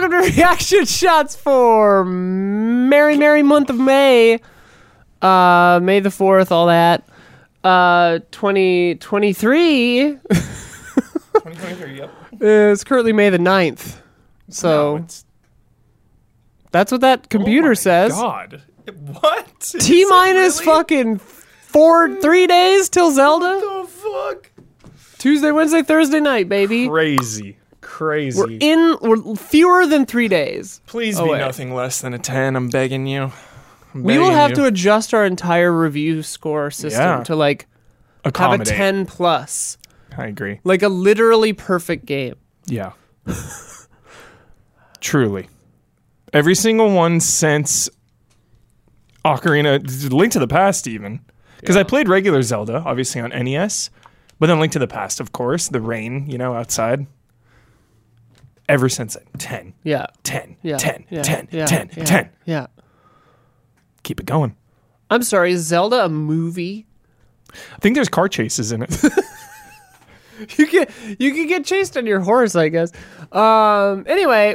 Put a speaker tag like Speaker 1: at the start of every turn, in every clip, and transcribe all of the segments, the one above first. Speaker 1: reaction shots for merry merry month of may uh may the 4th all that uh 2023
Speaker 2: 2023, yep.
Speaker 1: is currently may the 9th so
Speaker 2: No, it's-
Speaker 1: that's what that
Speaker 2: oh
Speaker 1: computer
Speaker 2: my
Speaker 1: says
Speaker 2: God. It- What?
Speaker 1: t
Speaker 2: Is it
Speaker 1: minus
Speaker 2: really?
Speaker 1: fucking four three days till zelda
Speaker 2: What the fuck?
Speaker 1: tuesday wednesday thursday night baby
Speaker 2: Crazy. Crazy.
Speaker 1: we're in we're fewer than three days
Speaker 2: Please
Speaker 1: Oh,
Speaker 2: be
Speaker 1: wait.
Speaker 2: nothing less than a 10. I'm begging you. I'm
Speaker 1: we will
Speaker 2: begging
Speaker 1: have
Speaker 2: you.
Speaker 1: to adjust our entire review score system
Speaker 2: Yeah.
Speaker 1: to like have a
Speaker 2: accommodate.
Speaker 1: 10 plus
Speaker 2: I agree.
Speaker 1: like a literally perfect game
Speaker 2: Yeah. Truly. Every single one since Ocarina, Link to the Past, even. Because I played regular Zelda, obviously on NES, but then Link to the Past, of course, the rain, you know, outside. Ever since then, 10,
Speaker 1: yeah
Speaker 2: 10,
Speaker 1: yeah
Speaker 2: 10,
Speaker 1: yeah,
Speaker 2: 10,
Speaker 1: yeah,
Speaker 2: 10,
Speaker 1: yeah,
Speaker 2: 10.
Speaker 1: yeah
Speaker 2: Keep it going.
Speaker 1: i'm sorry is zelda a movie
Speaker 2: I think there's car chases in it.
Speaker 1: you can you can get chased on your horse, I guess. Um. Anyway,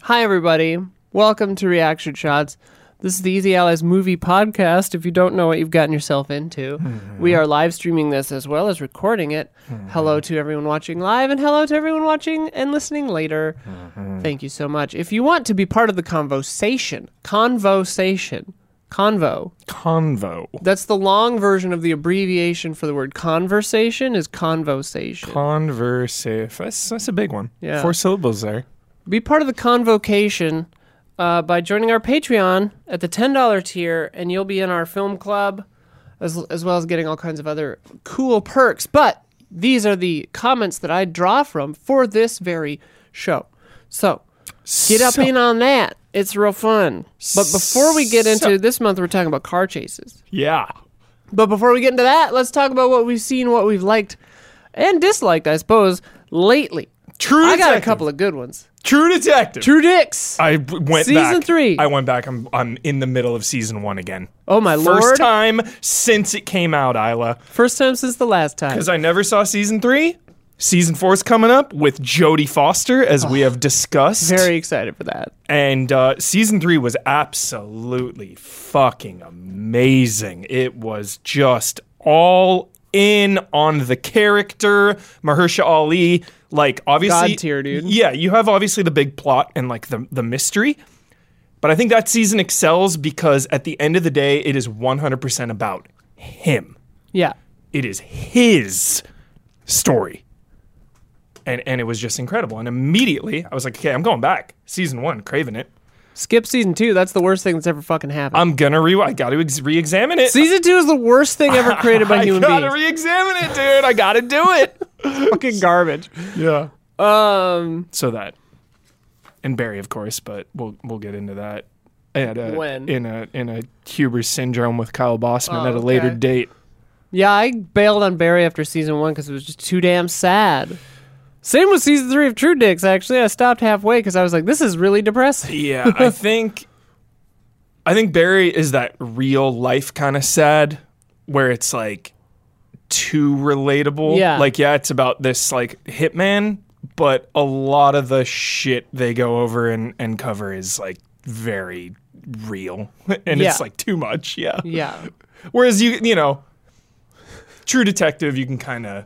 Speaker 1: hi everybody. Welcome to Reaction Shots. This is the Easy Allies Movie Podcast. If you don't know what you've gotten yourself into, we are live streaming this as well as recording it. Hello to everyone watching live, and hello to everyone watching and listening later. Thank you so much. If you want to be part of the conversation, conversation, convo,
Speaker 2: Convo.
Speaker 1: that's the long version of the abbreviation for the word conversation is convosation.
Speaker 2: Conversative. That's, that's a big one.
Speaker 1: Yeah.
Speaker 2: Four syllables there.
Speaker 1: Be part of the convocation uh, by joining our Patreon at the $10 tier, and you'll be in our film club as, as well as getting all kinds of other cool perks. But these are the comments that I draw from for this very show. So get up
Speaker 2: So-
Speaker 1: in on that. It's real fun. But before we get into
Speaker 2: So-
Speaker 1: this month, we're talking about car chases.
Speaker 2: Yeah.
Speaker 1: But before we get into that, let's talk about what we've seen, what we've liked and disliked, I suppose, lately.
Speaker 2: True
Speaker 1: I got a
Speaker 2: Detective.
Speaker 1: couple of good ones.
Speaker 2: True Detective.
Speaker 1: True Dicks.
Speaker 2: I w- went
Speaker 1: Season
Speaker 2: back.
Speaker 1: three.
Speaker 2: I went back. I'm I'm in the middle of season one again.
Speaker 1: Oh my
Speaker 2: First
Speaker 1: lord.
Speaker 2: time since it came out, Isla,
Speaker 1: First time since the last time.
Speaker 2: because I never saw season three. Season four is coming up with Jodie Foster, as we have discussed.
Speaker 1: Very excited for that.
Speaker 2: and uh, season three was absolutely fucking amazing. It was just all in on the character Mahersha Ali. Like obviously,
Speaker 1: God tier, dude.
Speaker 2: Yeah, you have obviously the big plot and like the the mystery, but I think that season excels because at the end of the day, it is one hundred percent about him.
Speaker 1: Yeah.
Speaker 2: It is his story. And, and it was just incredible. And immediately I was like, okay, I'm going back. Season one, craving it.
Speaker 1: Skip season two. That's the worst thing that's ever fucking happened.
Speaker 2: I'm gonna re. I got to ex- re-examine it.
Speaker 1: season two is the worst thing ever created by
Speaker 2: I
Speaker 1: human
Speaker 2: gotta
Speaker 1: beings.
Speaker 2: re-examine it, dude. I gotta do it.
Speaker 1: fucking garbage.
Speaker 2: yeah.
Speaker 1: Um.
Speaker 2: So that, and Barry, of course, but we'll we'll get into that. At a,
Speaker 1: When?
Speaker 2: in a in a Huber syndrome with Kyle Bossman
Speaker 1: Oh,
Speaker 2: at a later
Speaker 1: okay.
Speaker 2: date.
Speaker 1: Yeah, I bailed on Barry after season one because it was just too damn sad. Same with season three of True Dicks. Actually, I stopped halfway because I was like, "This is really depressing."
Speaker 2: Yeah, I think I think Barry is that real life kind of sad where it's like too relatable.
Speaker 1: Yeah.
Speaker 2: Like yeah, it's about this like hitman, but a lot of the shit they go over and, and cover is like very real. And
Speaker 1: Yeah.
Speaker 2: it's like too much, yeah.
Speaker 1: Yeah.
Speaker 2: Whereas you you know True Detective you can kind of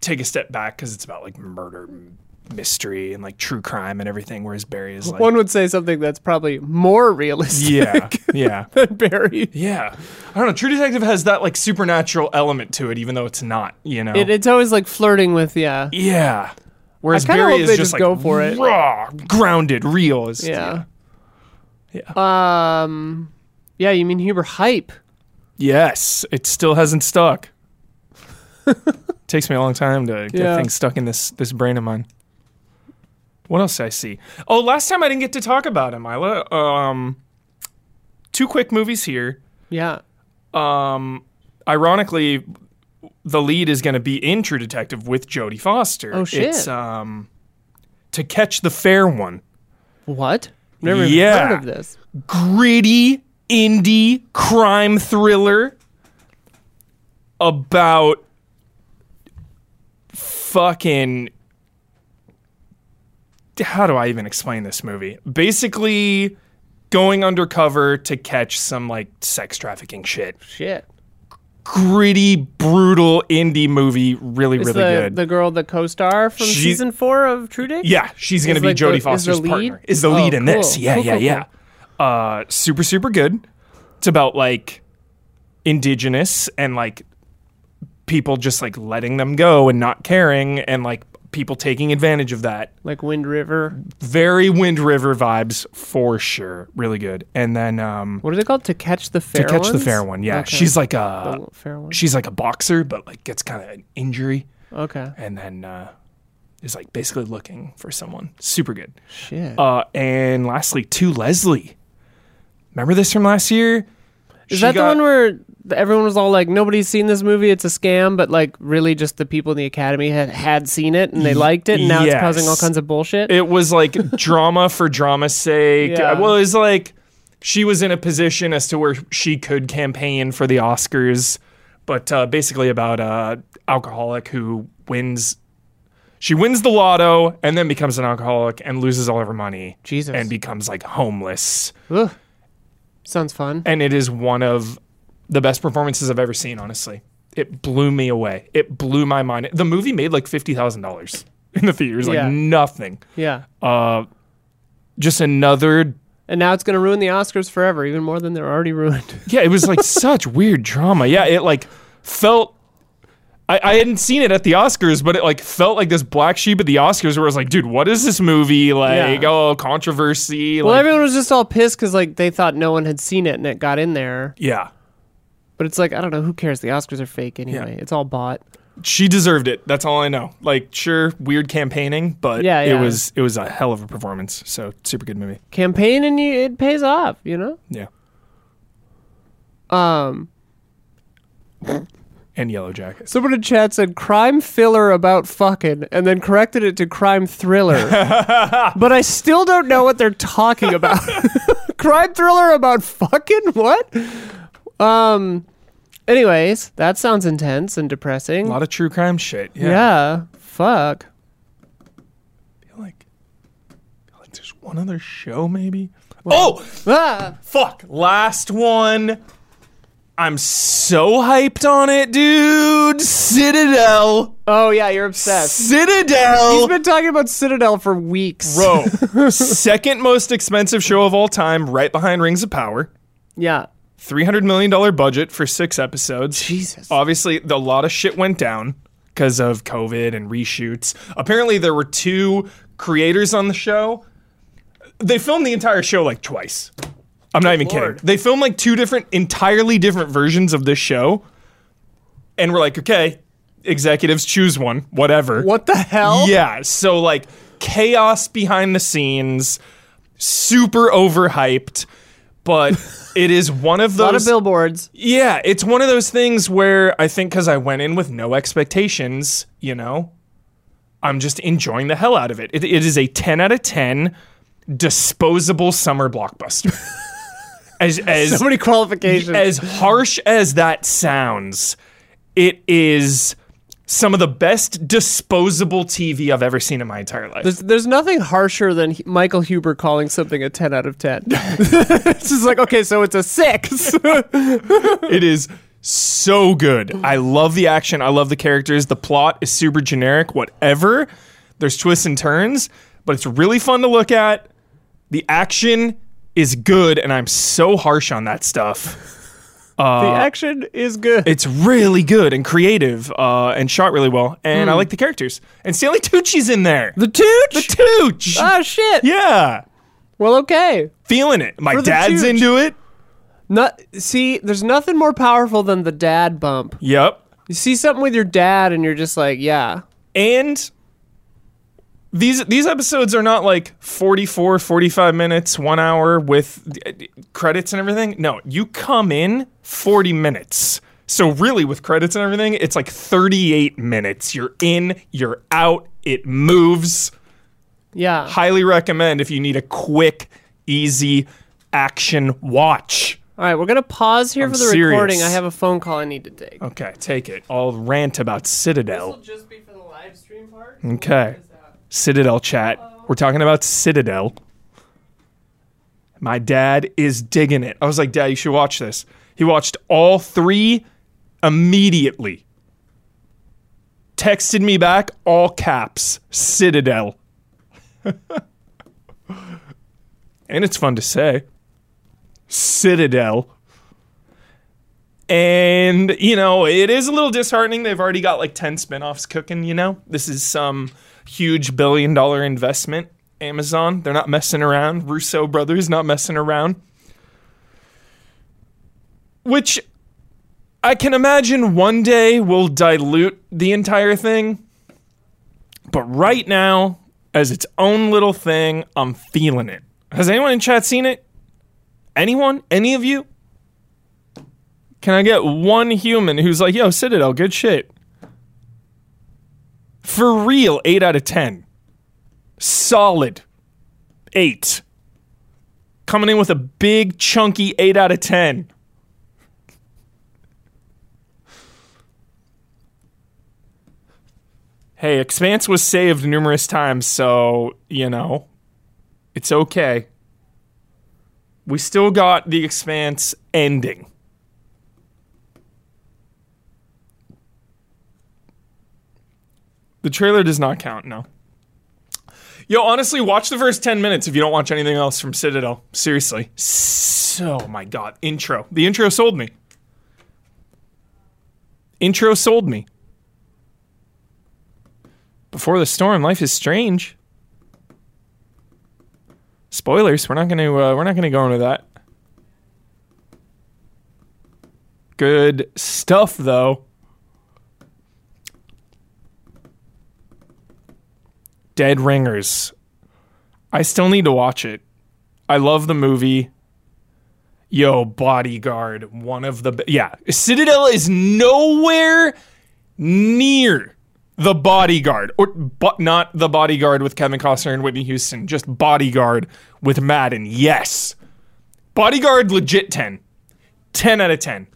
Speaker 2: take a step back cuz it's about like murder m- mystery and like true crime and everything whereas Barry is like
Speaker 1: One would say something that's probably more realistic
Speaker 2: yeah, yeah,
Speaker 1: than Barry.
Speaker 2: yeah. I don't know. True Detective has that like supernatural element to it, even though it's not. You know.
Speaker 1: It, it's always like flirting with yeah.
Speaker 2: yeah. Whereas
Speaker 1: kinda
Speaker 2: Barry
Speaker 1: hope
Speaker 2: is
Speaker 1: they
Speaker 2: just,
Speaker 1: just
Speaker 2: like
Speaker 1: go for it.
Speaker 2: raw, grounded, real. Is,
Speaker 1: Yeah.
Speaker 2: Yeah.
Speaker 1: Um. Yeah, you mean Huber hype?
Speaker 2: Yes, it still hasn't stuck. Takes me a long time to get
Speaker 1: Yeah.
Speaker 2: things stuck in this this brain of mine. What else did I see? Oh, last time I didn't get to talk about him, Mila. Um, two quick movies here.
Speaker 1: Yeah.
Speaker 2: um, ironically, the lead is going to be in True Detective with Jodie Foster.
Speaker 1: Oh, shit.
Speaker 2: It's um, to catch the fair one.
Speaker 1: What? Never even
Speaker 2: Yeah.
Speaker 1: heard of this.
Speaker 2: Gritty indie crime thriller about fucking how do I even explain this movie? Basically, going undercover to catch some like sex trafficking shit.
Speaker 1: Shit.
Speaker 2: Gritty, brutal indie movie. Really,
Speaker 1: Is
Speaker 2: really
Speaker 1: the,
Speaker 2: good.
Speaker 1: the girl the co-star from
Speaker 2: She-
Speaker 1: season four of True Dick?
Speaker 2: Yeah, she's going to be
Speaker 1: like the-
Speaker 2: Jodie
Speaker 1: is the
Speaker 2: Foster's
Speaker 1: lead?
Speaker 2: partner. Is the
Speaker 1: Oh,
Speaker 2: lead in this?
Speaker 1: cool.
Speaker 2: Yeah,
Speaker 1: Cool,
Speaker 2: yeah,
Speaker 1: cool,
Speaker 2: yeah. Uh, super, super good. It's about like indigenous and like people just like letting them go and not caring and like people taking advantage of that.
Speaker 1: Like Wind River.
Speaker 2: Very Wind River vibes for sure. Really good. And then um,
Speaker 1: What are they called? To catch the fair.
Speaker 2: to catch the
Speaker 1: Ones?
Speaker 2: fair one. Yeah,
Speaker 1: Okay.
Speaker 2: she's like a
Speaker 1: Oh, fair one.
Speaker 2: she's like a boxer, but like gets kind of an injury
Speaker 1: Okay.
Speaker 2: and then uh, is like basically looking for someone. Super good.
Speaker 1: Shit.
Speaker 2: Uh, and lastly, to Leslie. Remember this from last year?
Speaker 1: Is that the one where everyone was all like, nobody's seen this movie, it's a scam, but like really just the people in the academy had, had seen it and they liked it, and now it's causing all
Speaker 2: yes.
Speaker 1: kinds of bullshit?
Speaker 2: it was like drama for drama's sake?
Speaker 1: Yeah.
Speaker 2: Well, it was like she was in a position as to where she could campaign for the Oscars, but uh, basically about a alcoholic who wins. She wins the lotto and then becomes an alcoholic and loses all of her money
Speaker 1: Jesus.
Speaker 2: and becomes like homeless.
Speaker 1: Ugh. Sounds fun.
Speaker 2: and it is one of the best performances I've ever seen. Honestly, it blew me away. It blew my mind. The movie made like fifty thousand dollars in the theaters, like
Speaker 1: Yeah.
Speaker 2: nothing.
Speaker 1: Yeah.
Speaker 2: Just another.
Speaker 1: And now it's going to ruin the Oscars forever, even more than they're already ruined.
Speaker 2: Yeah, it was like such weird drama. Yeah, it like felt. I, I hadn't seen it at the Oscars, but it like felt like this black sheep at the Oscars, where I was like, dude, what is this movie? Like,
Speaker 1: Yeah.
Speaker 2: oh, controversy.
Speaker 1: well,
Speaker 2: like,
Speaker 1: everyone was just all pissed because like they thought no one had seen it and it got in there.
Speaker 2: yeah,
Speaker 1: But it's like, I don't know, who cares? The Oscars are fake anyway. It's all bought.
Speaker 2: she deserved it. That's all I know. Like, sure, weird campaigning, but
Speaker 1: Yeah,
Speaker 2: it
Speaker 1: yeah.
Speaker 2: was it was a hell of a performance. So super good movie.
Speaker 1: Campaign and you, it pays off, you know?
Speaker 2: Yeah.
Speaker 1: Um,
Speaker 2: And Yellow Jackets.
Speaker 1: Someone in chat said crime filler about fucking and then corrected it to crime thriller. but I still don't know what they're talking about. crime thriller about fucking what? Um anyways, that sounds intense and depressing.
Speaker 2: A lot of true crime shit.
Speaker 1: yeah.
Speaker 2: Yeah.
Speaker 1: Fuck.
Speaker 2: I feel like, I feel like there's one other show maybe. oh,
Speaker 1: Ah,
Speaker 2: fuck. Last one. I'm so hyped on it, dude. Citadel.
Speaker 1: oh yeah, you're obsessed. He's
Speaker 2: Citadel.
Speaker 1: been talking about Citadel for weeks.
Speaker 2: Bro, second most expensive show of all time, right behind Rings of Power.
Speaker 1: Yeah.
Speaker 2: $300 million budget for six episodes.
Speaker 1: Jesus.
Speaker 2: obviously the- a lot of shit went down because of covid and reshoots apparently there were two creators on the show they filmed the entire show like twice i'm not even
Speaker 1: Lord.
Speaker 2: kidding they filmed like two different entirely different versions of this show and we're like okay executives choose one whatever
Speaker 1: What the hell?
Speaker 2: yeah so like chaos behind the scenes super overhyped but it is one of
Speaker 1: A
Speaker 2: those
Speaker 1: lot of billboards.
Speaker 2: yeah, it's one of those things where I think because I went in with no expectations, you know, I'm just enjoying the hell out of it. It, it is a 10 out of 10 disposable summer blockbuster. as as
Speaker 1: So many qualifications.
Speaker 2: as harsh as that sounds, it is some of the best disposable TV I've ever seen in my entire life.
Speaker 1: There's, there's nothing harsher than H- Michael Huber calling something a 10 out of 10. it's just like, okay, so it's a 6.
Speaker 2: It is so good. I love the action. I love the characters. The plot is super generic, whatever. There's twists and turns, but it's really fun to look at. The action is good, and I'm so harsh on that stuff.
Speaker 1: the action is good.
Speaker 2: It's really good and creative uh, and shot really well, and I like the characters. And Stanley Tucci's in there.
Speaker 1: Hmm. The tooch?
Speaker 2: The Tucci!
Speaker 1: oh, shit.
Speaker 2: yeah.
Speaker 1: Well, okay.
Speaker 2: Feeling it. My
Speaker 1: the
Speaker 2: dad's
Speaker 1: Tooch.
Speaker 2: into it.
Speaker 1: Not, see, there's nothing more powerful than the dad bump.
Speaker 2: Yep.
Speaker 1: You see something with your dad, and you're just like, yeah.
Speaker 2: and these these episodes are not like 44 45 minutes 1 hour with uh, credits and everything no you come in 40 minutes so really with credits and everything it's like 38 minutes you're in you're out it moves
Speaker 1: Yeah.
Speaker 2: highly recommend if you need a quick easy action watch
Speaker 1: All right, we're going to pause here for the
Speaker 2: serious.
Speaker 1: recording. I have a phone call I need to take.
Speaker 2: okay take it i'll rant about citadel
Speaker 1: just be for the live stream part.
Speaker 2: Okay. Citadel chat. We're talking about Citadel. My dad is digging it. I was like, Dad, you should watch this. He watched all three immediately. Texted me back, all caps, Citadel. and it's fun to say. Citadel. And, you know, it is a little disheartening. They've already got like 10 spin-offs cooking, you know? This is some huge billion dollar investment. Amazon, they're not messing around. Russo brothers not messing around. Which I can imagine one day will dilute the entire thing. But right now, as its own little thing, I'm feeling it. Has anyone in chat seen it? Anyone? Any of you? Can I get one human who's like, yo, Citadel, good shit? For real, 8 out of 10. Solid. 8. Coming in with a big, chunky 8 out of 10. Hey, Expanse was saved numerous times, so, you know, it's okay. We still got the Expanse ending. The trailer does not count, no. Yo, honestly, watch the first 10 minutes if you don't watch anything else from Citadel. Seriously. So, my God. Intro. The intro sold me. Intro sold me. Before the storm, life is strange. Spoilers. We're not going to uh, we're not going to go into that. Good stuff though. Dead Ringers. I still need to watch it. I love the movie. Yo, Bodyguard, one of the be- yeah, Citadel is nowhere near the Bodyguard, or but not the Bodyguard with Kevin Costner and Whitney Houston, just Bodyguard with Madden. Yes, Bodyguard, legit 10. 10 out of 10.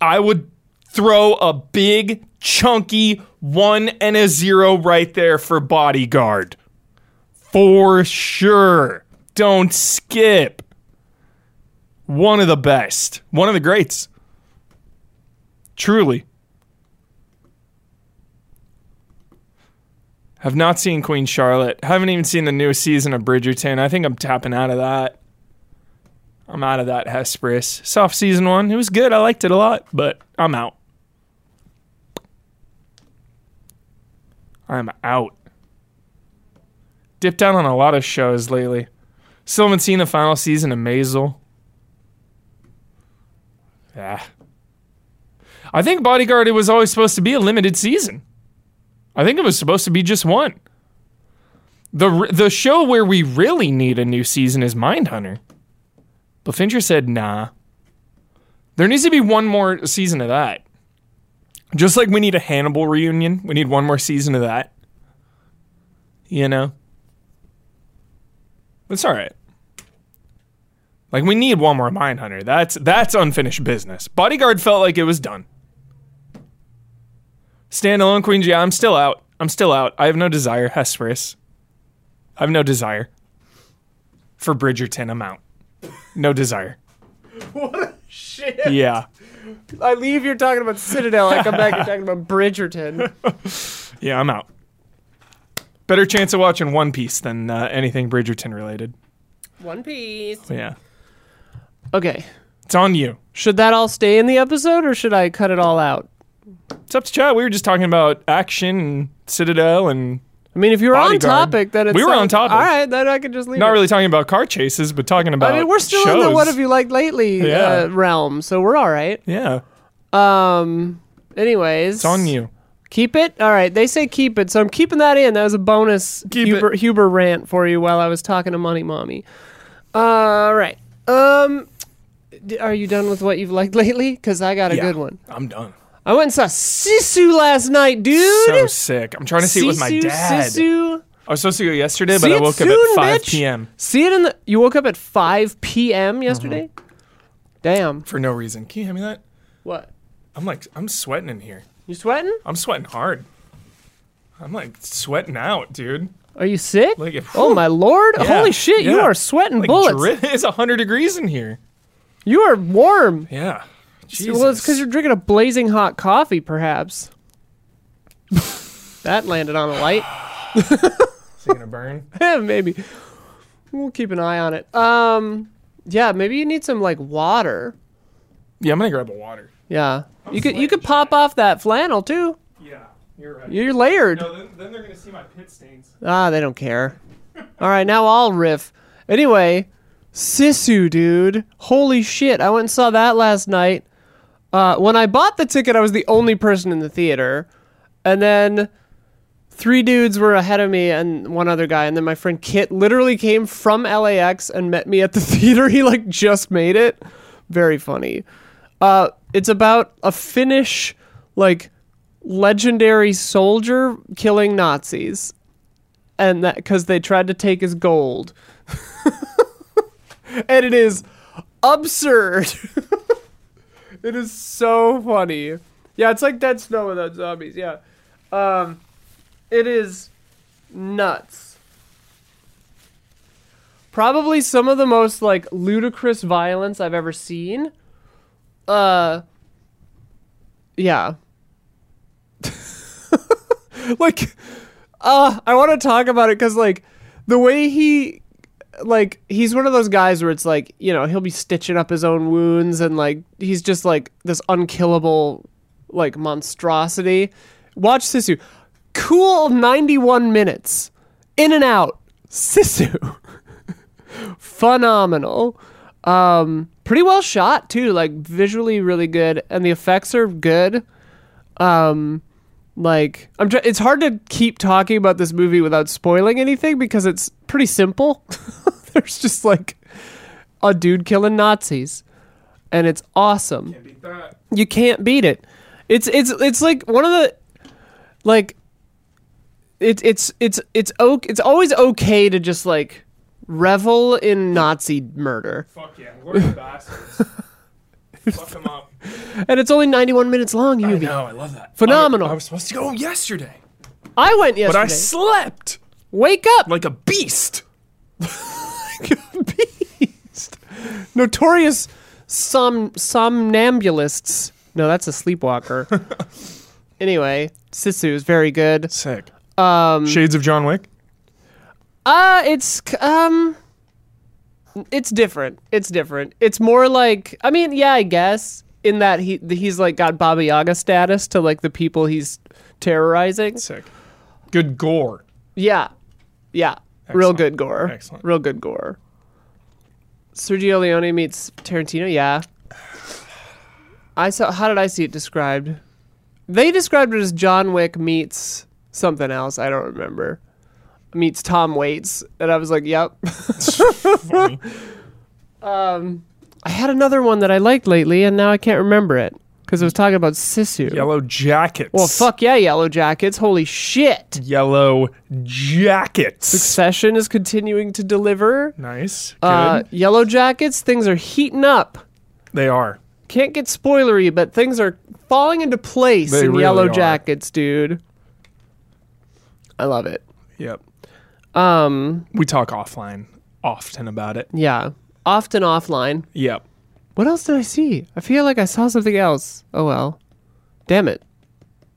Speaker 2: I would throw a big, chunky one and a zero right there for bodyguard. For sure. Don't skip. One of the best. One of the greats. Truly. Have not seen Queen Charlotte. Haven't even seen the new season of Bridgerton. I think I'm tapping out of that. I'm out of that Hesperus. Soft season one. It was good. I liked it a lot, but I'm out. I'm out. Dipped down on a lot of shows lately. Still haven't seen the final season of Maisel. Yeah. I think Bodyguard it was always supposed to be a limited season. I think it was supposed to be just one. The r- the show where we really need a new season is Mindhunter. But Fincher said, nah. There needs to be one more season of that. Just like we need a Hannibal reunion, we need one more season of that. You know? It's all right. Like we need one more Mindhunter. That's that's unfinished business. Bodyguard felt like it was done. Standalone Queens, yeah, I'm still out. I'm still out. I have no desire, Hesperus. I have no desire. For Bridgerton, I'm out. No desire.
Speaker 1: Shit.
Speaker 2: Yeah.
Speaker 1: I leave, you're talking about Citadel. I come back, you're talking about Bridgerton.
Speaker 2: Yeah, I'm out. Better chance of watching One Piece than uh, anything Bridgerton related.
Speaker 1: One Piece.
Speaker 2: Yeah.
Speaker 1: Okay.
Speaker 2: It's on you.
Speaker 1: Should that all stay in the episode or should I cut it all out?
Speaker 2: It's up to chat. We were just talking about action and Citadel and
Speaker 1: I mean, if you were on
Speaker 2: Bodyguard.
Speaker 1: topic, then it's
Speaker 2: We were on topic.
Speaker 1: All right, then I could just leave.
Speaker 2: not
Speaker 1: it.
Speaker 2: really talking about car chases, but talking about
Speaker 1: I mean, we're still in
Speaker 2: shows.
Speaker 1: the what have you liked lately
Speaker 2: Yeah.
Speaker 1: uh, realm, so we're all right.
Speaker 2: Yeah.
Speaker 1: Um. Anyways,
Speaker 2: It's on you.
Speaker 1: Keep it. All right. They say keep it, so I'm keeping that in. That was a bonus
Speaker 2: Keep
Speaker 1: Huber, Huber rant for you while I was talking to Money Mommy. All right. Um. d- Are you done with what you've liked lately? Because I got a
Speaker 2: Yeah.
Speaker 1: good one.
Speaker 2: I'm done.
Speaker 1: I went and saw Sisu last night, dude.
Speaker 2: So sick. I'm trying to see it with my
Speaker 1: Sisu,
Speaker 2: dad.
Speaker 1: Sisu.
Speaker 2: I was supposed to go yesterday, but
Speaker 1: See
Speaker 2: I
Speaker 1: it
Speaker 2: woke up
Speaker 1: soon,
Speaker 2: at 5
Speaker 1: bitch.
Speaker 2: p.m.
Speaker 1: See it in the. You woke up at 5
Speaker 2: Mm-hmm.
Speaker 1: p.m. yesterday. Damn.
Speaker 2: for no reason. Can you hand me that?
Speaker 1: What?
Speaker 2: I'm like, I'm sweating in here.
Speaker 1: You sweating?
Speaker 2: I'm sweating hard. I'm like sweating out, dude.
Speaker 1: Are you sick?
Speaker 2: Like, if-
Speaker 1: oh my lord!
Speaker 2: Yeah,
Speaker 1: Holy shit! You
Speaker 2: yeah.
Speaker 1: are sweating
Speaker 2: Like
Speaker 1: bullets.
Speaker 2: dri- it's 100 degrees in here.
Speaker 1: You are warm.
Speaker 2: Yeah.
Speaker 1: Well, it's because
Speaker 2: Jesus.
Speaker 1: you're drinking a blazing hot coffee, perhaps. that landed on a light.
Speaker 2: Is it gonna burn?
Speaker 1: Eh, maybe. We'll keep an eye on it. Um, yeah, maybe you need some like water.
Speaker 2: Yeah, I'm gonna grab a water.
Speaker 1: Yeah, you could you could pop off that flannel too.
Speaker 2: Yeah, you're right.
Speaker 1: You're layered.
Speaker 2: then, then they're gonna see my pit stains.
Speaker 1: Ah, they don't care. All right, now I'll riff. Anyway, Sisu, dude. Holy shit, I went and saw that last night. Uh, when I bought the ticket, I was the only person in the theater. And then three dudes were ahead of me and one other guy. And then my friend Kit literally came from LAX and met me at the theater. He, like, just made it. Very funny. Uh, it's about a Finnish, like, legendary soldier killing Nazis and that because they tried to take his gold. and it is absurd. it is so funny. Yeah, it's like Dead Snow without zombies. Yeah, um, it is nuts. Probably some of the most like ludicrous violence I've ever seen. Uh, yeah. like uh, I want to talk about it because like the way he like he's one of those guys where it's like you know he'll be stitching up his own wounds and like he's just like this unkillable like monstrosity. Watch Sisu, cool ninety one minutes, in and out. Sisu, phenomenal. Um, pretty well shot too. Like visually really good, and the effects are good Um, like I'm try- it's hard to keep talking about this movie without spoiling anything because it's pretty simple. There's just like a dude killing Nazis and it's awesome.
Speaker 2: Can't beat that.
Speaker 1: You can't beat it. It's it's it's like one of the like it's it's it's it's ok- it's always okay to just like revel in Nazi murder.
Speaker 2: Fuck yeah, Lord of the Bastards. Fuck them up.
Speaker 1: And it's only 91 minutes long,
Speaker 2: I
Speaker 1: Hubie.
Speaker 2: know, I love that.
Speaker 1: Phenomenal.
Speaker 2: I, was supposed to go yesterday,
Speaker 1: I went
Speaker 2: but
Speaker 1: yesterday.
Speaker 2: I slept
Speaker 1: Wake up.
Speaker 2: like a beast.
Speaker 1: beast. Notorious som- somnambulists. No, that's a sleepwalker. anyway, Sisu is very good.
Speaker 2: Sick. Um, Shades of John Wick.
Speaker 1: Uh, it's c- um, it's different. It's different. It's more like I mean, yeah, I guess in that he he's like got Baba Yaga status to like the people he's terrorizing.
Speaker 2: Sick. Good gore.
Speaker 1: Yeah. Yeah. Real
Speaker 2: Excellent.
Speaker 1: good gore.
Speaker 2: Excellent.
Speaker 1: Real good gore. Sergio Leone meets Tarantino. Yeah. I saw. How did I see it described? They described it as John Wick meets something else. I don't remember. Meets Tom Waits, and I was like, "Yep."
Speaker 2: Funny.
Speaker 1: Um, I had another one that I liked lately, and now I can't remember it because it was talking about Sisu.
Speaker 2: Yellow jackets.
Speaker 1: Well, fuck yeah, Yellow Jackets! Holy shit!
Speaker 2: Yellow jackets.
Speaker 1: Session is continuing to deliver.
Speaker 2: Nice. Good.
Speaker 1: Uh, Yellow Jackets, things are heating up.
Speaker 2: they are.
Speaker 1: Can't get spoilery, but things are falling into place
Speaker 2: They
Speaker 1: in
Speaker 2: really
Speaker 1: Yellow
Speaker 2: are.
Speaker 1: Jackets, dude. I love it.
Speaker 2: Yep.
Speaker 1: Um,
Speaker 2: We talk offline often about it.
Speaker 1: yeah. Often offline.
Speaker 2: Yep.
Speaker 1: What else did I see? I feel like I saw something else. Oh well. Damn it.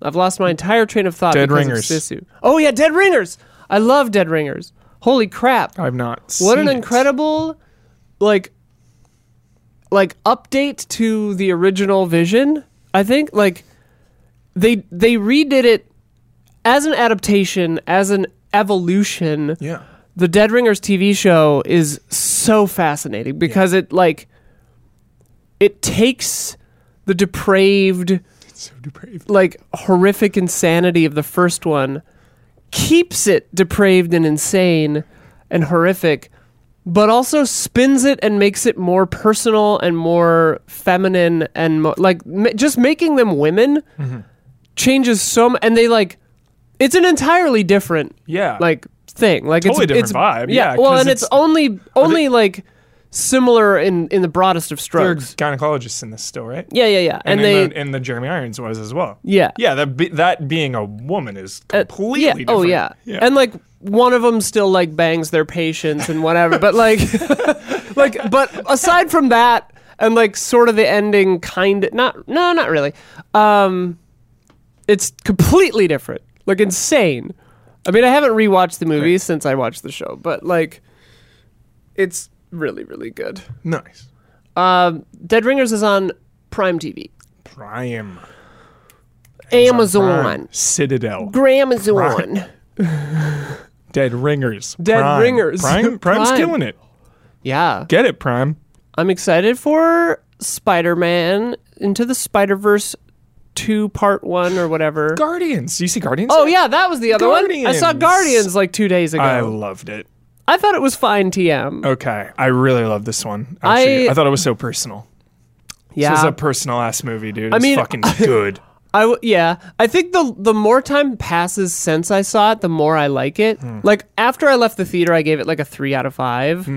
Speaker 1: I've lost my entire train of thought.
Speaker 2: Dead
Speaker 1: because of
Speaker 2: Ringers.
Speaker 1: Sisu. Oh yeah, Dead Ringers. I love Dead Ringers. Holy crap.
Speaker 2: I've not.
Speaker 1: What
Speaker 2: seen
Speaker 1: an
Speaker 2: it.
Speaker 1: incredible like like update to the original vision, I think. Like they they redid it as an adaptation, as an evolution.
Speaker 2: Yeah.
Speaker 1: The Dead Ringers TV show is so fascinating because it like it takes the depraved
Speaker 2: So depraved.
Speaker 1: like horrific insanity of the first one keeps it depraved and insane and horrific but also spins it and makes it more personal and more feminine and mo- like ma- just making them women
Speaker 2: Mm-hmm.
Speaker 1: changes so m- and they like it's an entirely different
Speaker 2: Yeah.
Speaker 1: like thing like
Speaker 2: Totally
Speaker 1: it's
Speaker 2: different
Speaker 1: it's,
Speaker 2: vibe. Yeah,
Speaker 1: well
Speaker 2: 'cause
Speaker 1: and it's,
Speaker 2: it's-
Speaker 1: only only like similar in in the broadest of
Speaker 2: They're
Speaker 1: strokes.
Speaker 2: gynecologists in this still, right?
Speaker 1: yeah, yeah, yeah. And,
Speaker 2: And,
Speaker 1: they
Speaker 2: in the, and the Jeremy Irons was as well.
Speaker 1: yeah.
Speaker 2: Yeah, that be, that being a woman is
Speaker 1: Uh,
Speaker 2: completely
Speaker 1: yeah.
Speaker 2: different.
Speaker 1: Oh yeah.
Speaker 2: yeah.
Speaker 1: And like one of them still like bangs their patients and whatever, but like like but aside from that and like sort of the ending kind of not no not really. Um it's completely different. Like insane. I mean, I haven't rewatched the movie since I watched the show, but like it's really really good.
Speaker 2: nice.
Speaker 1: Um Dead Ringers is on Prime TV.
Speaker 2: Prime.
Speaker 1: Amazon.
Speaker 2: Citadel.
Speaker 1: Gramazon.
Speaker 2: Dead Ringers.
Speaker 1: Dead
Speaker 2: Prime.
Speaker 1: Ringers.
Speaker 2: Prime. Prime's
Speaker 1: Prime.
Speaker 2: killing it.
Speaker 1: Yeah.
Speaker 2: Get it, Prime.
Speaker 1: I'm excited for Spider Man Into the Spider Verse 2 Part 1 or whatever.
Speaker 2: Guardians. You see Guardians?
Speaker 1: oh, yeah, that was the other one. I saw
Speaker 2: Guardians.
Speaker 1: Guardians like two days ago.
Speaker 2: I Oh,
Speaker 1: I,
Speaker 2: loved it.
Speaker 1: thought it was fine, TM.
Speaker 2: Okay, I really love this one. Actually,
Speaker 1: I-
Speaker 2: I, thought it was so personal. This
Speaker 1: yeah.
Speaker 2: was a personal ass movie, dude. It was
Speaker 1: mean-
Speaker 2: fucking good.
Speaker 1: I w- yeah, I think the the more time passes since I saw it, the more I like it.
Speaker 2: Hmm.
Speaker 1: Like after I left the theater, I gave it like a three out of five.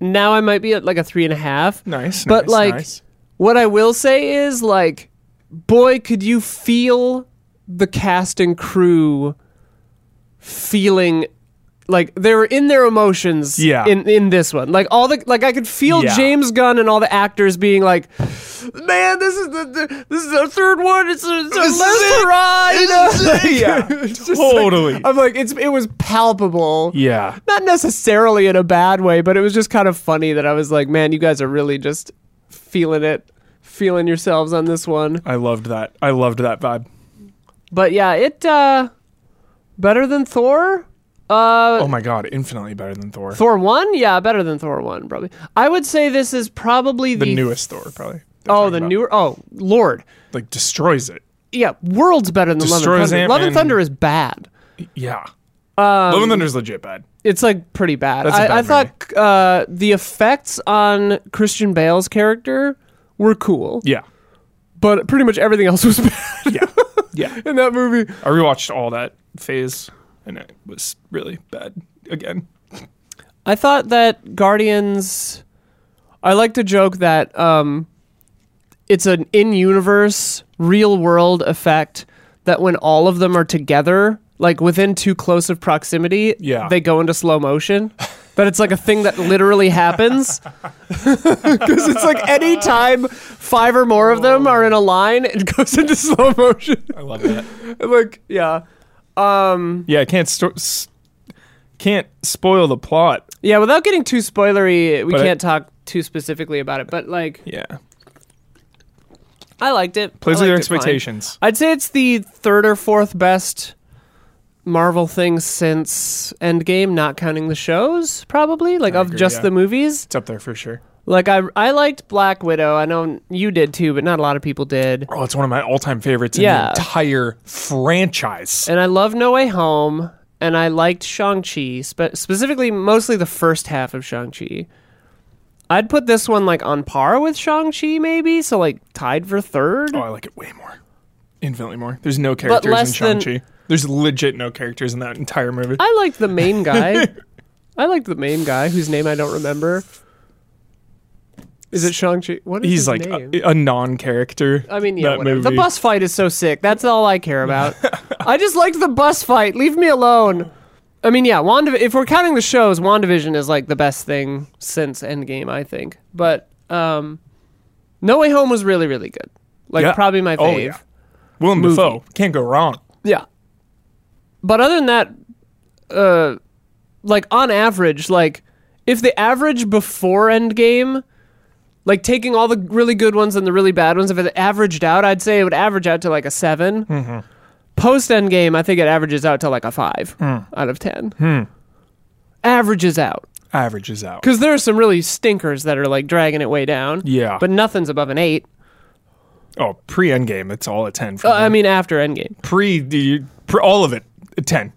Speaker 1: Now I might be at like a three and a half.
Speaker 2: Nice,
Speaker 1: but
Speaker 2: nice,
Speaker 1: like,
Speaker 2: nice.
Speaker 1: what I will say is like, boy, could you feel the cast and crew feeling like they were in their emotions
Speaker 2: Yeah.
Speaker 1: in in this one like all the like i could feel
Speaker 2: Yeah.
Speaker 1: james gunn and all the actors being like man this is the, the this is our third one it's, our- it's our
Speaker 2: This
Speaker 1: last
Speaker 2: is it.
Speaker 1: hurrah you know? Like,
Speaker 2: yeah,
Speaker 1: it's just like-
Speaker 2: totally.
Speaker 1: i'm like it's it was palpable
Speaker 2: yeah,
Speaker 1: not necessarily in a bad way but it was just kind of funny that i was like man you guys are really just feeling it feeling yourselves on this one
Speaker 2: I loved that. I loved that vibe.
Speaker 1: but yeah it uh better than thor uh
Speaker 2: Oh my god, infinitely better than Thor.
Speaker 1: Thor one, yeah, better than Thor one, probably. I would say this is probably the,
Speaker 2: the newest Thor, probably.
Speaker 1: Oh,
Speaker 2: They're talking
Speaker 1: the
Speaker 2: about.
Speaker 1: newer. Oh, Lord,
Speaker 2: like destroys it.
Speaker 1: yeah, worlds better than Love and
Speaker 2: Destroys
Speaker 1: Thunder. Love and
Speaker 2: Ant-Man.
Speaker 1: Thunder is bad.
Speaker 2: Yeah.
Speaker 1: Um,
Speaker 2: Love and Thunder's legit bad.
Speaker 1: It's like pretty bad.
Speaker 2: That's a
Speaker 1: I,
Speaker 2: bad
Speaker 1: I thought uh, the effects on Christian Bale's character were cool,
Speaker 2: Yeah.
Speaker 1: but pretty much everything else was bad
Speaker 2: Yeah. yeah.
Speaker 1: in that movie.
Speaker 2: I rewatched all that phase and it was really bad again.
Speaker 1: I thought that Guardians. I like to joke that um, it's an in universe, real world effect that when all of them are together, like within too close of proximity,
Speaker 2: Yeah.
Speaker 1: they go into slow motion. That it's like a thing that literally happens. Because it's like any time five or more of them are in a line, it goes into slow motion.
Speaker 2: I love that.
Speaker 1: like, yeah.
Speaker 2: yeah, I can't sto- s- can't spoil the plot.
Speaker 1: Yeah, without getting too spoilery, we
Speaker 2: But I-
Speaker 1: can't talk too specifically about it, but like.
Speaker 2: Yeah.
Speaker 1: I liked it.
Speaker 2: Plays
Speaker 1: I
Speaker 2: with your
Speaker 1: liked it fine.
Speaker 2: expectations.
Speaker 1: I'd say it's the third or fourth best Marvel thing since Endgame, not counting the shows, probably like of
Speaker 2: agree,
Speaker 1: just
Speaker 2: yeah.
Speaker 1: the movies.
Speaker 2: It's up there for sure.
Speaker 1: Like I, I liked Black Widow. I know you did too, but not a lot of people did.
Speaker 2: Oh, it's one of my all-time favorites in
Speaker 1: Yeah.
Speaker 2: the entire franchise.
Speaker 1: And I love No Way Home, and I liked Shang Chi, spe- specifically mostly the first half of Shang Chi. I'd put this one like on par with Shang Chi, maybe so like tied for third.
Speaker 2: Oh, I like it way more. Infinitely more. There's no characters in
Speaker 1: less than-
Speaker 2: Shang-Chi. There's legit no characters in that entire movie.
Speaker 1: I liked the main guy. I liked the main guy whose name I don't remember. Is it Shang Chi? What is
Speaker 2: He's
Speaker 1: his
Speaker 2: like
Speaker 1: name?
Speaker 2: a, a non-character.
Speaker 1: I mean, yeah,
Speaker 2: that
Speaker 1: whatever. The
Speaker 2: movie.
Speaker 1: bus fight is so sick. That's all I care about. I just liked the bus fight. Leave me alone. I mean, yeah, Wanda. If we're counting the shows, Wandavision is like the best thing since Endgame, I think. But um, No Way Home was really, really good. Like
Speaker 2: Yeah.
Speaker 1: probably my fave.
Speaker 2: Oh, yeah. Willem
Speaker 1: movie.
Speaker 2: Dafoe can't go wrong.
Speaker 1: Yeah. But other than that, uh, like on average, like if the average before Endgame, like taking all the really good ones and the really bad ones, if it averaged out, I'd say it would average out to like a 7
Speaker 2: Mm-hmm.
Speaker 1: Post Endgame, I think it averages out to like a five
Speaker 2: Hmm.
Speaker 1: out of ten. Averages out
Speaker 2: Averages out.
Speaker 1: because there are some really stinkers that are like dragging it way down.
Speaker 2: Yeah.
Speaker 1: but nothing's above an eight.
Speaker 2: Oh, pre-Endgame, it's all a ten for
Speaker 1: Uh,
Speaker 2: me.
Speaker 1: I mean, after Endgame,
Speaker 2: pre, the, pre all of it, a ten.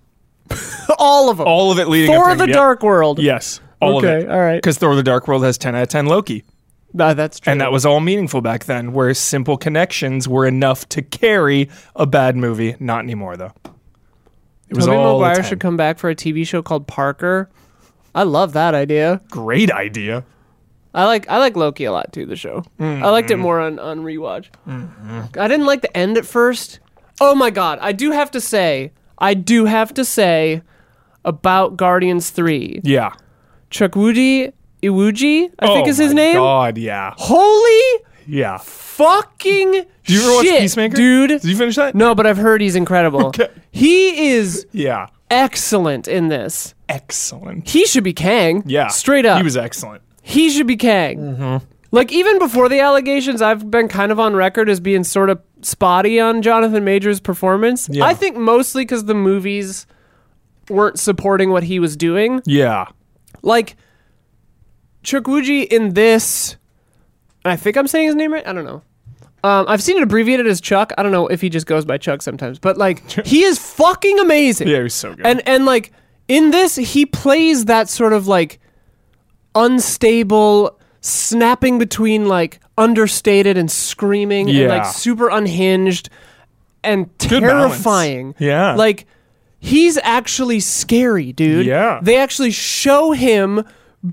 Speaker 1: all of them.
Speaker 2: All of it leading up
Speaker 1: Thor:
Speaker 2: to
Speaker 1: The
Speaker 2: yep.
Speaker 1: Dark World.
Speaker 2: Yes, all
Speaker 1: Okay,
Speaker 2: of it.
Speaker 1: all right.
Speaker 2: Because Thor: The Dark World has ten out of ten Loki,
Speaker 1: No, that's true.
Speaker 2: and that was all meaningful back then, where simple connections were enough to carry a bad movie. Not anymore though. It was
Speaker 1: Tobey
Speaker 2: all a
Speaker 1: Maguire
Speaker 2: 10.
Speaker 1: should come back for a TV show called Parker. I love that idea.
Speaker 2: great idea.
Speaker 1: I like I like Loki a lot too. The show. I liked it
Speaker 2: Mm-hmm.
Speaker 1: more on on rewatch. I didn't like the end at first. Oh my god! I do have to say, I do have to say about Guardians Three.
Speaker 2: Yeah.
Speaker 1: Chukwudi Iwuji, I think
Speaker 2: Oh
Speaker 1: is his
Speaker 2: my
Speaker 1: name.
Speaker 2: God, yeah.
Speaker 1: Holy
Speaker 2: Yeah.
Speaker 1: fucking
Speaker 2: Do you ever watch
Speaker 1: shit,
Speaker 2: Peacemaker?
Speaker 1: dude?
Speaker 2: Did you finish that?
Speaker 1: No, but I've heard he's incredible.
Speaker 2: Okay.
Speaker 1: He is
Speaker 2: Yeah.
Speaker 1: excellent in this.
Speaker 2: Excellent.
Speaker 1: He should be Kang.
Speaker 2: Yeah.
Speaker 1: Straight up.
Speaker 2: He was excellent.
Speaker 1: he should be Kang.
Speaker 2: Mm-hmm.
Speaker 1: Like even before the allegations, I've been kind of on record as being sort of spotty on Jonathan Majors' performance.
Speaker 2: Yeah.
Speaker 1: I think mostly because the movies weren't supporting what he was doing.
Speaker 2: Yeah.
Speaker 1: Like Chukwuji in this, and I think I'm saying his name right. I don't know. Um, I've seen it abbreviated as Chuck. I don't know if he just goes by Chuck sometimes, but like he is fucking amazing.
Speaker 2: Yeah, he was so good.
Speaker 1: And and like in this, he plays that sort of like unstable, snapping between like understated and screaming and like
Speaker 2: Yeah.
Speaker 1: super unhinged and
Speaker 2: balance.
Speaker 1: terrifying.
Speaker 2: Yeah.
Speaker 1: Like he's actually scary, dude.
Speaker 2: Yeah.
Speaker 1: They actually show him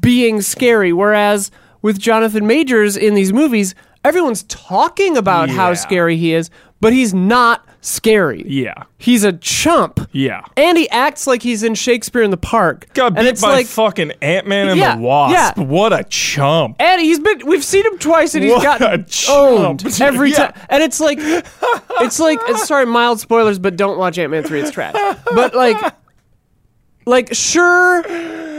Speaker 1: being scary, whereas with Jonathan Majors in these movies, everyone's talking about how
Speaker 2: Yeah.
Speaker 1: scary he is, but he's not scary.
Speaker 2: yeah.
Speaker 1: He's a chump.
Speaker 2: Yeah.
Speaker 1: And he acts like he's in Shakespeare in the Park.
Speaker 2: Got
Speaker 1: and
Speaker 2: beat by fucking Ant Man and
Speaker 1: Yeah,
Speaker 2: the Wasp.
Speaker 1: yeah.
Speaker 2: What a chump.
Speaker 1: and he's been we've seen him twice and he's
Speaker 2: What a
Speaker 1: gotten
Speaker 2: chump.
Speaker 1: owned every
Speaker 2: Yeah.
Speaker 1: time. And it's like it's like it's- sorry, mild spoilers, but don't watch Ant Man three, it's trash. But like like sure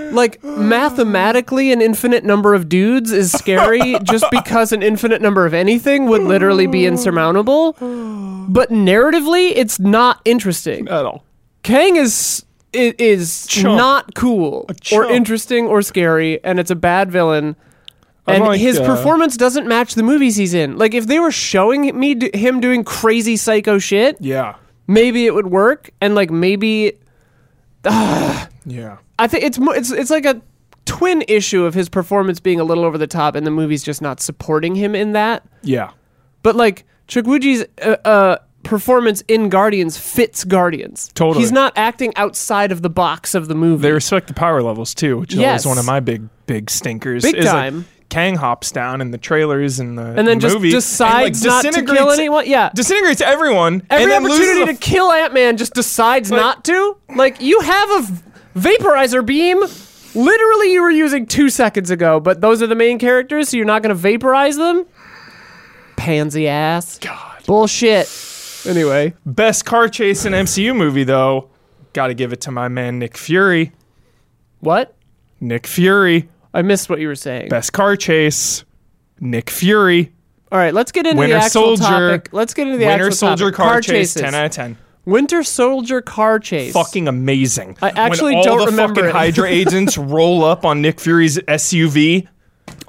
Speaker 1: like mathematically an infinite number of dudes is scary just because an infinite number of anything would literally be insurmountable. But narratively it's not interesting.
Speaker 2: At all.
Speaker 1: Kang is i- is
Speaker 2: Chump.
Speaker 1: not cool or
Speaker 2: chump.
Speaker 1: interesting or scary, and it's a bad villain.
Speaker 2: I
Speaker 1: And
Speaker 2: like,
Speaker 1: his
Speaker 2: uh,
Speaker 1: performance doesn't match the movies he's in. Like if they were showing me d- him doing crazy psycho shit,
Speaker 2: Yeah.
Speaker 1: maybe it would work. And like maybe
Speaker 2: Yeah.
Speaker 1: I think it's mo- it's it's like a twin issue of his performance being a little over the top, and the movie's just not supporting him in that.
Speaker 2: Yeah.
Speaker 1: But like Chukwuji's uh, uh, performance in Guardians fits Guardians.
Speaker 2: Totally.
Speaker 1: he's not acting outside of the box of the movie.
Speaker 2: They respect the power levels too, which is
Speaker 1: Yes.
Speaker 2: always one of my big, big stinkers.
Speaker 1: Big
Speaker 2: is like,
Speaker 1: time.
Speaker 2: Kang hops down in the trailers and the
Speaker 1: and then just
Speaker 2: movie,
Speaker 1: decides
Speaker 2: and, like,
Speaker 1: not to
Speaker 2: disintegrates-
Speaker 1: kill anyone. Yeah,
Speaker 2: Disintegrates everyone.
Speaker 1: every
Speaker 2: and then loses
Speaker 1: opportunity
Speaker 2: the
Speaker 1: to kill Ant Man just decides not to. Like you have a v- vaporizer beam. Literally, you were using two seconds ago, but those are the main characters, so you're not going to vaporize them. Pansy ass.
Speaker 2: God.
Speaker 1: Bullshit. Anyway,
Speaker 2: Best car chase in MCU movie though. Got to give it to my man Nick Fury.
Speaker 1: what?
Speaker 2: Nick Fury.
Speaker 1: I missed what you were saying.
Speaker 2: Best car chase. Nick Fury.
Speaker 1: All right, let's get into
Speaker 2: Winter
Speaker 1: the actual
Speaker 2: Soldier-
Speaker 1: topic. Let's get into the
Speaker 2: Winter
Speaker 1: actual
Speaker 2: Soldier
Speaker 1: topic.
Speaker 2: car, chase.
Speaker 1: chases.
Speaker 2: Ten out of ten.
Speaker 1: Winter Soldier car chase.
Speaker 2: Fucking amazing. I
Speaker 1: actually
Speaker 2: when all
Speaker 1: don't
Speaker 2: the
Speaker 1: remember
Speaker 2: fucking
Speaker 1: it.
Speaker 2: Hydra agents roll up on Nick Fury's SUV.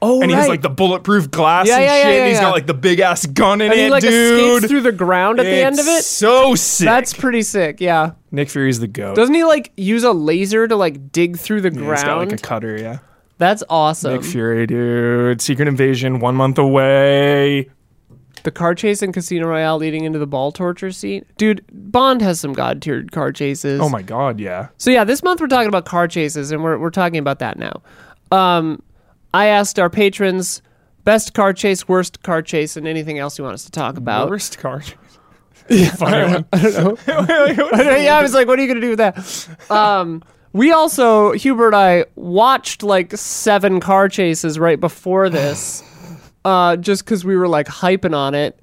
Speaker 1: Oh,
Speaker 2: and he
Speaker 1: right.
Speaker 2: has like the bulletproof glass
Speaker 1: Yeah,
Speaker 2: and
Speaker 1: yeah,
Speaker 2: shit.
Speaker 1: yeah,
Speaker 2: and he's
Speaker 1: yeah, yeah.
Speaker 2: got like the big ass gun in
Speaker 1: and
Speaker 2: it,
Speaker 1: he like
Speaker 2: dude.
Speaker 1: escapes through the ground at the end of
Speaker 2: It's
Speaker 1: it.
Speaker 2: So sick.
Speaker 1: That's pretty sick. Yeah.
Speaker 2: Nick Fury's the goat.
Speaker 1: Doesn't he like use a laser to like dig through the
Speaker 2: He's got
Speaker 1: ground?
Speaker 2: like a cutter, yeah.
Speaker 1: That's awesome.
Speaker 2: Nick Fury, dude. Secret Invasion, one month away.
Speaker 1: the car chase in Casino Royale leading into the ball torture scene. Dude, Bond has some god tiered car chases.
Speaker 2: Oh my god, yeah.
Speaker 1: So yeah, this month we're talking about car chases and we're we're talking about that now. Um I asked our patrons best car chase, worst car chase, and anything else you want us to talk about.
Speaker 2: Worst car. Yeah, funny one. I don't know.
Speaker 1: yeah, I was like, what are you gonna do with that? Um, we also Hubert and I watched like seven car chases right before this, uh, just because we were like hyping on it.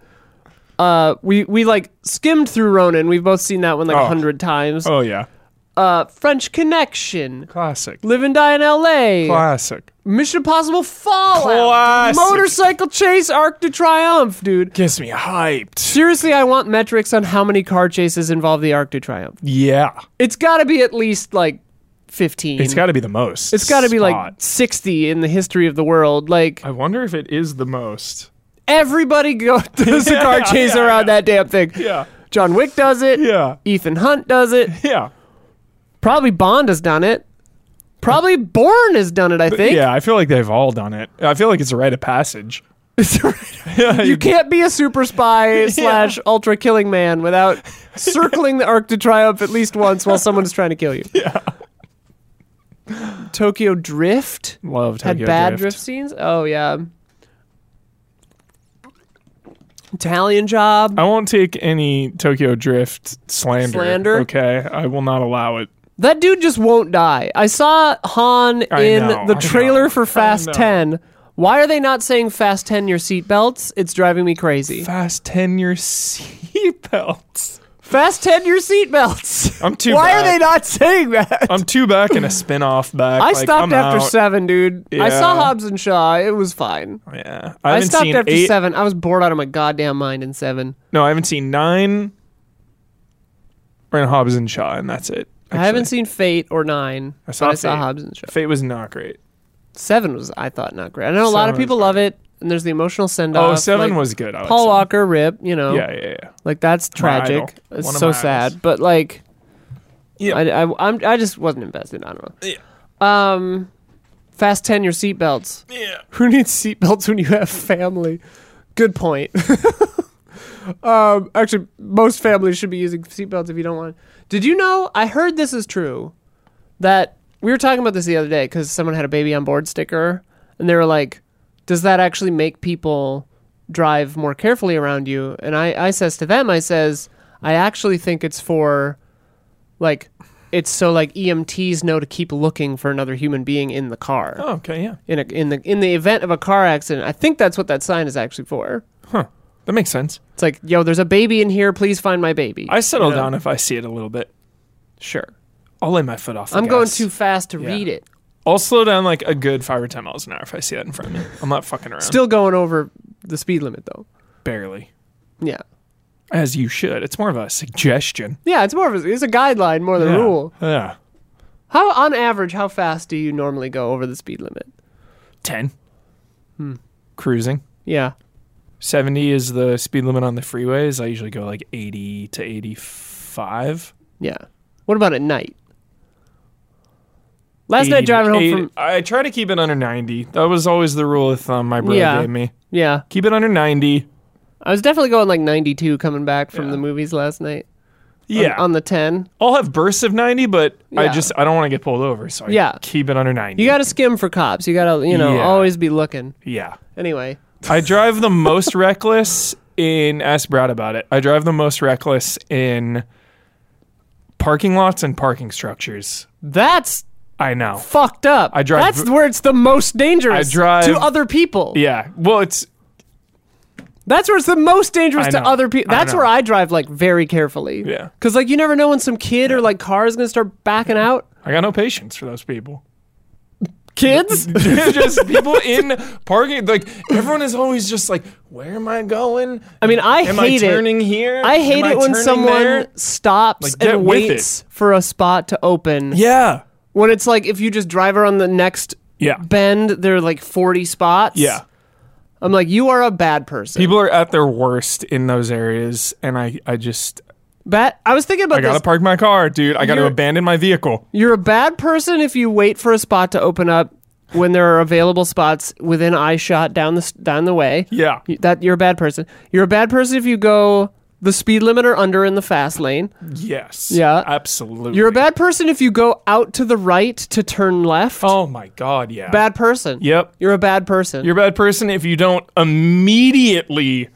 Speaker 1: Uh, we we like skimmed through Ronin. We've both seen that one like a
Speaker 2: Oh.
Speaker 1: hundred times.
Speaker 2: oh yeah.
Speaker 1: Uh, French Connection,
Speaker 2: Classic.
Speaker 1: Live and Die in L.A.,
Speaker 2: Classic.
Speaker 1: Mission Impossible Fallout,
Speaker 2: Classic.
Speaker 1: Motorcycle Chase, Arc de Triomphe, dude.
Speaker 2: Gets me hyped.
Speaker 1: Seriously, I want metrics on how many car chases involve the Arc de Triomphe.
Speaker 2: Yeah.
Speaker 1: It's got to be at least like 15.
Speaker 2: It's got to be the most.
Speaker 1: it's got to be like
Speaker 2: spot.
Speaker 1: 60 in the history of the world. Like
Speaker 2: I wonder if it is the most.
Speaker 1: everybody goes does a car
Speaker 2: Yeah,
Speaker 1: chase
Speaker 2: yeah,
Speaker 1: around that damn thing.
Speaker 2: Yeah.
Speaker 1: John Wick does it.
Speaker 2: Yeah.
Speaker 1: Ethan Hunt does it.
Speaker 2: Yeah.
Speaker 1: Probably Bond has done it. Probably Bourne has done it, I think.
Speaker 2: Yeah, I feel like they've all done it. I feel like it's a rite of passage. Yeah,
Speaker 1: you can't be a super spy slash ultra killing man without circling the Arc de Triomphe at least once while someone's trying to kill you. Yeah. Tokyo Drift
Speaker 2: Love Tokyo
Speaker 1: had bad drift.
Speaker 2: Drift.
Speaker 1: scenes. Oh yeah. Italian job.
Speaker 2: I won't take any Tokyo Drift slander.
Speaker 1: Slander?
Speaker 2: Okay, I will not allow it.
Speaker 1: That dude just won't die. I saw Han
Speaker 2: I
Speaker 1: in
Speaker 2: know,
Speaker 1: the
Speaker 2: I
Speaker 1: trailer
Speaker 2: know,
Speaker 1: for
Speaker 2: I
Speaker 1: Fast
Speaker 2: know.
Speaker 1: 10. Why are they not saying Fast 10 your seatbelts? It's driving me crazy.
Speaker 2: Fast tenure seatbelts.
Speaker 1: Fast 10 your seatbelts.
Speaker 2: I'm too
Speaker 1: Why are
Speaker 2: back.
Speaker 1: they not saying that?
Speaker 2: I'm two back and a spin off back.
Speaker 1: I
Speaker 2: Like,
Speaker 1: stopped
Speaker 2: I'm
Speaker 1: after
Speaker 2: out.
Speaker 1: seven, dude. I saw
Speaker 2: Yeah.
Speaker 1: Hobbs and Shaw. It was fine.
Speaker 2: Yeah,
Speaker 1: I,
Speaker 2: haven't
Speaker 1: stopped
Speaker 2: seen
Speaker 1: after
Speaker 2: eight.
Speaker 1: seven. I was bored out of my goddamn mind in seven.
Speaker 2: No, I haven't seen nine. We're in Hobbs and Shaw, and that's it.
Speaker 1: I haven't
Speaker 2: actually.
Speaker 1: seen Fate or Nine.
Speaker 2: I saw
Speaker 1: but I saw
Speaker 2: Fate.
Speaker 1: Hobbs and Shaw.
Speaker 2: Fate was not great.
Speaker 1: Seven was, I thought, not great. I know a lot
Speaker 2: Seven
Speaker 1: of people
Speaker 2: was
Speaker 1: love it, and there's the emotional send
Speaker 2: Oh,
Speaker 1: off.
Speaker 2: seven was good. I like
Speaker 1: Uh, Paul
Speaker 2: seven.
Speaker 1: Walker, rip. You know,
Speaker 2: Yeah, yeah, yeah.
Speaker 1: like that's
Speaker 2: My
Speaker 1: tragic.
Speaker 2: idol.
Speaker 1: It's
Speaker 2: One of
Speaker 1: so
Speaker 2: my
Speaker 1: sad.
Speaker 2: idols.
Speaker 1: But like,
Speaker 2: Yeah.
Speaker 1: I, I, I'm, I just wasn't invested. I don't know. Yeah. Um, fast ten your seatbelts.
Speaker 2: Yeah.
Speaker 1: Who needs seatbelts when you have family? Good point. um, actually, most families should be using seatbelts if you don't want. Did you know? I heard this is true. That we were talking about this the other day because someone had a baby on board sticker, and they were like, "Does that actually make people drive more carefully around you?" And I, I says to them, I says, "I actually think it's for, like." It's so like EMTs know to keep looking for another human being in the car
Speaker 2: Oh, okay, yeah.
Speaker 1: in a, in the in the event of a car accident. I think that's what that sign is actually for.
Speaker 2: That makes sense.
Speaker 1: It's like, yo, there's a baby in here. Please find my baby.
Speaker 2: I settle
Speaker 1: You know?
Speaker 2: down if I see it a little bit.
Speaker 1: Sure.
Speaker 2: I'll lay my foot off. The
Speaker 1: I'm going
Speaker 2: gas.
Speaker 1: too fast to
Speaker 2: Yeah.
Speaker 1: read it.
Speaker 2: I'll slow down like a good five or ten miles an hour if I see that in front of me. I'm not fucking around.
Speaker 1: Still going over the speed limit though.
Speaker 2: barely,
Speaker 1: Yeah.
Speaker 2: as you should. It's more of a suggestion.
Speaker 1: Yeah, it's more of a, it's a guideline more than
Speaker 2: yeah.
Speaker 1: a rule.
Speaker 2: Yeah.
Speaker 1: How on average, how fast do you normally go over the speed limit?
Speaker 2: Ten.
Speaker 1: Hmm.
Speaker 2: Cruising.
Speaker 1: Yeah.
Speaker 2: 70 is the speed limit on the freeways. I usually go like 80 to 85.
Speaker 1: Yeah. What about at night? Last
Speaker 2: 80
Speaker 1: night driving home
Speaker 2: 80
Speaker 1: from
Speaker 2: I try to keep it under 90. That was always the rule of thumb my brother
Speaker 1: Yeah.
Speaker 2: gave me.
Speaker 1: Yeah.
Speaker 2: Keep it under 90.
Speaker 1: I was definitely going like 92 coming back from
Speaker 2: Yeah.
Speaker 1: the movies last night. On-
Speaker 2: Yeah.
Speaker 1: on the 10.
Speaker 2: I'll have bursts of 90, but I
Speaker 1: Yeah.
Speaker 2: just I don't want to get pulled over, so I
Speaker 1: Yeah.
Speaker 2: keep it under 90.
Speaker 1: You got to skim for cops. You got to, you know,
Speaker 2: Yeah.
Speaker 1: always be looking.
Speaker 2: yeah.
Speaker 1: Anyway,
Speaker 2: I drive the most reckless in ask Brad about it. I drive the most reckless in parking lots and parking structures.
Speaker 1: that's
Speaker 2: I know.
Speaker 1: fucked up.
Speaker 2: I drive-
Speaker 1: That's where it's the most dangerous
Speaker 2: I drive-
Speaker 1: to other people.
Speaker 2: Yeah. Well, it's
Speaker 1: That's where it's the most dangerous
Speaker 2: I
Speaker 1: to
Speaker 2: know.
Speaker 1: other people.
Speaker 2: I
Speaker 1: That's
Speaker 2: know.
Speaker 1: where I drive like very carefully.
Speaker 2: Yeah.
Speaker 1: Cuz like you never know when some kid or like car is going to start backing out.
Speaker 2: I got no patience for those people.
Speaker 1: Kids?
Speaker 2: just people in parking. Like everyone is always just like, "Where am I going?
Speaker 1: I mean, I
Speaker 2: am
Speaker 1: hate
Speaker 2: I
Speaker 1: it.
Speaker 2: turning here?
Speaker 1: I hate
Speaker 2: Am
Speaker 1: it when
Speaker 2: turning
Speaker 1: someone
Speaker 2: there?"
Speaker 1: stops
Speaker 2: get
Speaker 1: and
Speaker 2: with it.
Speaker 1: waits for a spot to open.
Speaker 2: Yeah,
Speaker 1: When it's like if you just drive around the next
Speaker 2: yeah,
Speaker 1: bend, there are like 40 spots.
Speaker 2: yeah.
Speaker 1: I'm like you are a bad person.
Speaker 2: People are at their worst in those areas, and I, I just,
Speaker 1: Bat, I was thinking about
Speaker 2: I gotta
Speaker 1: this.
Speaker 2: park my car, dude. I gotta
Speaker 1: You're-
Speaker 2: abandon my vehicle.
Speaker 1: You're a bad person if you wait for a spot to open up when there are available spots within eye shot down the s- down the way.
Speaker 2: Yeah,
Speaker 1: You- That you're a bad person. You're a bad person if you go the speed limit or under in the fast lane.
Speaker 2: yes,
Speaker 1: Yeah.
Speaker 2: absolutely.
Speaker 1: You're a bad person if you go out to the right to turn left.
Speaker 2: Oh my god, yeah.
Speaker 1: Bad person.
Speaker 2: Yep,
Speaker 1: You're a bad person.
Speaker 2: you're a bad person if you don't immediately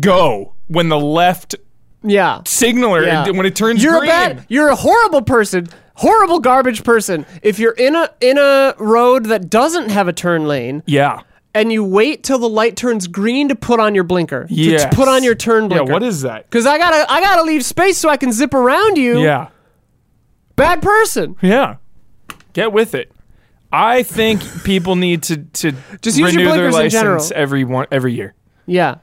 Speaker 2: go when the left
Speaker 1: yeah.
Speaker 2: signaler
Speaker 1: Yeah.
Speaker 2: when it turns
Speaker 1: You're
Speaker 2: green.
Speaker 1: a bad. You're a horrible person. Horrible garbage person. If you're in a in a road that doesn't have a turn lane,
Speaker 2: yeah.
Speaker 1: and you wait till the light turns green to put on your blinker. Yeah. To
Speaker 2: Yes.
Speaker 1: t- put on your turn
Speaker 2: Yeah,
Speaker 1: blinker.
Speaker 2: what is that?
Speaker 1: Cause I gotta, I gotta leave space so I can zip around you.
Speaker 2: Yeah.
Speaker 1: Bad person.
Speaker 2: Yeah. Get with it. I think people need to to
Speaker 1: Just use your
Speaker 2: renew their
Speaker 1: blinkers in general.
Speaker 2: license every one every year.
Speaker 1: Yeah.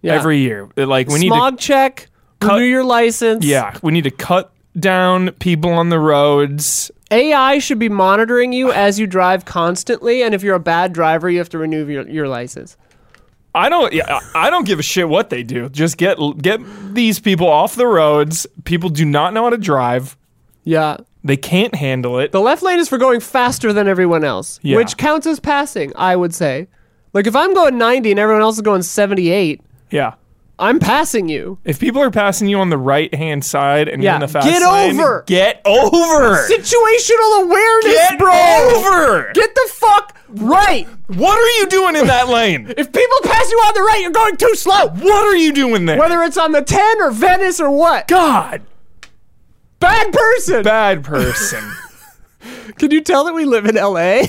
Speaker 1: Yeah.
Speaker 2: Every year. Like we need to
Speaker 1: smog check. Renew your license.
Speaker 2: Yeah, we need to cut down people on the roads.
Speaker 1: AI should be monitoring you as you drive constantly, and if you're a bad driver, you have to renew your, your license.
Speaker 2: I don't yeah, I I don't give a shit what they do. Just get get these people off the roads. People do not know how to drive.
Speaker 1: Yeah.
Speaker 2: They can't handle it.
Speaker 1: The left lane is for going faster than everyone else,
Speaker 2: Yeah.
Speaker 1: which counts as passing, I would say. Like if I'm going 90 and everyone else is going 78,
Speaker 2: Yeah.
Speaker 1: I'm passing you.
Speaker 2: If people are passing you on the right hand side and you're
Speaker 1: Yeah,
Speaker 2: in the fast
Speaker 1: get
Speaker 2: lane,
Speaker 1: over.
Speaker 2: get over,
Speaker 1: Situational awareness,
Speaker 2: get
Speaker 1: bro.
Speaker 2: over.
Speaker 1: Get the fuck right.
Speaker 2: what are you doing in that lane?
Speaker 1: If people pass you on the right, you're going too slow.
Speaker 2: What are you doing there?
Speaker 1: Whether it's on the 10 or Venice or what.
Speaker 2: God,
Speaker 1: Bad person.
Speaker 2: bad person.
Speaker 1: Can you tell that we live in LA?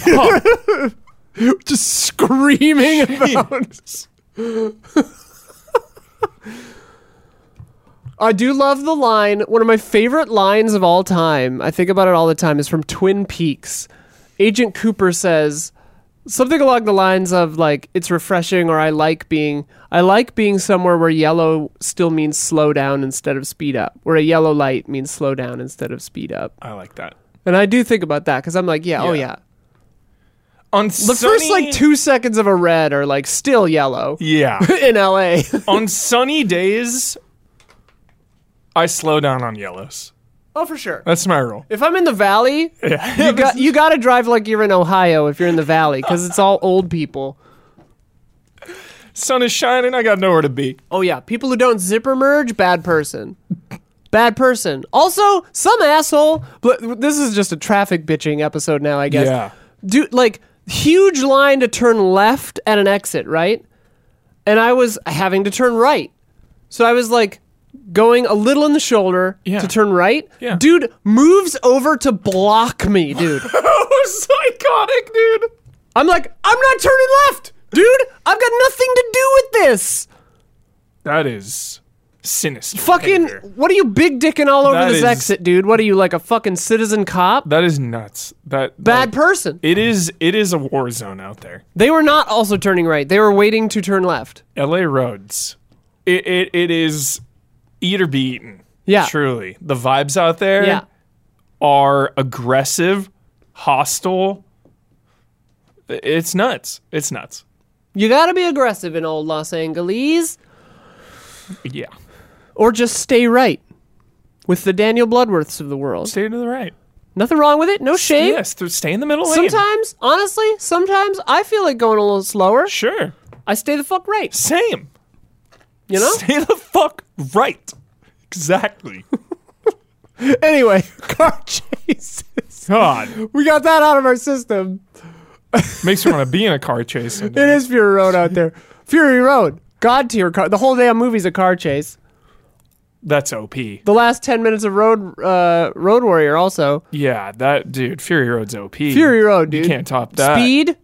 Speaker 1: Just screaming about. I do love the line. One of my favorite lines of all time, I think about it all the time, is from Twin Peaks. Agent Cooper says something along the lines of like it's refreshing or I like being I like being somewhere where yellow still means slow down instead of speed up, where a yellow light means slow down instead of speed up.
Speaker 2: I like that.
Speaker 1: And I do think about that because I'm like, yeah, oh yeah.
Speaker 2: On
Speaker 1: The first like two seconds of a red are like still yellow
Speaker 2: Yeah.
Speaker 1: in LA.
Speaker 2: on sunny days, I slow down on yellows.
Speaker 1: oh, for sure.
Speaker 2: That's my rule.
Speaker 1: If I'm in the valley, you got you got to drive like you're in Ohio if you're in the valley because it's all old people.
Speaker 2: Sun is shining. I got nowhere to be.
Speaker 1: Oh yeah, people who don't zipper merge, bad person. Bad person. Also, some asshole. But this is just a traffic bitching episode now, I guess.
Speaker 2: Yeah.
Speaker 1: dude like huge line to turn left at an exit right and i was having to turn right so i was like going a little in the shoulder
Speaker 2: Yeah.
Speaker 1: to turn right
Speaker 2: Yeah.
Speaker 1: dude moves over to block me dude
Speaker 2: was psychotic, dude.
Speaker 1: i'm like i'm not turning left dude i've got nothing to do with this
Speaker 2: That is sinister.
Speaker 1: fucking
Speaker 2: behavior.
Speaker 1: what are you big dicking all over
Speaker 2: That
Speaker 1: this
Speaker 2: is-
Speaker 1: exit dude what are you like a fucking citizen cop
Speaker 2: That is nuts. That
Speaker 1: bad
Speaker 2: like,
Speaker 1: person
Speaker 2: it is. It is a war zone out there.
Speaker 1: they were not also turning right they were waiting to turn left
Speaker 2: L.A. roads. It it, it is eat or be eaten.
Speaker 1: Yeah.
Speaker 2: Truly, the vibes out there
Speaker 1: yeah
Speaker 2: are aggressive, hostile. It's nuts. It's nuts.
Speaker 1: You gotta be aggressive in old Los Angeles,
Speaker 2: Yeah.
Speaker 1: or just stay right with the Daniel Bloodworths of the world.
Speaker 2: Stay to the right.
Speaker 1: Nothing wrong with it, no shame.
Speaker 2: Yes, th- stay in the middle lane.
Speaker 1: Sometimes, honestly, sometimes I feel like going a little slower.
Speaker 2: Sure.
Speaker 1: I stay the fuck right,
Speaker 2: Same.
Speaker 1: you know?
Speaker 2: Stay the fuck right. Exactly.
Speaker 1: Anyway, car chases.
Speaker 2: God.
Speaker 1: We got that out of our system.
Speaker 2: Makes me want to be in a car chase. someday.
Speaker 1: It is Fury Road out there. Fury Road. God tier car. The whole damn movie's a car chase.
Speaker 2: That's OP.
Speaker 1: The last 10 minutes of Road uh, Road Warrior also.
Speaker 2: Yeah, that dude, Fury Road's OP.
Speaker 1: Fury Road, dude.
Speaker 2: You can't top that.
Speaker 1: Speed.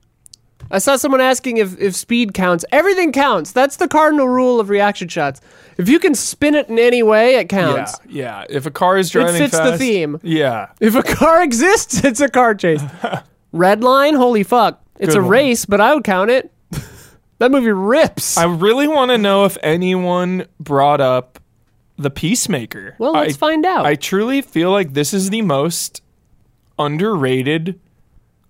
Speaker 1: I saw someone asking if, if speed counts. Everything counts. That's the cardinal rule of reaction shots. If you can spin it in any way, it
Speaker 2: Yeah,
Speaker 1: counts.
Speaker 2: yeah. If a car is driving
Speaker 1: fits the
Speaker 2: fast-
Speaker 1: theme.
Speaker 2: Yeah.
Speaker 1: If a car exists, it's a car chase. Red line, holy fuck. It's
Speaker 2: Good
Speaker 1: a
Speaker 2: one.
Speaker 1: race, but I would count it. that movie rips.
Speaker 2: I really want to know if anyone brought up the Peacemaker.
Speaker 1: well, let's
Speaker 2: I,
Speaker 1: find out.
Speaker 2: I truly feel like this is the most underrated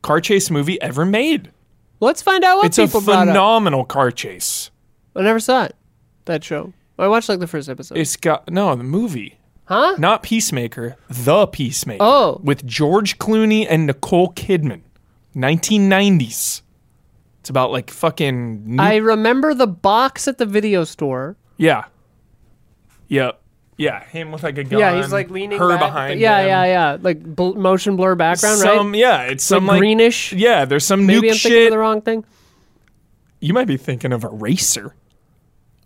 Speaker 2: car chase movie ever made.
Speaker 1: let's find out what
Speaker 2: It's a
Speaker 1: people brought up.
Speaker 2: phenomenal car chase.
Speaker 1: I never saw it, that show. I watched like the first episode.
Speaker 2: It's got no the movie,
Speaker 1: huh?
Speaker 2: not Peacemaker, the Peacemaker.
Speaker 1: Oh.
Speaker 2: with George Clooney and Nicole Kidman, 1990s. It's about like fucking nu-
Speaker 1: I remember the box at the video store.
Speaker 2: yeah, yep, yeah. Him with like a gun.
Speaker 1: Yeah, he's like leaning
Speaker 2: her
Speaker 1: back.
Speaker 2: behind.
Speaker 1: Yeah,
Speaker 2: him.
Speaker 1: yeah, yeah. Like bl- motion blur background,
Speaker 2: Some
Speaker 1: right?
Speaker 2: yeah, it's some like,
Speaker 1: greenish.
Speaker 2: Yeah, there's some
Speaker 1: Maybe
Speaker 2: nuke
Speaker 1: I'm thinking
Speaker 2: shit.
Speaker 1: of the wrong thing.
Speaker 2: you might be thinking of Eraser.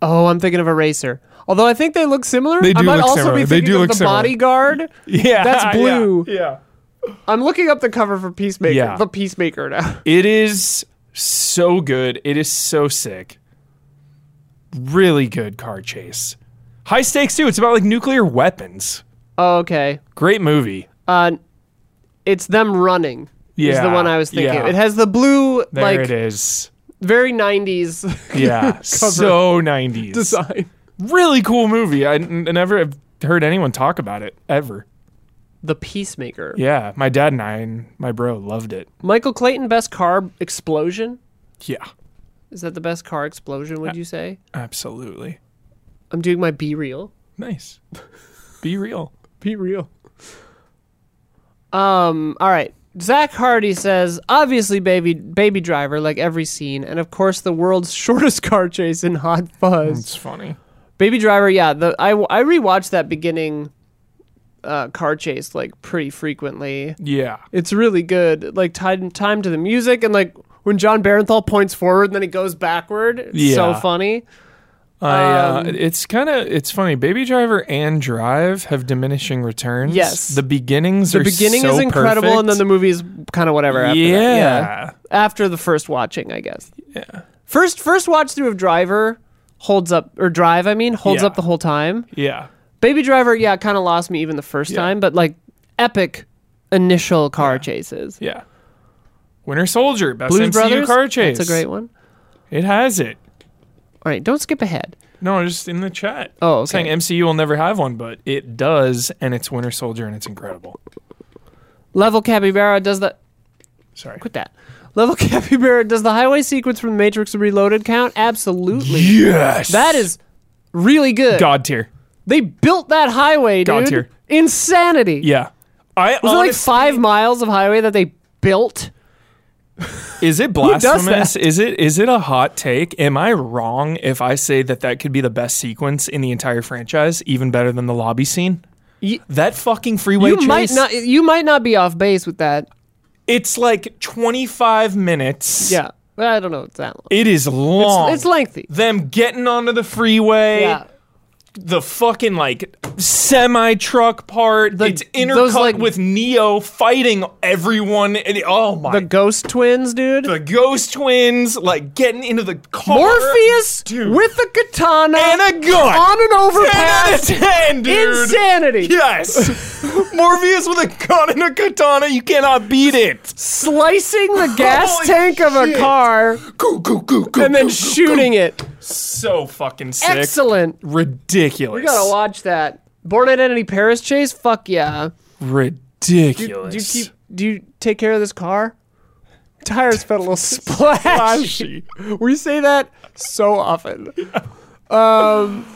Speaker 1: Oh, I'm thinking of Eraser. Although I think they look similar.
Speaker 2: They
Speaker 1: I
Speaker 2: do
Speaker 1: might
Speaker 2: look
Speaker 1: also
Speaker 2: similar.
Speaker 1: be
Speaker 2: They
Speaker 1: thinking
Speaker 2: do
Speaker 1: of
Speaker 2: look
Speaker 1: the
Speaker 2: similar.
Speaker 1: bodyguard.
Speaker 2: Yeah,
Speaker 1: That's
Speaker 2: yeah,
Speaker 1: blue.
Speaker 2: yeah.
Speaker 1: I'm looking up the cover for Peacemaker.
Speaker 2: Yeah.
Speaker 1: The Peacemaker now.
Speaker 2: It is so good. It is so sick. Really good car chase. High stakes too. It's about like nuclear weapons.
Speaker 1: Oh, okay.
Speaker 2: Great movie.
Speaker 1: Uh, it's them running. Is the
Speaker 2: Yeah,
Speaker 1: one I was thinking.
Speaker 2: yeah.
Speaker 1: of. It has the blue,
Speaker 2: There it
Speaker 1: like
Speaker 2: is.
Speaker 1: very 90s
Speaker 2: Yeah, so 90s.
Speaker 1: design.
Speaker 2: really cool movie. I n- I never have heard anyone talk about it ever.
Speaker 1: The Peacemaker.
Speaker 2: Yeah, my dad and I and my bro loved it.
Speaker 1: Michael Clayton, best car explosion.
Speaker 2: Yeah,
Speaker 1: Is that the best car explosion? Would you say?
Speaker 2: absolutely.
Speaker 1: I'm doing my B reel.
Speaker 2: Nice. Be real.
Speaker 1: Be real. Um. All right. Zach Hardy says, obviously, baby, baby driver, like every scene, and of course, the world's shortest car chase in Hot Fuzz.
Speaker 2: It's funny.
Speaker 1: Baby Driver, yeah. The I I rewatched that beginning uh, car chase like pretty frequently.
Speaker 2: Yeah.
Speaker 1: It's really good. Like time time to the music and like when John Barenthal points forward and then he goes backward. It's so
Speaker 2: Yeah.
Speaker 1: funny. Um,
Speaker 2: I, uh, it's kind of it's funny. Baby Driver and Drive have diminishing returns.
Speaker 1: Yes.
Speaker 2: the beginnings
Speaker 1: The
Speaker 2: are
Speaker 1: beginning
Speaker 2: so
Speaker 1: is incredible
Speaker 2: perfect.
Speaker 1: and then the movie is kind of whatever after
Speaker 2: yeah.
Speaker 1: that. After the first watching, I guess.
Speaker 2: Yeah.
Speaker 1: First first watch through of Driver holds up or Drive, I mean, holds
Speaker 2: Yeah.
Speaker 1: up the whole time.
Speaker 2: yeah,
Speaker 1: Baby Driver, yeah, kind of lost me even the first
Speaker 2: Yeah.
Speaker 1: time, but like epic initial car chases.
Speaker 2: yeah. Winter Soldier, best
Speaker 1: Blues
Speaker 2: MCU
Speaker 1: Brothers,
Speaker 2: car chase.
Speaker 1: that's a great one.
Speaker 2: It has it.
Speaker 1: All right, don't skip ahead.
Speaker 2: No, just in the chat.
Speaker 1: Oh, okay.
Speaker 2: saying MCU will never have one, but it does, and it's Winter Soldier, and it's incredible.
Speaker 1: Level Capybara does the
Speaker 2: Sorry.
Speaker 1: quit that. Level Capybara does the highway sequence from The Matrix Reloaded count? Absolutely.
Speaker 2: Yes,
Speaker 1: That is really good.
Speaker 2: god tier.
Speaker 1: They built that highway,
Speaker 2: God
Speaker 1: dude.
Speaker 2: tier.
Speaker 1: Insanity.
Speaker 2: Yeah, I
Speaker 1: Was it like
Speaker 2: honest-
Speaker 1: five miles of highway that they built?
Speaker 2: Is it
Speaker 1: does that?
Speaker 2: blasphemous? Is it is it a hot take? Am I wrong if I say that that could be the best sequence in the entire franchise, even better than the lobby scene?
Speaker 1: Ye-
Speaker 2: that fucking freeway
Speaker 1: you
Speaker 2: chase.
Speaker 1: might not. You might not be off base with that.
Speaker 2: it's like 25 minutes.
Speaker 1: Yeah. Well, I don't know. It's that long.
Speaker 2: It is long.
Speaker 1: It's lengthy.
Speaker 2: them getting onto the freeway,
Speaker 1: Yeah.
Speaker 2: the fucking like semi truck part. it's intercut
Speaker 1: those, like-
Speaker 2: with Neo fighting everyone. And, oh my
Speaker 1: The Ghost Twins, dude.
Speaker 2: the ghost twins like getting into the car.
Speaker 1: Morpheus
Speaker 2: Dude.
Speaker 1: with a katana
Speaker 2: and a gun
Speaker 1: on an
Speaker 2: Ten out of
Speaker 1: overpass.
Speaker 2: ten, dude.
Speaker 1: Insanity.
Speaker 2: Yes, Morpheus with a gun and a katana. You cannot beat it.
Speaker 1: Slicing the gas
Speaker 2: Holy
Speaker 1: tank of a
Speaker 2: shit.
Speaker 1: car
Speaker 2: Go go go go.
Speaker 1: and then shooting it.
Speaker 2: so fucking sick.
Speaker 1: Excellent.
Speaker 2: Ridiculous.
Speaker 1: We gotta watch that. Born Identity Paris chase. Fuck yeah.
Speaker 2: Ridiculous.
Speaker 1: Do you keep? Do you take care of this car? Tires felt a little splash.
Speaker 2: Flashy.
Speaker 1: we say that so often. Um,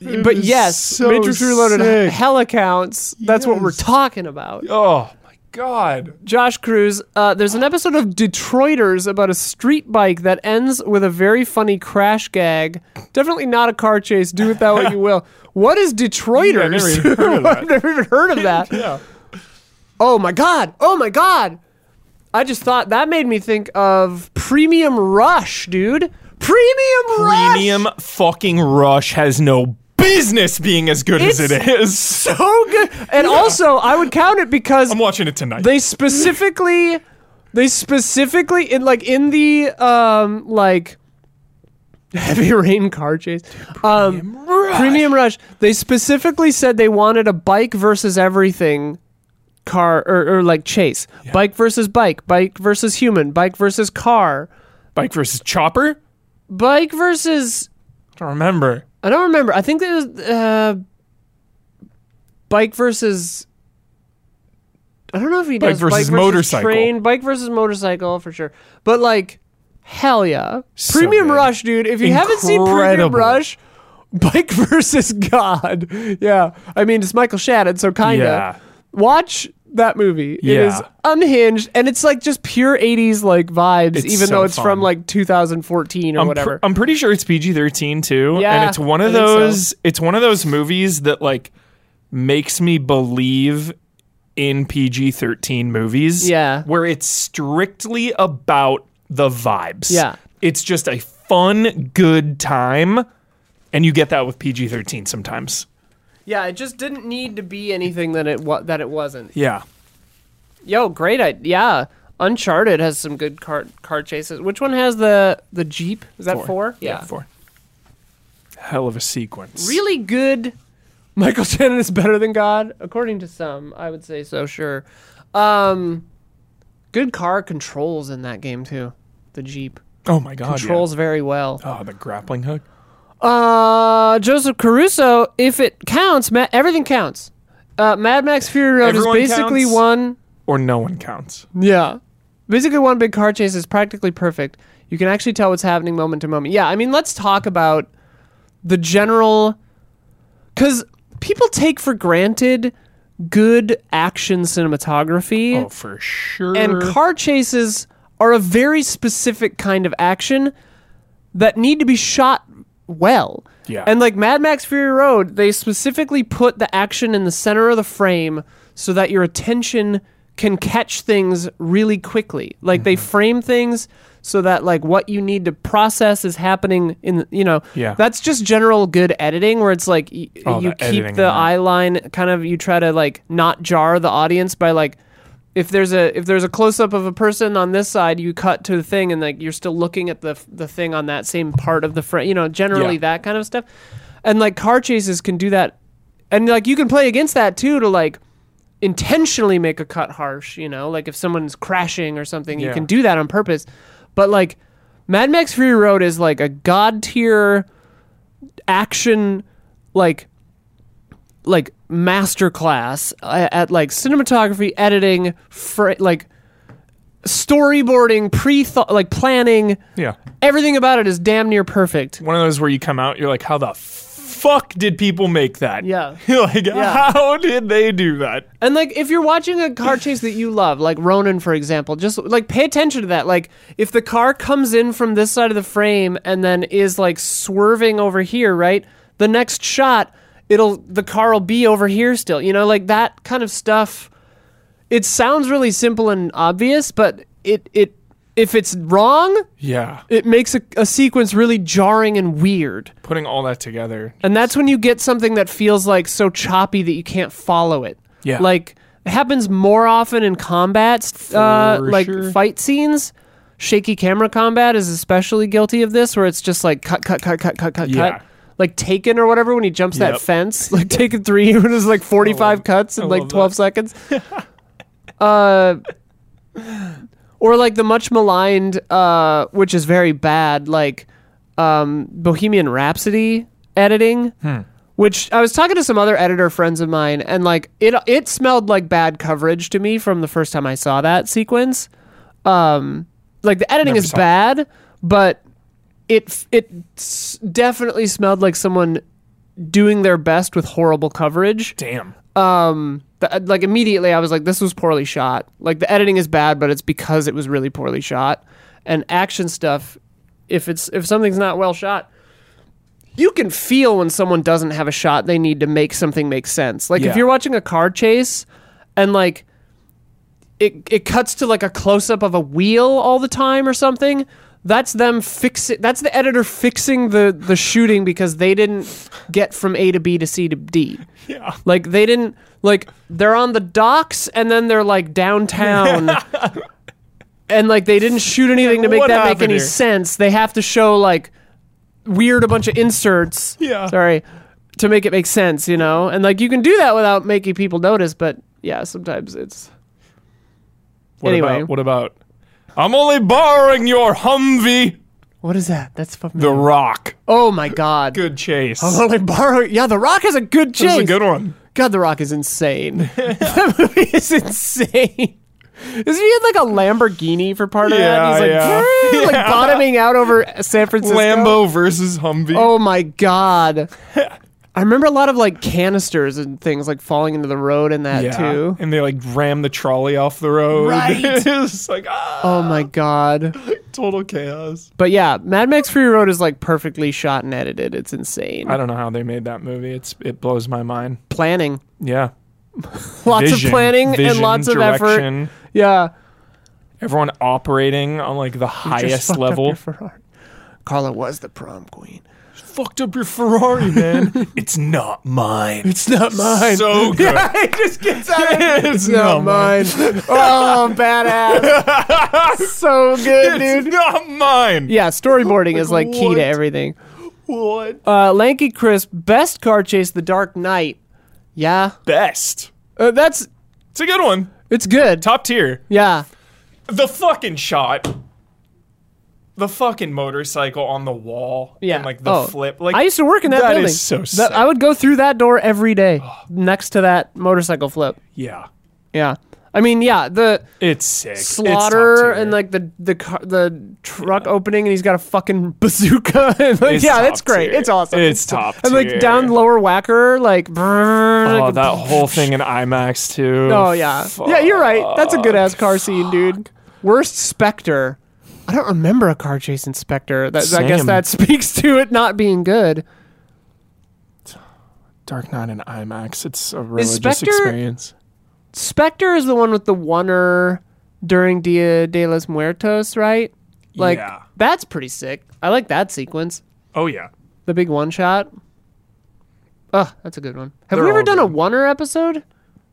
Speaker 1: but
Speaker 2: is
Speaker 1: yes,
Speaker 2: so
Speaker 1: Matrix Reloaded
Speaker 2: sick.
Speaker 1: hell accounts. That's what we're
Speaker 2: Yes.
Speaker 1: talking about.
Speaker 2: Oh my god.
Speaker 1: Josh Cruz, uh, there's an episode of Detroiters about a street bike that ends with a very funny crash gag. Definitely not a car chase. Do with that what you will. What is
Speaker 2: Yeah, I've never
Speaker 1: Detroiters?
Speaker 2: even heard of that.
Speaker 1: I've never even heard of that.
Speaker 2: Yeah.
Speaker 1: Oh my god! Oh my god! I just thought that made me think of Premium Rush, dude. Premium Rush.
Speaker 2: Premium fucking rush has no business being as good as
Speaker 1: It's
Speaker 2: it is.
Speaker 1: So Oh, good. And also, I would count it because
Speaker 2: I'm watching it tonight.
Speaker 1: they specifically, they specifically in like in the um like heavy rain car chase, um,
Speaker 2: Rush.
Speaker 1: Premium Rush. They specifically said they wanted a bike versus everything car or, or like chase bike versus bike bike versus human bike versus car
Speaker 2: bike versus chopper.
Speaker 1: bike versus
Speaker 2: I don't remember.
Speaker 1: I don't remember. I think there was uh, bike versus. I don't know if he
Speaker 2: Bike
Speaker 1: does
Speaker 2: versus motorcycle.
Speaker 1: train bike versus motorcycle for sure. But like, hell yeah,
Speaker 2: So
Speaker 1: Premium
Speaker 2: good.
Speaker 1: Rush, dude. If you haven't seen Premium
Speaker 2: Incredible.
Speaker 1: Rush, Bike versus God. Yeah, I mean it's Michael Shannon, so kinda
Speaker 2: Yeah.
Speaker 1: watch that movie. It is
Speaker 2: Yeah.
Speaker 1: unhinged, and it's like just pure '80s like vibes,
Speaker 2: It's
Speaker 1: even
Speaker 2: so
Speaker 1: though it's
Speaker 2: fun.
Speaker 1: from like 2014 or
Speaker 2: I'm,
Speaker 1: whatever.
Speaker 2: pr- I'm pretty sure it's PG-13 too,
Speaker 1: Yeah,
Speaker 2: and it's one of
Speaker 1: I think so.
Speaker 2: those. It's one of those movies that like makes me believe in PG-13 movies.
Speaker 1: Yeah.
Speaker 2: where it's strictly about the vibes.
Speaker 1: Yeah.
Speaker 2: it's just a fun, good time, and you get that with PG-13 sometimes.
Speaker 1: Yeah, it just didn't need to be anything that it wa- that it wasn't.
Speaker 2: Yeah,
Speaker 1: Yo, great idea. Yeah, Uncharted has some good car car chases. Which one has the the jeep? Is that four?
Speaker 2: Yeah, four. Hell of a sequence.
Speaker 1: Really good. Michael Shannon is better than God, according to some. I would say so. Sure. Um, good car controls in that game too. The jeep
Speaker 2: Oh my god. yeah.
Speaker 1: controls very well.
Speaker 2: Oh, the grappling hook.
Speaker 1: Uh, Joseph Caruso, if it counts, ma- everything counts. Uh, Mad Max Fury Road
Speaker 2: Everyone
Speaker 1: is basically
Speaker 2: counts?
Speaker 1: one
Speaker 2: Or no one counts.
Speaker 1: Yeah. Basically, one big car chase is practically perfect. You can actually tell what's happening moment to moment. Yeah, I mean, let's talk about the general. Because people take for granted good action cinematography,
Speaker 2: Oh, for sure.
Speaker 1: and car chases are a very specific kind of action that need to be shot well.
Speaker 2: Yeah.
Speaker 1: And like Mad Max Fury Road, they specifically put the action in the center of the frame so that your attention can catch things really quickly. Like they
Speaker 2: Mm-hmm.
Speaker 1: frame things so that like what you need to process is happening in you know
Speaker 2: Yeah.
Speaker 1: that's just general good editing where it's like y-
Speaker 2: Oh,
Speaker 1: you
Speaker 2: the
Speaker 1: keep
Speaker 2: editing
Speaker 1: the
Speaker 2: in that.
Speaker 1: eye line kind of you try to like not jar the audience by like if there's a if there's a close up of a person on this side you cut to the thing and like you're still looking at the the thing on that same part of the frame you know generally
Speaker 2: Yeah.
Speaker 1: that kind of stuff and like car chases can do that and like you can play against that too to like intentionally make a cut harsh you know like if someone's crashing or something you
Speaker 2: Yeah.
Speaker 1: can do that on purpose but like Mad Max Fury Road is like a god tier action like like masterclass uh, at, at like cinematography, editing, fr- like storyboarding, pre thought, like planning.
Speaker 2: Yeah.
Speaker 1: Everything about it is damn near perfect.
Speaker 2: One of those where you come out, you're like, how the fuck did people make that?
Speaker 1: Yeah.
Speaker 2: You're like, how did they do that?
Speaker 1: And like if you're watching a car chase that you love, like Ronin for example, just like pay attention to that. Like if the car comes in from this side of the frame and then is like swerving over here, right? The next shot, it'll the car will be over here still. You know, like that kind of stuff. It sounds really simple and obvious, but it it if it's wrong,
Speaker 2: Yeah.
Speaker 1: it makes a, a sequence really jarring and weird.
Speaker 2: Putting all that together.
Speaker 1: And that's when you get something that feels like so choppy that you can't follow it.
Speaker 2: Yeah.
Speaker 1: Like it happens more often in combat uh,
Speaker 2: For
Speaker 1: like
Speaker 2: sure.
Speaker 1: fight scenes. Shaky camera combat is especially guilty of this where it's just like cut cut cut cut cut cut
Speaker 2: Yeah.
Speaker 1: cut. Like Taken or whatever when he jumps that
Speaker 2: Yep.
Speaker 1: fence, like Taken 3 when it's like 45 cuts in
Speaker 2: I
Speaker 1: like
Speaker 2: love
Speaker 1: 12
Speaker 2: that.
Speaker 1: seconds. uh or like the much maligned uh which is very bad like um, Bohemian Rhapsody editing,
Speaker 2: Hmm.
Speaker 1: which I was talking to some other editor friends of mine, and like it, it smelled like bad coverage to me from the first time I saw that sequence. Um, like the editing
Speaker 2: Never
Speaker 1: is
Speaker 2: saw it.
Speaker 1: bad, but it f- it s- definitely smelled like someone doing their best with horrible coverage.
Speaker 2: Damn.
Speaker 1: Um, the, like immediately I was like, this was poorly shot. Like the editing is bad, but it's because it was really poorly shot. And action stuff, if it's if something's not well shot, you can feel when someone doesn't have a shot they need to make something make sense. Like if
Speaker 2: Yeah.
Speaker 1: you're watching a car chase and like it it cuts to like a close up of a wheel all the time or something. That's them fixing. That's the editor fixing the the shooting because they didn't get from A to B to C to D.
Speaker 2: Yeah.
Speaker 1: Like they didn't like they're on the docks and then they're like downtown. and like they didn't shoot anything to make
Speaker 2: What
Speaker 1: that make
Speaker 2: happened
Speaker 1: any
Speaker 2: here?
Speaker 1: sense. They have to show like weird a bunch of inserts.
Speaker 2: Yeah.
Speaker 1: Sorry. To make it make sense, you know? And like you can do that without making people notice, but yeah, sometimes it's
Speaker 2: What
Speaker 1: Anyway.
Speaker 2: about what about I'm only borrowing your Humvee
Speaker 1: what is that? That's fucking
Speaker 2: The Rock.
Speaker 1: Oh my god.
Speaker 2: Good chase.
Speaker 1: Well, they borrow yeah, the rock is a good
Speaker 2: This
Speaker 1: Uh-huh. chase.
Speaker 2: is a good one.
Speaker 1: God, The Rock is insane. that movie is insane. Isn't he in like a Lamborghini for part of that? He's like,
Speaker 2: Yeah,
Speaker 1: "Brrr," like bottoming out over San Francisco.
Speaker 2: Lambo versus Humvee.
Speaker 1: Oh my god. I remember a lot of like canisters and things like falling into the road in that
Speaker 2: yeah.
Speaker 1: too.
Speaker 2: And they like ram the trolley off the road.
Speaker 1: Right.
Speaker 2: it's like ah,
Speaker 1: Oh my god.
Speaker 2: total chaos.
Speaker 1: But yeah, Mad Max Fury Road is like perfectly shot and edited. It's insane.
Speaker 2: I don't know how they made that movie. It's it blows my mind.
Speaker 1: planning.
Speaker 2: Yeah.
Speaker 1: Lots
Speaker 2: Vision,
Speaker 1: of planning and
Speaker 2: vision,
Speaker 1: lots of effort.
Speaker 2: direction,
Speaker 1: Yeah.
Speaker 2: Everyone operating on like the
Speaker 1: Just
Speaker 2: highest
Speaker 1: fucked up
Speaker 2: level.
Speaker 1: your Ferrari. Carla was the prom queen.
Speaker 2: fucked up your Ferrari, man. it's not mine. It's
Speaker 1: not mine.
Speaker 2: so good.
Speaker 1: it just gets out
Speaker 2: it's
Speaker 1: not mine. oh, badass. so good, dude.
Speaker 2: It's not mine.
Speaker 1: Yeah, storyboarding is like key
Speaker 2: What?
Speaker 1: to everything.
Speaker 2: What?
Speaker 1: Uh, Lanky Crisp, best car chase, The Dark Knight. Yeah,
Speaker 2: Best.
Speaker 1: uh, that's
Speaker 2: It's a good one.
Speaker 1: it's good.
Speaker 2: Top tier.
Speaker 1: Yeah,
Speaker 2: The fucking shot. The fucking motorcycle on the wall.
Speaker 1: yeah.
Speaker 2: And like the
Speaker 1: Oh.
Speaker 2: flip. Like
Speaker 1: I used to work in that,
Speaker 2: that
Speaker 1: building.
Speaker 2: is so
Speaker 1: That- I
Speaker 2: sick.
Speaker 1: would go through that door every day, next to that motorcycle flip.
Speaker 2: Yeah.
Speaker 1: Yeah, I mean, yeah, the
Speaker 2: It's sick. It's top
Speaker 1: slaughter
Speaker 2: tier.
Speaker 1: and like the the car, the truck opening and he's got a fucking bazooka and like
Speaker 2: It's
Speaker 1: yeah
Speaker 2: top
Speaker 1: that's great
Speaker 2: tier.
Speaker 1: it's awesome
Speaker 2: It's
Speaker 1: top
Speaker 2: top
Speaker 1: and like
Speaker 2: tier.
Speaker 1: down lower whacker like, brrr,
Speaker 2: Oh,
Speaker 1: like-
Speaker 2: that whole thing in IMAX too.
Speaker 1: oh yeah yeah you're right that's a good ass car scene dude worst specter I don't remember a car chase inspector. That, I guess
Speaker 2: Same.
Speaker 1: that speaks to it not being good.
Speaker 2: Dark Knight and IMAX. It's a religious
Speaker 1: Spectre-
Speaker 2: experience.
Speaker 1: Spectre is the one with the oneer during Dia de los Muertos, right? Like
Speaker 2: Yeah.
Speaker 1: that's pretty sick. I like that sequence.
Speaker 2: Oh yeah.
Speaker 1: The big one shot. Ugh, that's a good one. Have
Speaker 2: They're
Speaker 1: we ever
Speaker 2: all
Speaker 1: done a
Speaker 2: good.
Speaker 1: oneer episode?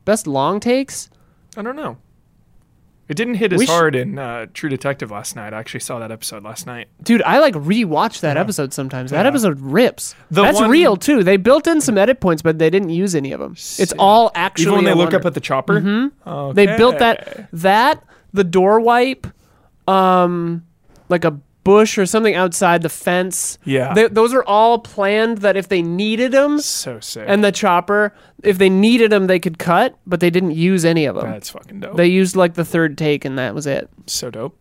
Speaker 1: Best long takes?
Speaker 2: I don't know. It didn't hit as
Speaker 1: We sh-
Speaker 2: hard in uh, True Detective last night. I actually saw that episode last night.
Speaker 1: Dude, I like rewatch that episode sometimes. That episode rips.
Speaker 2: The
Speaker 1: That's
Speaker 2: one-
Speaker 1: real too. They built in some edit points, but they didn't use any of them. It's all actually.
Speaker 2: Even when they
Speaker 1: a
Speaker 2: look
Speaker 1: wonder.
Speaker 2: up at the chopper,
Speaker 1: They built that that the door wipe, um, like a bush or something outside the fence.
Speaker 2: Yeah.
Speaker 1: Th- those are all planned. That if they needed them,
Speaker 2: so sick.
Speaker 1: and the chopper, if they needed them, they could cut, but they didn't use any of them.
Speaker 2: that's fucking dope.
Speaker 1: they used like the third take, and that was it.
Speaker 2: so dope.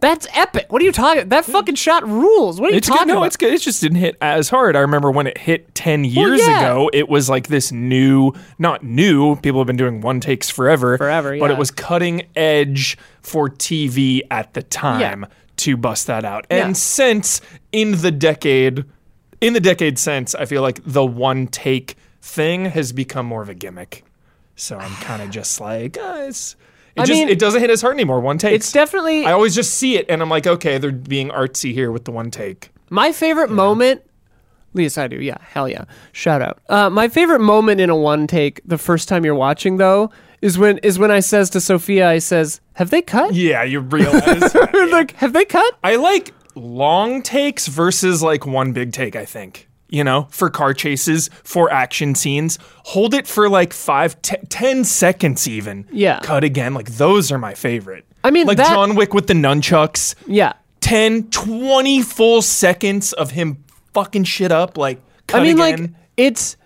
Speaker 1: That's epic. What are you talking? That fucking shot rules. What are you
Speaker 2: It's
Speaker 1: talking
Speaker 2: good. No,
Speaker 1: about?
Speaker 2: it's good. It just didn't hit as hard. I remember when it hit 10 years
Speaker 1: yeah.
Speaker 2: ago, it was like this new, not new, people have been doing one takes forever.
Speaker 1: Forever,
Speaker 2: But
Speaker 1: yeah.
Speaker 2: it was cutting edge for TV at the time to bust that out. And
Speaker 1: Yeah.
Speaker 2: since in the decade, in the decade since, I feel like the one take thing has become more of a gimmick. So I'm kind of just like, guys. It just
Speaker 1: mean,
Speaker 2: it doesn't hit as hard anymore. One take.
Speaker 1: It's definitely
Speaker 2: I always just see it and I'm like, okay, they're being artsy here with the one take.
Speaker 1: My favorite moment, Leas, I do. Yeah, hell yeah. Shout out. Uh, my favorite moment in a one take, the first time you're watching though, is when is when I says to Sophia, I says, "Have they cut?
Speaker 2: Yeah, you realize.
Speaker 1: like, have they cut?
Speaker 2: I like long takes versus like one big take, I think. You know, for car chases, for action scenes, hold it for like five, te- ten seconds even.
Speaker 1: Yeah.
Speaker 2: Cut again. Like, those are my favorite.
Speaker 1: I mean,
Speaker 2: like
Speaker 1: that-
Speaker 2: John Wick with the nunchucks,
Speaker 1: Yeah."
Speaker 2: 10, 20 full seconds of him fucking shit up. Like,
Speaker 1: I
Speaker 2: cut
Speaker 1: mean,
Speaker 2: again.
Speaker 1: like it's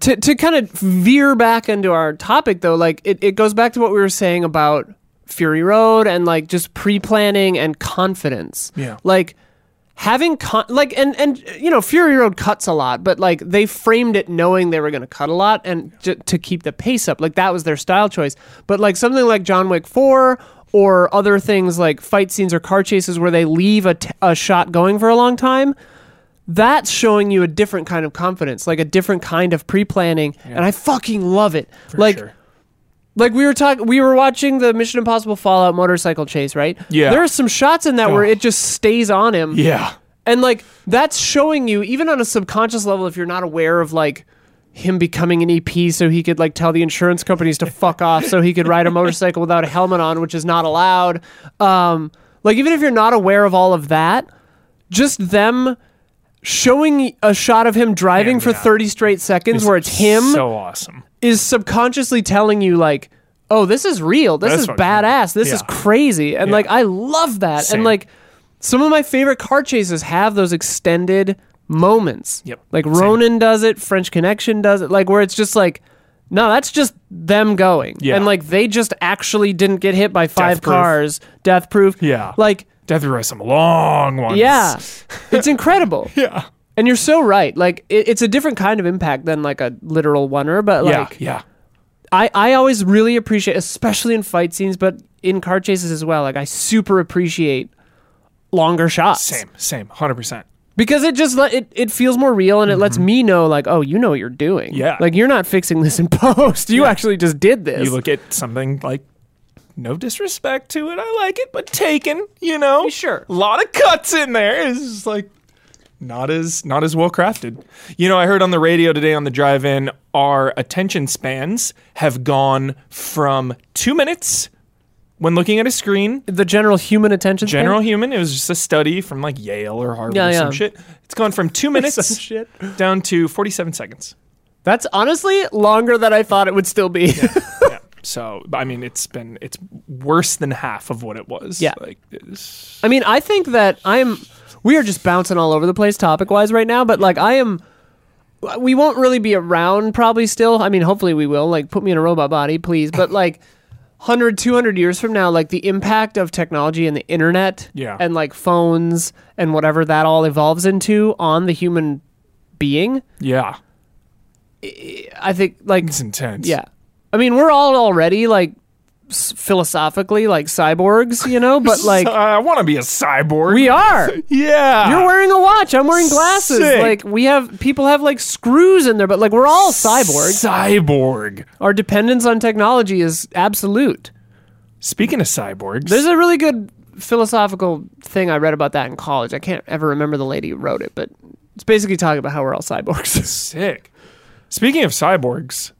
Speaker 1: to to kind of veer back into our topic though. Like it, it goes back to what we were saying about Fury Road and like just pre planning and confidence.
Speaker 2: Yeah.
Speaker 1: like having con- like and and you know Fury Road cuts a lot, but like they framed it knowing they were going to cut a lot and j- to keep the pace up. Like that was their style choice. But like something like John Wick Four. Or other things like fight scenes or car chases where they leave a, t- a shot going for a long time that's showing you a different kind of confidence, like a different kind of pre-planning, and I fucking love it. like,
Speaker 2: sure.
Speaker 1: like we were talking, we were watching the Mission Impossible Fallout motorcycle chase, right?
Speaker 2: Yeah. Oh.
Speaker 1: There are some shots in that where it just stays on him,
Speaker 2: yeah.
Speaker 1: and like that's showing you, even on a subconscious level, if you're not aware of like him becoming an EP, so he could like tell the insurance companies to fuck off, so he could ride a motorcycle without a helmet on, which is not allowed. Um, like even if you're not aware of all of that, just them showing a shot of him driving
Speaker 2: Yeah,
Speaker 1: for
Speaker 2: yeah.
Speaker 1: 30 straight seconds where it's him
Speaker 2: So awesome.
Speaker 1: is subconsciously telling you like oh this is real this
Speaker 2: That's
Speaker 1: is
Speaker 2: fucking
Speaker 1: badass this is
Speaker 2: Yeah.
Speaker 1: crazy and
Speaker 2: Yeah.
Speaker 1: like i love that
Speaker 2: Same.
Speaker 1: and like some of my favorite car chases have those extended moments
Speaker 2: Yep.
Speaker 1: like
Speaker 2: Same.
Speaker 1: ronin does it french connection does it like where it's just like no that's just them going
Speaker 2: Yeah.
Speaker 1: and like they just actually didn't get hit by five
Speaker 2: Death proof.
Speaker 1: cars death proof
Speaker 2: Yeah.
Speaker 1: like
Speaker 2: Death Row has some long ones.
Speaker 1: yeah it's incredible
Speaker 2: Yeah.
Speaker 1: and you're so right like it, it's a different kind of impact than like a literal oneer but
Speaker 2: Yeah.
Speaker 1: like
Speaker 2: yeah.
Speaker 1: I, I always really appreciate, especially in fight scenes, but in car chases as well. Like I super appreciate longer shots
Speaker 2: Same. Same. 100%.
Speaker 1: because it just let it, it feels more real and it lets me know like oh you know what you're doing
Speaker 2: Mm-hmm. Yeah.
Speaker 1: like you're not fixing this in post you actually just did this
Speaker 2: you look at something like no disrespect to it i like it but taken you know
Speaker 1: Sure.
Speaker 2: a lot of cuts in there it's just like not as not as well crafted you know i heard on the radio today on the drive in our attention spans have gone from two minutes when looking at a screen
Speaker 1: the general human attention span?
Speaker 2: general human it was just a study from like yale or harvard
Speaker 1: Yeah,
Speaker 2: or some
Speaker 1: yeah.
Speaker 2: shit it's gone from two
Speaker 1: Some
Speaker 2: minutes
Speaker 1: shit.
Speaker 2: down to 47 seconds
Speaker 1: That's honestly longer than I thought it would still be.
Speaker 2: yeah. So I mean, it's been it's worse than half of what it was.
Speaker 1: Yeah.
Speaker 2: Like it's,
Speaker 1: I mean, I think that I'm. We are just bouncing all over the place topic wise right now, but like I am. We won't really be around probably still. I mean, hopefully we will. Like, put me in a robot body, please. But like 100, 200 years from now, like the impact of technology and the internet
Speaker 2: Yeah.
Speaker 1: and like phones and whatever that all evolves into on the human being,
Speaker 2: yeah,
Speaker 1: I think like
Speaker 2: it's intense.
Speaker 1: yeah. I mean, we're all already like s- philosophically like cyborgs, you know, but like
Speaker 2: I want to be a cyborg.
Speaker 1: we are.
Speaker 2: yeah.
Speaker 1: You're wearing a watch. I'm wearing glasses.
Speaker 2: Ah, Sick.
Speaker 1: Like we have people have like screws in there, but like we're all cyborgs.
Speaker 2: Cyborg.
Speaker 1: Our dependence on technology is absolute.
Speaker 2: Speaking of cyborgs,
Speaker 1: There's a really good philosophical thing I read about that in college. I can't ever remember the lady who wrote it, but it's basically talking about how we're all cyborgs.
Speaker 2: sick. Speaking of cyborgs,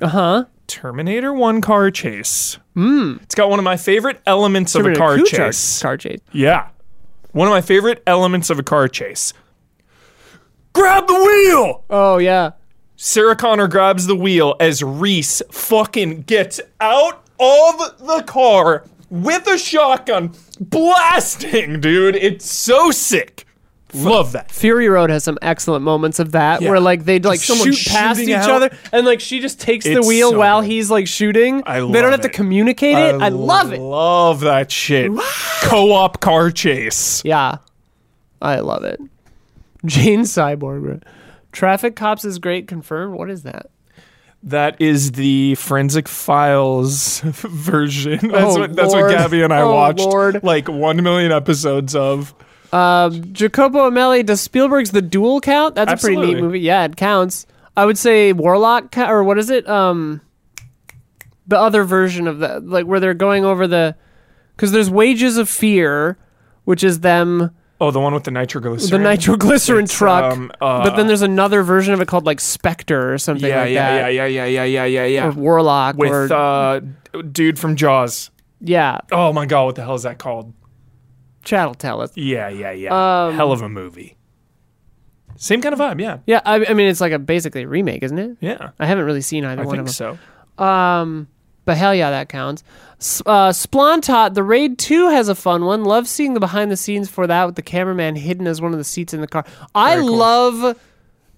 Speaker 1: uh huh.
Speaker 2: Terminator 1 car chase. It's got one of my favorite elements of a car chase.
Speaker 1: Car Hmm. chase.
Speaker 2: Yeah. One of my favorite elements of a car chase. Grab the wheel!
Speaker 1: Oh yeah.
Speaker 2: Sarah Connor grabs the wheel as Reese fucking gets out of the car with a shotgun blasting, dude. It's so sick. Love that.
Speaker 1: Fury Road has some excellent moments of that
Speaker 2: Yeah.
Speaker 1: where like they like
Speaker 2: Someone
Speaker 1: shoot past
Speaker 2: shooting
Speaker 1: each
Speaker 2: out.
Speaker 1: other and like she just takes the
Speaker 2: It's
Speaker 1: wheel
Speaker 2: so
Speaker 1: while
Speaker 2: good.
Speaker 1: he's like shooting.
Speaker 2: I
Speaker 1: they
Speaker 2: love
Speaker 1: don't have to
Speaker 2: it.
Speaker 1: communicate it. I, love it.
Speaker 2: Love that shit. Co-op car chase.
Speaker 1: Yeah. I love it. Jane Cyborg. right? Traffic Cops is great confirmed. What is that?
Speaker 2: That is the Forensic Files version. That's
Speaker 1: Oh,
Speaker 2: what that's
Speaker 1: Lord.
Speaker 2: what Gabby and I
Speaker 1: Oh,
Speaker 2: watched
Speaker 1: Lord.
Speaker 2: like 1 million episodes of.
Speaker 1: Um, Jacopo Amelli, does Spielberg's The Duel count? That's a pretty neat
Speaker 2: Absolutely.
Speaker 1: movie. Yeah, it counts. I would say Warlock, co- or what is it? Um, the other version of the like where they're going over the, because there's Wages of Fear, which is them
Speaker 2: Oh, the one with the nitroglycerin.
Speaker 1: the nitroglycerin truck.
Speaker 2: um, uh,
Speaker 1: but then there's another version of it called like Spectre or something
Speaker 2: yeah,
Speaker 1: like that,
Speaker 2: yeah, yeah, yeah, yeah, yeah, yeah, yeah,
Speaker 1: or Warlock,
Speaker 2: With
Speaker 1: or
Speaker 2: uh, dude from Jaws.
Speaker 1: yeah,
Speaker 2: Oh my god, what the hell is that called?
Speaker 1: Chattel Tell us.
Speaker 2: Yeah, yeah, yeah. hell of a movie. Same kind of vibe, yeah.
Speaker 1: Yeah, I, I mean it's like a basically a remake, isn't it?
Speaker 2: Yeah.
Speaker 1: I haven't really seen either
Speaker 2: I
Speaker 1: one of
Speaker 2: think
Speaker 1: them.
Speaker 2: so.
Speaker 1: Um, but hell yeah, that counts. S- Uh, Splontot, the raid two has a fun one. Love seeing the behind the scenes for that with the cameraman hidden as one of the seats in the car. I love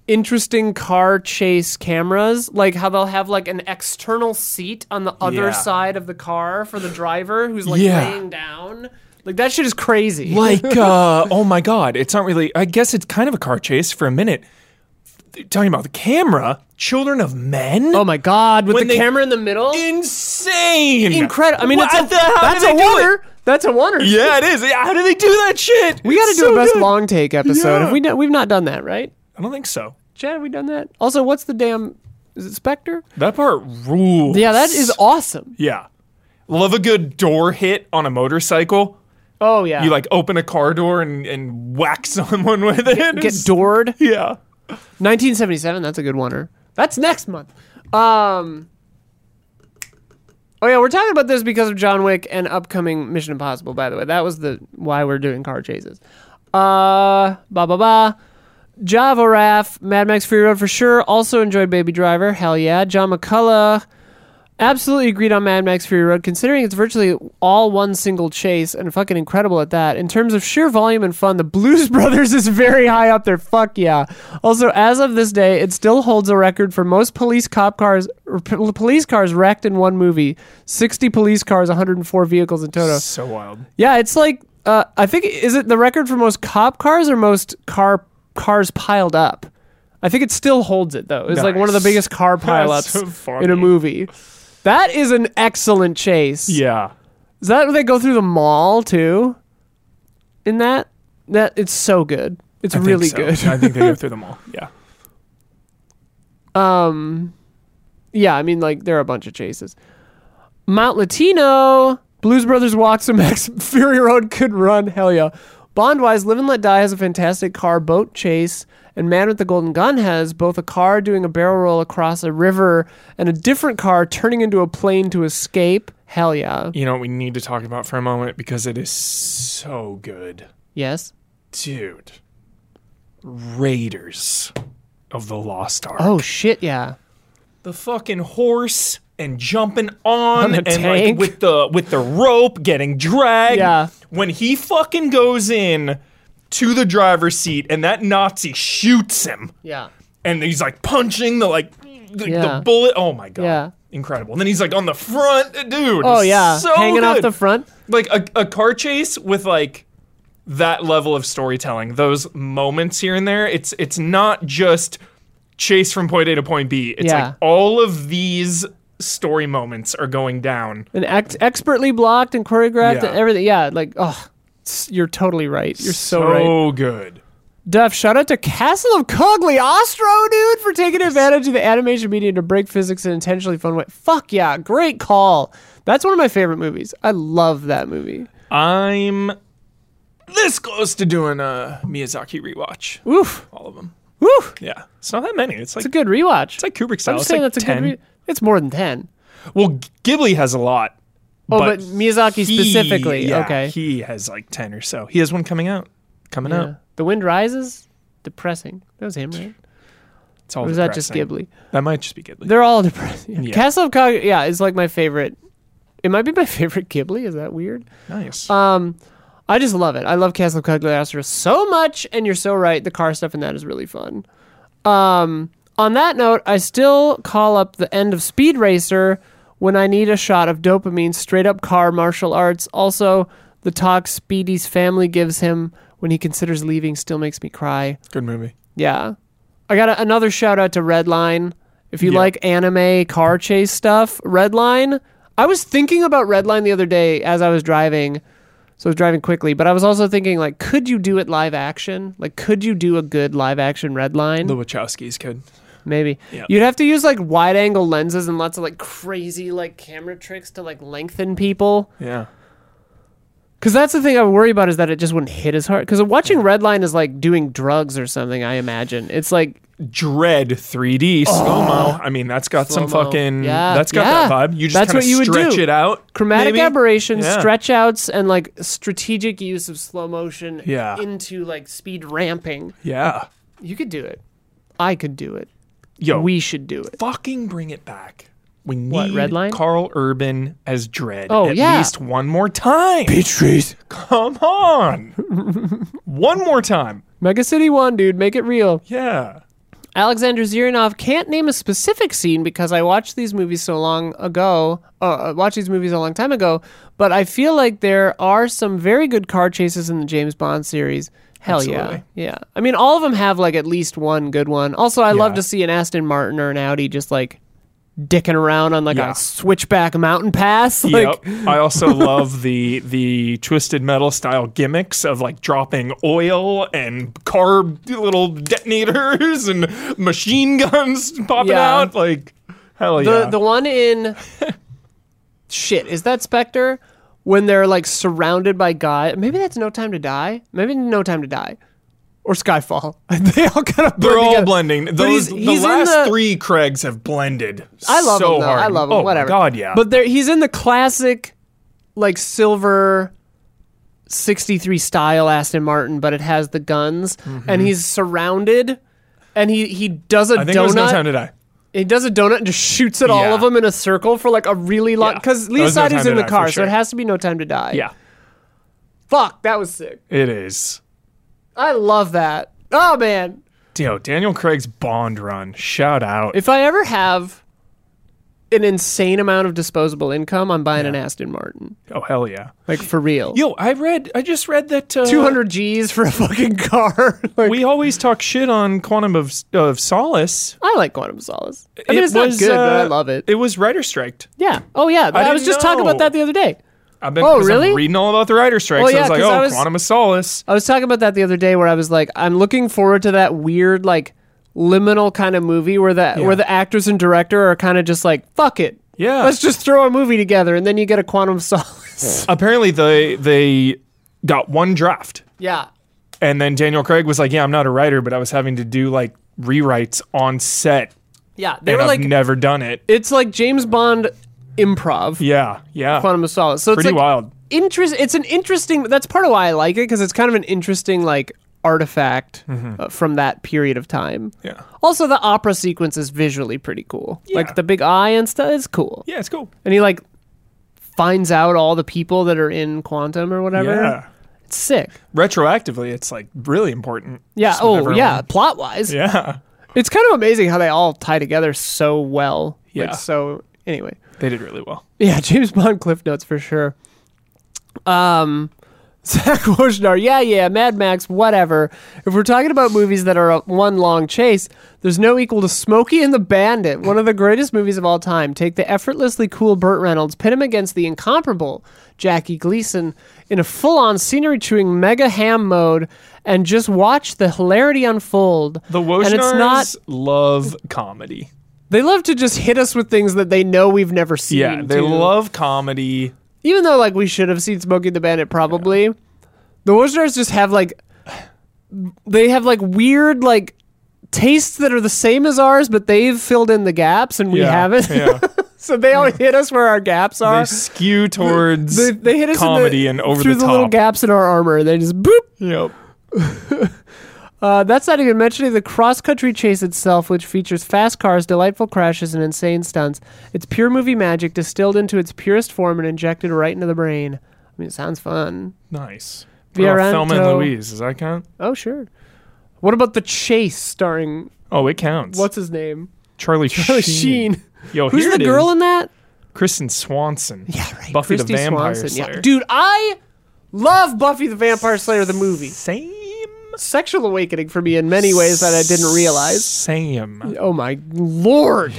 Speaker 1: interesting car chase cameras, like how they'll have like an external seat on the other
Speaker 2: Yeah.
Speaker 1: side of the car for the driver who's like
Speaker 2: Yeah.
Speaker 1: laying down. Like that shit is crazy.
Speaker 2: Like, uh, oh my god, it's not really. I guess it's kind of a car chase for a minute. Talking about the camera, Children of Men.
Speaker 1: Oh my god, with
Speaker 2: When
Speaker 1: the
Speaker 2: they-
Speaker 1: camera in the middle,
Speaker 2: Insane.
Speaker 1: incredible. I mean,
Speaker 2: What
Speaker 1: it's a,
Speaker 2: the hell
Speaker 1: that's
Speaker 2: did
Speaker 1: a
Speaker 2: they do it?
Speaker 1: wonder. That's a wonder.
Speaker 2: Yeah, it is. Yeah, How do they do that shit?
Speaker 1: We got to
Speaker 2: It's
Speaker 1: do
Speaker 2: so
Speaker 1: a best
Speaker 2: good.
Speaker 1: long take episode.
Speaker 2: Yeah.
Speaker 1: Have we done, we've not done that, right?
Speaker 2: I don't think so.
Speaker 1: Chad, have we done that? Also, what's the damn is it Spectre?
Speaker 2: That part rules.
Speaker 1: Yeah, that is awesome.
Speaker 2: Yeah. Love a good door hit on a motorcycle.
Speaker 1: Oh yeah.
Speaker 2: You like open a car door and, and whack someone with it.
Speaker 1: get doored?
Speaker 2: yeah.
Speaker 1: 1977, that's a good oneer. That's next month. Um Oh yeah, we're talking about this because of John Wick and upcoming Mission Impossible, by the way. That was the why we're doing car chases. Uh ba ba ba. Java Raff, Mad Max Fury Road for sure. Also enjoyed Baby Driver. Hell yeah. John McCullough. Absolutely agreed on Mad Max Fury Road, considering it's virtually all one single chase and fucking incredible at that. In terms of sheer volume and fun, the Blues Brothers is very high up there. Fuck yeah. Also, as of this day, it still holds a record for most police cop cars or p- police cars wrecked in one movie. 60 police cars, 104 vehicles in total.
Speaker 2: So wild.
Speaker 1: Yeah, it's like uh, I think is it the record for most cop cars or most car cars piled up? I think it still holds it though. It's like one of the
Speaker 2: Nice.
Speaker 1: biggest car pileups
Speaker 2: That's so funny.
Speaker 1: in a movie. That is an excellent chase.
Speaker 2: Yeah.
Speaker 1: Is that where they go through the mall too? In that that it's so good. It's
Speaker 2: I think
Speaker 1: really
Speaker 2: so.
Speaker 1: good.
Speaker 2: I think they go through them all. Yeah.
Speaker 1: Um, yeah, I mean, like there are a bunch of chases. Mount Latino, Blues Brothers walks to Max Fury Road could run. Hell yeah. Bondwise, Live and Let Die has a fantastic car boat chase, and Man with the Golden Gun has both a car doing a barrel roll across a river and a different car turning into a plane to escape. Hell yeah.
Speaker 2: You know what we need to talk about for a moment because it is so good.
Speaker 1: Yes.
Speaker 2: Dude. Raiders of the Lost Ark.
Speaker 1: Oh shit, yeah.
Speaker 2: the fucking horse and jumping on,
Speaker 1: On a
Speaker 2: and
Speaker 1: tank.
Speaker 2: like with the with the rope getting dragged.
Speaker 1: Yeah.
Speaker 2: When he fucking goes in to the driver's seat and that Nazi shoots him
Speaker 1: Yeah.
Speaker 2: and he's like punching the like the,
Speaker 1: Yeah.
Speaker 2: the bullet. Oh my god.
Speaker 1: Yeah.
Speaker 2: Incredible. And then he's like on the front, dude.
Speaker 1: Oh yeah.
Speaker 2: So
Speaker 1: Hanging off
Speaker 2: good.
Speaker 1: the front.
Speaker 2: like a, a car chase with like that level of storytelling, those moments here and there. It's it's not just chase from point A to point B. It's
Speaker 1: Yeah.
Speaker 2: like all of these story moments are going down.
Speaker 1: and ex- expertly blocked and choreographed
Speaker 2: Yeah.
Speaker 1: and everything. Yeah, like oh, s- you're totally right. You're so, right.
Speaker 2: good.
Speaker 1: Duff, shout out to Castle of Cogliostro, dude, for taking advantage of the animation medium to break physics in an intentionally fun way. Fuck yeah, great call. That's one of my favorite movies. I love that movie.
Speaker 2: I'm this close to doing a Miyazaki rewatch.
Speaker 1: Oof,
Speaker 2: All of them.
Speaker 1: woof.
Speaker 2: Yeah, it's not that many. It's like
Speaker 1: It's a good rewatch.
Speaker 2: it's like Kubrick style.
Speaker 1: I'm
Speaker 2: It's
Speaker 1: saying
Speaker 2: like
Speaker 1: that's a
Speaker 2: 10.
Speaker 1: good. Re- it's more than ten.
Speaker 2: well, G- Ghibli has a lot.
Speaker 1: Oh, but Miyazaki specifically,
Speaker 2: yeah,
Speaker 1: okay.
Speaker 2: he has like ten or so. He has one coming out. Coming
Speaker 1: Yeah.
Speaker 2: out.
Speaker 1: Uh, The Wind Rises. Depressing. That was him, right?
Speaker 2: It's all.
Speaker 1: Or was that just Ghibli?
Speaker 2: depressing. That might just be Ghibli.
Speaker 1: They're all depressing.
Speaker 2: Yeah.
Speaker 1: Castle of Cog. Yeah, is like my favorite. It might be my favorite Ghibli. Is that weird?
Speaker 2: nice.
Speaker 1: Uh, I just love it. I love Castle of Cagliostro so much, and you're so right. The car stuff in that is really fun. Um, on that note, I still call up the end of Speed Racer when I need a shot of dopamine, straight up car martial arts. Also, the talk Speedy's family gives him when he considers leaving still makes me cry.
Speaker 2: good movie.
Speaker 1: Yeah. I got a, another shout out to Redline. If you
Speaker 2: Yeah.
Speaker 1: like anime car chase stuff, Redline. I was thinking about Redline the other day as I was driving. So I was driving quickly, but I was also thinking like could you do it live action? Like could you do a good live action Redline?
Speaker 2: The Wachowskis could.
Speaker 1: Maybe.
Speaker 2: Yeah.
Speaker 1: You'd have to use like wide angle lenses and lots of like crazy like camera tricks to like lengthen people.
Speaker 2: Yeah.
Speaker 1: Cuz that's the thing I worry about is that it just wouldn't hit as hard cuz watching Redline is like doing drugs or something, I imagine. It's like
Speaker 2: Dread 3D slow mo. I mean, that's got some
Speaker 1: Oh. Slow-mo.
Speaker 2: fucking.
Speaker 1: Yeah,
Speaker 2: That's got
Speaker 1: yeah.
Speaker 2: that vibe. You just
Speaker 1: That's
Speaker 2: kinda
Speaker 1: what you would
Speaker 2: stretch
Speaker 1: do.
Speaker 2: it out.
Speaker 1: chromatic
Speaker 2: maybe?
Speaker 1: aberrations,
Speaker 2: Yeah.
Speaker 1: stretch outs, and like strategic use of slow motion
Speaker 2: Yeah.
Speaker 1: into like speed ramping.
Speaker 2: Yeah.
Speaker 1: You could do it. I could do it.
Speaker 2: Yo,
Speaker 1: We should do it.
Speaker 2: fucking bring it back. We need
Speaker 1: What, Redline?
Speaker 2: Carl Urban as Dread
Speaker 1: Oh,
Speaker 2: at
Speaker 1: yeah.
Speaker 2: least one more time.
Speaker 1: Peach trees.
Speaker 2: Come on. one more time.
Speaker 1: Mega City 1, dude. Make it real.
Speaker 2: Yeah.
Speaker 1: Alexander Zirionov can't name a specific scene because I watched these movies so long ago, uh, I watched these movies a long time ago, but I feel like there are some very good car chases in the James Bond series. Hell
Speaker 2: Absolutely.
Speaker 1: yeah. Yeah. I mean, all of them have like at least one good one. Also, I love
Speaker 2: Yeah.
Speaker 1: to see an Aston Martin or an Audi just like dicking around on like
Speaker 2: Yeah.
Speaker 1: a switchback mountain pass. Like,
Speaker 2: yep. I also love the the twisted metal style gimmicks of like dropping oil and carb little detonators and machine guns popping
Speaker 1: Yeah.
Speaker 2: out. Like hell
Speaker 1: The
Speaker 2: yeah.
Speaker 1: the one in shit is that Spectre when they're like surrounded by guys. Maybe that's No Time to Die. Maybe No Time to Die or Skyfall. they all kind of
Speaker 2: they're all blending.
Speaker 1: he's-
Speaker 2: Those
Speaker 1: he's in
Speaker 2: the last
Speaker 1: the-
Speaker 2: three Craigs have blended.
Speaker 1: I love
Speaker 2: so
Speaker 1: him though.
Speaker 2: hard.
Speaker 1: I love him.
Speaker 2: Oh my
Speaker 1: Whatever.
Speaker 2: God, yeah.
Speaker 1: But there, he's in the classic, like silver. 63 style Aston Martin, but it has the guns, and he's surrounded, and he he does a
Speaker 2: Mm-hmm. I think
Speaker 1: donut.
Speaker 2: it was no time to die.
Speaker 1: He does a donut and just shoots at all
Speaker 2: Yeah.
Speaker 1: of them in a circle for like a really long.
Speaker 2: Yeah.
Speaker 1: Because
Speaker 2: That
Speaker 1: Lee
Speaker 2: was No
Speaker 1: Siding's
Speaker 2: Time
Speaker 1: in
Speaker 2: to
Speaker 1: the
Speaker 2: Die,
Speaker 1: car,
Speaker 2: for
Speaker 1: so it
Speaker 2: sure.
Speaker 1: has to be no time to die. Fuck, that was sick.
Speaker 2: it is.
Speaker 1: I love that. Oh man,
Speaker 2: Yo, Daniel Craig's Bond run. Shout out.
Speaker 1: if I ever have an insane amount of disposable income, I'm buying an Aston Martin,
Speaker 2: oh hell yeah.
Speaker 1: like for real.
Speaker 2: Yo, I read. I just read that uh,
Speaker 1: 200 G's for a fucking car. like,
Speaker 2: We always talk shit on Quantum of of Solace.
Speaker 1: I like Quantum of Solace. I mean,
Speaker 2: It
Speaker 1: it's
Speaker 2: was,
Speaker 1: not good, but I
Speaker 2: uh,
Speaker 1: love it.
Speaker 2: It was writer striked.
Speaker 1: Yeah. Oh yeah. I, was
Speaker 2: didn't
Speaker 1: just talking about
Speaker 2: know.
Speaker 1: that the other day.
Speaker 2: I've been
Speaker 1: Oh,
Speaker 2: 'cause
Speaker 1: really?
Speaker 2: I'm reading all about the writer strikes.
Speaker 1: Well,
Speaker 2: I
Speaker 1: yeah,
Speaker 2: was like,
Speaker 1: 'cause
Speaker 2: oh,
Speaker 1: I was-
Speaker 2: Quantum of Solace.
Speaker 1: I was talking about that the other day where I was like, I'm looking forward to that weird like liminal kind of movie where the where the actors and director are kind of just like, fuck it.
Speaker 2: Yeah.
Speaker 1: Let's just throw a movie together and then you get a quantum of solace.
Speaker 2: Apparently, they they got one draft,
Speaker 1: yeah.
Speaker 2: and then Daniel Craig was like, yeah, I'm not a writer, but I was having to do like rewrites on set,
Speaker 1: Yeah. They
Speaker 2: and
Speaker 1: were
Speaker 2: I've
Speaker 1: like
Speaker 2: never done it.
Speaker 1: it's like James Bond improv.
Speaker 2: Yeah, yeah,
Speaker 1: Quantum of solace. So it's
Speaker 2: pretty
Speaker 1: like
Speaker 2: wild.
Speaker 1: interest it's an interesting that's part of why I like it because it's kind of an interesting like artifact
Speaker 2: Mm-hmm.
Speaker 1: uh, from that period of time.
Speaker 2: Yeah,
Speaker 1: Also the opera sequence is visually pretty cool.
Speaker 2: Yeah.
Speaker 1: Like the big eye and stuff is cool.
Speaker 2: yeah, it's cool.
Speaker 1: and he like finds out all the people that are in quantum or whatever.
Speaker 2: Yeah,
Speaker 1: It's sick.
Speaker 2: retroactively, it's like really important.
Speaker 1: Yeah.
Speaker 2: Just with
Speaker 1: oh, yeah.
Speaker 2: everyone.
Speaker 1: Plot wise,
Speaker 2: yeah.
Speaker 1: it's kind of amazing how they all tie together so well. Like,
Speaker 2: Yeah.
Speaker 1: so anyway,
Speaker 2: They did really well.
Speaker 1: yeah, James Bond cliff notes for sure. Um, Zach Wojnar, yeah, yeah, Mad Max, whatever. If we're talking about movies that are a one long chase, there's no equal to Smokey and the Bandit, one of the greatest movies of all time. Take the effortlessly cool Burt Reynolds, pit him against the incomparable Jackie Gleason in a full on scenery chewing mega ham mode, and just watch the hilarity unfold.
Speaker 2: The Wojnars
Speaker 1: and it's not
Speaker 2: love comedy.
Speaker 1: they love to just hit us with things that they know we've never seen.
Speaker 2: Yeah, they
Speaker 1: too.
Speaker 2: love comedy.
Speaker 1: even though like we should have seen Smokey the Bandit probably, the Wojnars just have like they have like weird like tastes that are the same as ours, but they've filled in the gaps and we
Speaker 2: Yeah,
Speaker 1: haven't.
Speaker 2: yeah.
Speaker 1: so they always hit us where our gaps
Speaker 2: They
Speaker 1: are.
Speaker 2: skew towards
Speaker 1: They, they hit us in the-
Speaker 2: comedy and over
Speaker 1: through
Speaker 2: the
Speaker 1: the,
Speaker 2: top.
Speaker 1: little gaps in our armor. They just boop.
Speaker 2: Yep.
Speaker 1: Uh, that's not even mentioning the cross country chase itself, which features fast cars, delightful crashes, and insane stunts. It's pure movie magic distilled into its purest form and injected right into the brain. I mean, it sounds fun.
Speaker 2: Nice. What about
Speaker 1: Viorento.
Speaker 2: Thelma and Louise. Does that count?
Speaker 1: Oh, sure. What about The Chase starring,
Speaker 2: Oh, it counts.
Speaker 1: what's his name?
Speaker 2: Charlie,
Speaker 1: Charlie
Speaker 2: Sheen?
Speaker 1: Sheen.
Speaker 2: Yo,
Speaker 1: Who's
Speaker 2: here
Speaker 1: the
Speaker 2: it
Speaker 1: girl
Speaker 2: is.
Speaker 1: in that?
Speaker 2: Kristen Swanson.
Speaker 1: Yeah, right.
Speaker 2: Buffy the
Speaker 1: Christy
Speaker 2: Vampire
Speaker 1: Swanson.
Speaker 2: Slayer.
Speaker 1: Yeah. Dude, I love Buffy the Vampire Slayer, the movie.
Speaker 2: Same.
Speaker 1: Sexual awakening for me in many ways that I didn't realize.
Speaker 2: Same.
Speaker 1: Oh, my lord.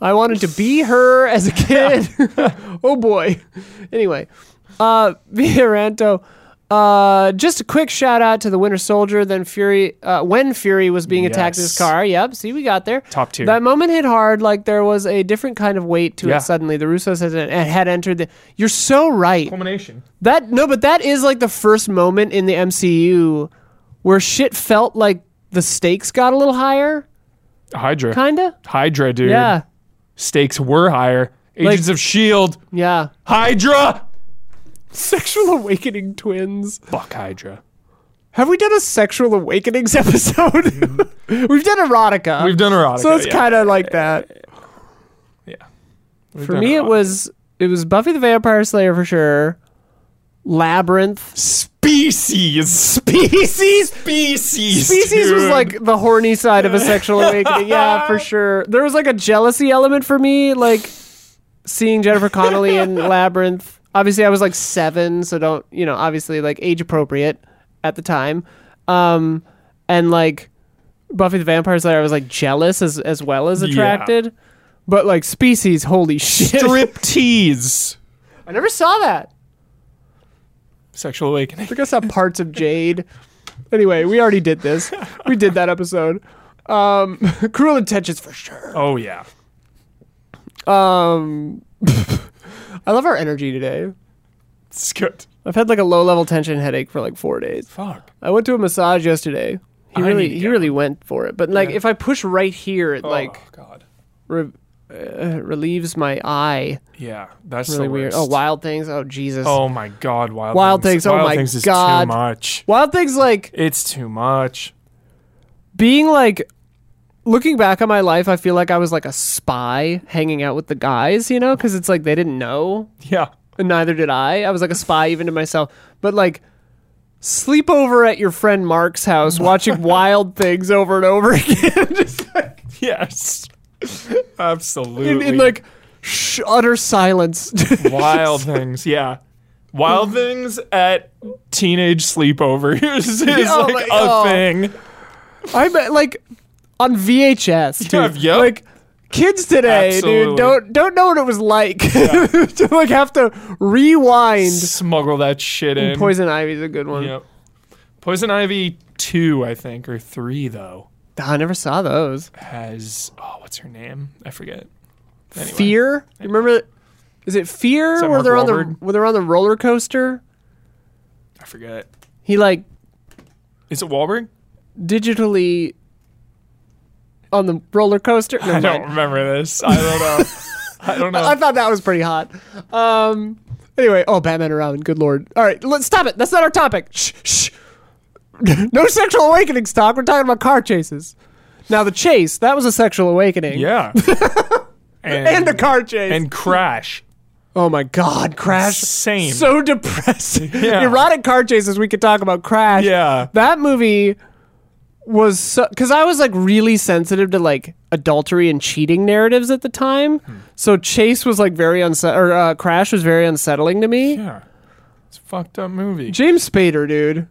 Speaker 1: I wanted to be her as a kid. oh boy. Anyway, uh, Viranto. Uh, just a quick shout out to the Winter Soldier. Then Fury, uh, when Fury was being attacked in his
Speaker 2: Yes.
Speaker 1: car. Yep. See, we got there.
Speaker 2: Top tier.
Speaker 1: That moment hit hard. Like there was a different kind of weight to
Speaker 2: Yeah.
Speaker 1: it. Suddenly, the Russos had, had entered. The, you're so
Speaker 2: Oh
Speaker 1: right.
Speaker 2: Culmination.
Speaker 1: That no, but that is like the first moment in the MCU where shit felt like the stakes got a little higher.
Speaker 2: Hydra.
Speaker 1: Kinda.
Speaker 2: Hydra, dude.
Speaker 1: Yeah.
Speaker 2: Stakes were higher. Agents of S.H.I.E.L.D.
Speaker 1: Yeah.
Speaker 2: E Hydra!
Speaker 1: Sexual awakening twins.
Speaker 2: Fuck Hydra.
Speaker 1: Have we done a sexual awakenings episode? We've done erotica.
Speaker 2: We've done erotica.
Speaker 1: so it's
Speaker 2: yeah.
Speaker 1: kind of like that.
Speaker 2: Yeah. We've
Speaker 1: For
Speaker 2: done
Speaker 1: me, it
Speaker 2: erotica.
Speaker 1: was it was Buffy the Vampire Slayer for sure. Labyrinth.
Speaker 2: Species.
Speaker 1: Species.
Speaker 2: Species.
Speaker 1: Species was
Speaker 2: dude.
Speaker 1: like the horny side of a sexual awakening. Yeah, for sure. There was like a jealousy element for me, like seeing Jennifer Connelly in Labyrinth. Obviously, I was like seven, so don't, you know, obviously like age appropriate at the time. Um, and like Buffy the Vampire Slayer, I was like jealous as, as well as attracted. But like Species, holy shit.
Speaker 2: striptease.
Speaker 1: I never saw that.
Speaker 2: Sexual awakening.
Speaker 1: I think I saw parts of Jade. Anyway, we already did this. We did that episode. Um, cruel intentions for sure.
Speaker 2: Oh, yeah.
Speaker 1: Um, I love our energy today.
Speaker 2: It's good.
Speaker 1: I've had like a low level tension headache for like four days.
Speaker 2: Fuck.
Speaker 1: I went to a massage yesterday. He
Speaker 2: I
Speaker 1: really
Speaker 2: need to
Speaker 1: he
Speaker 2: get
Speaker 1: really went for it. But like if I push right here, it like
Speaker 2: oh, God.
Speaker 1: re- uh, relieves my eye.
Speaker 2: Yeah, that's
Speaker 1: Really
Speaker 2: the
Speaker 1: weird.
Speaker 2: worst.
Speaker 1: Oh, Wild Things. Oh Jesus.
Speaker 2: Oh my God, Wild,
Speaker 1: Wild Things, oh
Speaker 2: Wild
Speaker 1: my
Speaker 2: Things is
Speaker 1: God.
Speaker 2: too much.
Speaker 1: Wild Things like
Speaker 2: It's too much.
Speaker 1: being like looking back on my life i feel like i was like a spy hanging out with the guys you know because it's like they didn't know
Speaker 2: Yeah.
Speaker 1: and neither did i i was like a spy even to myself but like sleep over at your friend mark's house watching wild things over and over again just like
Speaker 2: Yes.
Speaker 1: in,
Speaker 2: Absolutely.
Speaker 1: in like sh- utter silence
Speaker 2: Wild Things. Yeah. Wild Things at teenage sleepovers is
Speaker 1: Oh
Speaker 2: like a
Speaker 1: my- oh.
Speaker 2: thing.
Speaker 1: i'm uh, like on vhs dude
Speaker 2: Yeah, yep.
Speaker 1: like kids today
Speaker 2: Absolutely.
Speaker 1: dude don't don't know what it was like to like have to rewind
Speaker 2: Smuggle that shit in.
Speaker 1: Poison Ivy's a good one.
Speaker 2: Yep. Poison Ivy two, I think, or three though,
Speaker 1: Ah, I never saw those.
Speaker 2: has oh, what's her name? I forget. Anyway.
Speaker 1: Fear. You remember? Is it Fear
Speaker 2: that
Speaker 1: where
Speaker 2: Mark
Speaker 1: they're on the
Speaker 2: Wahlberg?
Speaker 1: where they're on the roller coaster?
Speaker 2: I forget.
Speaker 1: He like
Speaker 2: Is it Wahlberg?
Speaker 1: digitally on the roller coaster. Never
Speaker 2: I don't
Speaker 1: mind.
Speaker 2: remember this. I don't know. I don't know.
Speaker 1: I thought that was pretty hot. Um. Anyway, oh Batman around. Good lord. All right, let's stop it. That's not our topic. Shh. Shh. no sexual awakening talk. We're talking about car chases. Now the chase that was a sexual awakening.
Speaker 2: Yeah. and,
Speaker 1: And a car chase.
Speaker 2: and Crash.
Speaker 1: oh my God, Crash.
Speaker 2: Same.
Speaker 1: so depressing.
Speaker 2: Yeah.
Speaker 1: Erotic car chases. We could talk about Crash.
Speaker 2: yeah.
Speaker 1: That movie was so because I was like really sensitive to like adultery and cheating narratives at the time.
Speaker 2: Hmm.
Speaker 1: So Chase was like very unset or uh, Crash was very unsettling to me.
Speaker 2: Yeah. It's a fucked up movie.
Speaker 1: James Spader, dude.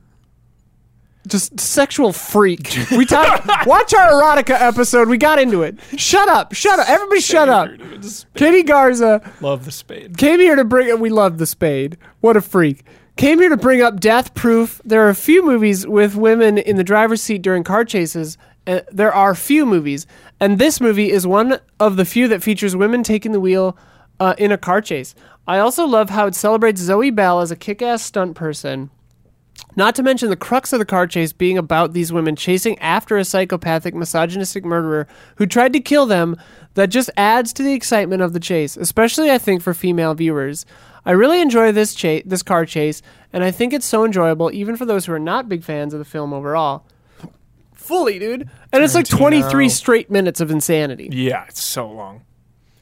Speaker 1: Just sexual freak. We talked. watch our erotica episode. We got into it. Shut up. Shut up. Everybody, shut up.
Speaker 2: Dude, it's-
Speaker 1: Katie Garza
Speaker 2: Love the spade.
Speaker 1: came here to bring up. We love the spade. What a freak. Came here to bring up Death Proof. There are a few movies with women in the driver's seat during car chases. Uh, there are few movies, and this movie is one of the few that features women taking the wheel uh, in a car chase. I also love how it celebrates Zoe Bell as a kick-ass stunt person. Not to mention the crux of the car chase being about these women chasing after a psychopathic, misogynistic murderer who tried to kill them, that just adds to the excitement of the chase, especially, I think, for female viewers. I really enjoy this, cha- this car chase, and I think it's so enjoyable, even for those who are not big fans of the film overall. Fully, dude. And it's like 23 straight minutes of insanity.
Speaker 2: Yeah, it's so long.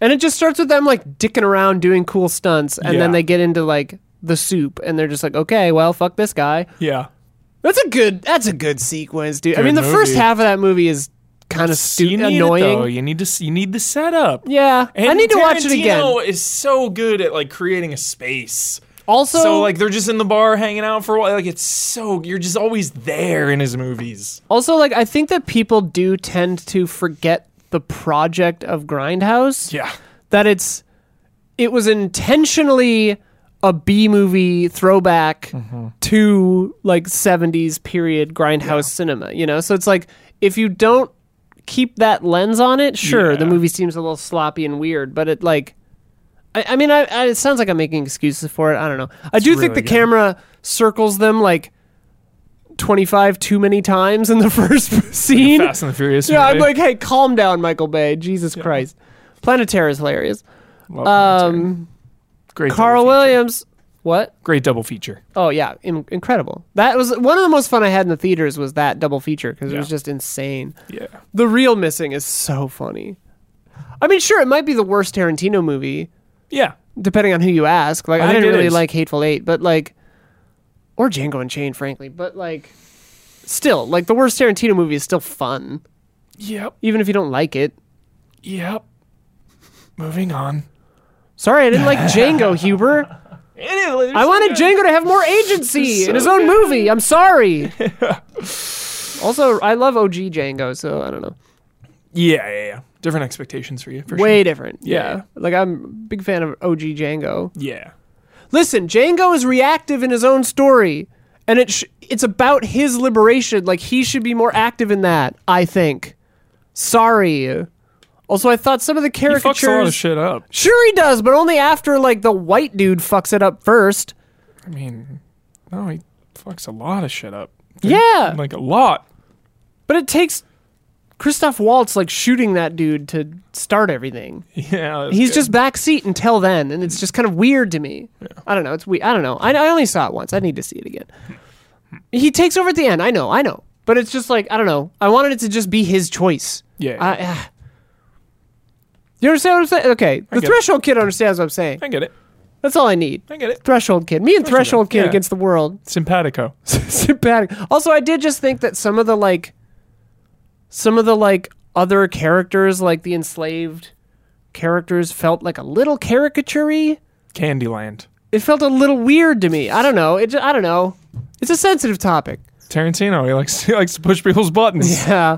Speaker 1: And it just starts with them like dicking around doing cool stunts, and then
Speaker 2: Yeah.
Speaker 1: they get into like the soup, and they're just like, okay, well, fuck this guy.
Speaker 2: Yeah.
Speaker 1: That's a good. That's a good sequence, dude. I
Speaker 2: Good
Speaker 1: mean, the first
Speaker 2: movie.
Speaker 1: half of that movie is kind of
Speaker 2: you
Speaker 1: stupid,
Speaker 2: need It, though.
Speaker 1: annoying.
Speaker 2: You need to. s- You need the setup.
Speaker 1: yeah, I need to watch it again.
Speaker 2: Tarantino is so good at like creating a space.
Speaker 1: Also,
Speaker 2: so like they're just in the bar hanging out for a while. Like it's so you're just always there in his movies.
Speaker 1: also, like I think that people do tend to forget the project of Grindhouse.
Speaker 2: Yeah.
Speaker 1: That it's it was intentionally a B movie throwback
Speaker 2: Mm-hmm.
Speaker 1: to like 70s period grindhouse cinema, you know? So it's like if you don't keep that lens on it, sure, the
Speaker 2: Yeah.
Speaker 1: movie seems a little sloppy and weird, but it like I, I mean, I, I, it sounds like I'm making excuses for it. I don't know. I do think
Speaker 2: really
Speaker 1: the
Speaker 2: good.
Speaker 1: camera circles them like 25 too many times in the first scene.
Speaker 2: Fast and the Furious.
Speaker 1: Yeah, I'm
Speaker 2: movie.
Speaker 1: like, hey, calm down, Michael Bay. Jesus Christ. Planetary is hilarious. Um,
Speaker 2: Love
Speaker 1: uh,
Speaker 2: Planetary. great
Speaker 1: Carl
Speaker 2: double feature.
Speaker 1: Williams. What?
Speaker 2: Great double feature.
Speaker 1: Oh yeah, in- incredible. That was one of the most fun I had in the theaters was that double feature because it was
Speaker 2: Yeah.
Speaker 1: just insane.
Speaker 2: Yeah.
Speaker 1: The real missing is so funny. I mean, sure, it might be the worst Tarantino movie,
Speaker 2: Yeah.
Speaker 1: depending on who you ask. Like,
Speaker 2: I
Speaker 1: I,
Speaker 2: think
Speaker 1: didn't
Speaker 2: it
Speaker 1: really
Speaker 2: is.
Speaker 1: like Hateful Eight, but like, or Django Unchained, frankly. But like, still, like the worst Tarantino movie is still fun,
Speaker 2: Yep.
Speaker 1: even if you don't like it.
Speaker 2: Yep. Moving on.
Speaker 1: Sorry, I didn't like Django, Huber. I wanted Django to have more agency in his own movie. I'm sorry. also, I love OG Django, so I don't know.
Speaker 2: Yeah, yeah, yeah. Different expectations for you. For
Speaker 1: Way different.
Speaker 2: Yeah.
Speaker 1: Like I'm a big fan of OG Django.
Speaker 2: Sure. Yeah.
Speaker 1: Listen, Django is reactive in his own story, and it sh- it's about his liberation. Like he should be more active in that, I think. Sorry. Also, I thought some of the
Speaker 2: He fucks a lot of
Speaker 1: caricatures.
Speaker 2: shit up.
Speaker 1: Sure, he does, but only after like the white dude fucks it up first.
Speaker 2: I mean, no, he fucks a lot of shit up.
Speaker 1: Yeah.
Speaker 2: Like a lot.
Speaker 1: But it takes Christoph Waltz like shooting that dude to start everything.
Speaker 2: Yeah. that's
Speaker 1: He's
Speaker 2: good.
Speaker 1: just backseat until then, and it's just kind of weird to me. I don't know. It's we. I don't know. I, I only saw it once. I need to see it again. He takes over at the end. I know. I know. But it's just like I don't know. I wanted it to just be his choice.
Speaker 2: Yeah.
Speaker 1: I, ah. you understand what I'm saying? Okay. The
Speaker 2: get it.
Speaker 1: threshold kid understands what I'm saying.
Speaker 2: I get it.
Speaker 1: That's all I need.
Speaker 2: I get it.
Speaker 1: Threshold kid. Me and threshold kid
Speaker 2: yeah.
Speaker 1: against the world
Speaker 2: Simpatico.
Speaker 1: sympathetic. Also, I did just think that some of the like, some of the like other characters, like the enslaved characters, felt like a little caricaturey.
Speaker 2: Candyland.
Speaker 1: It felt a little weird to me. I don't know. It. ju- I don't know. It's a sensitive topic.
Speaker 2: Tarantino. He likes he likes to push people's buttons.
Speaker 1: Yeah.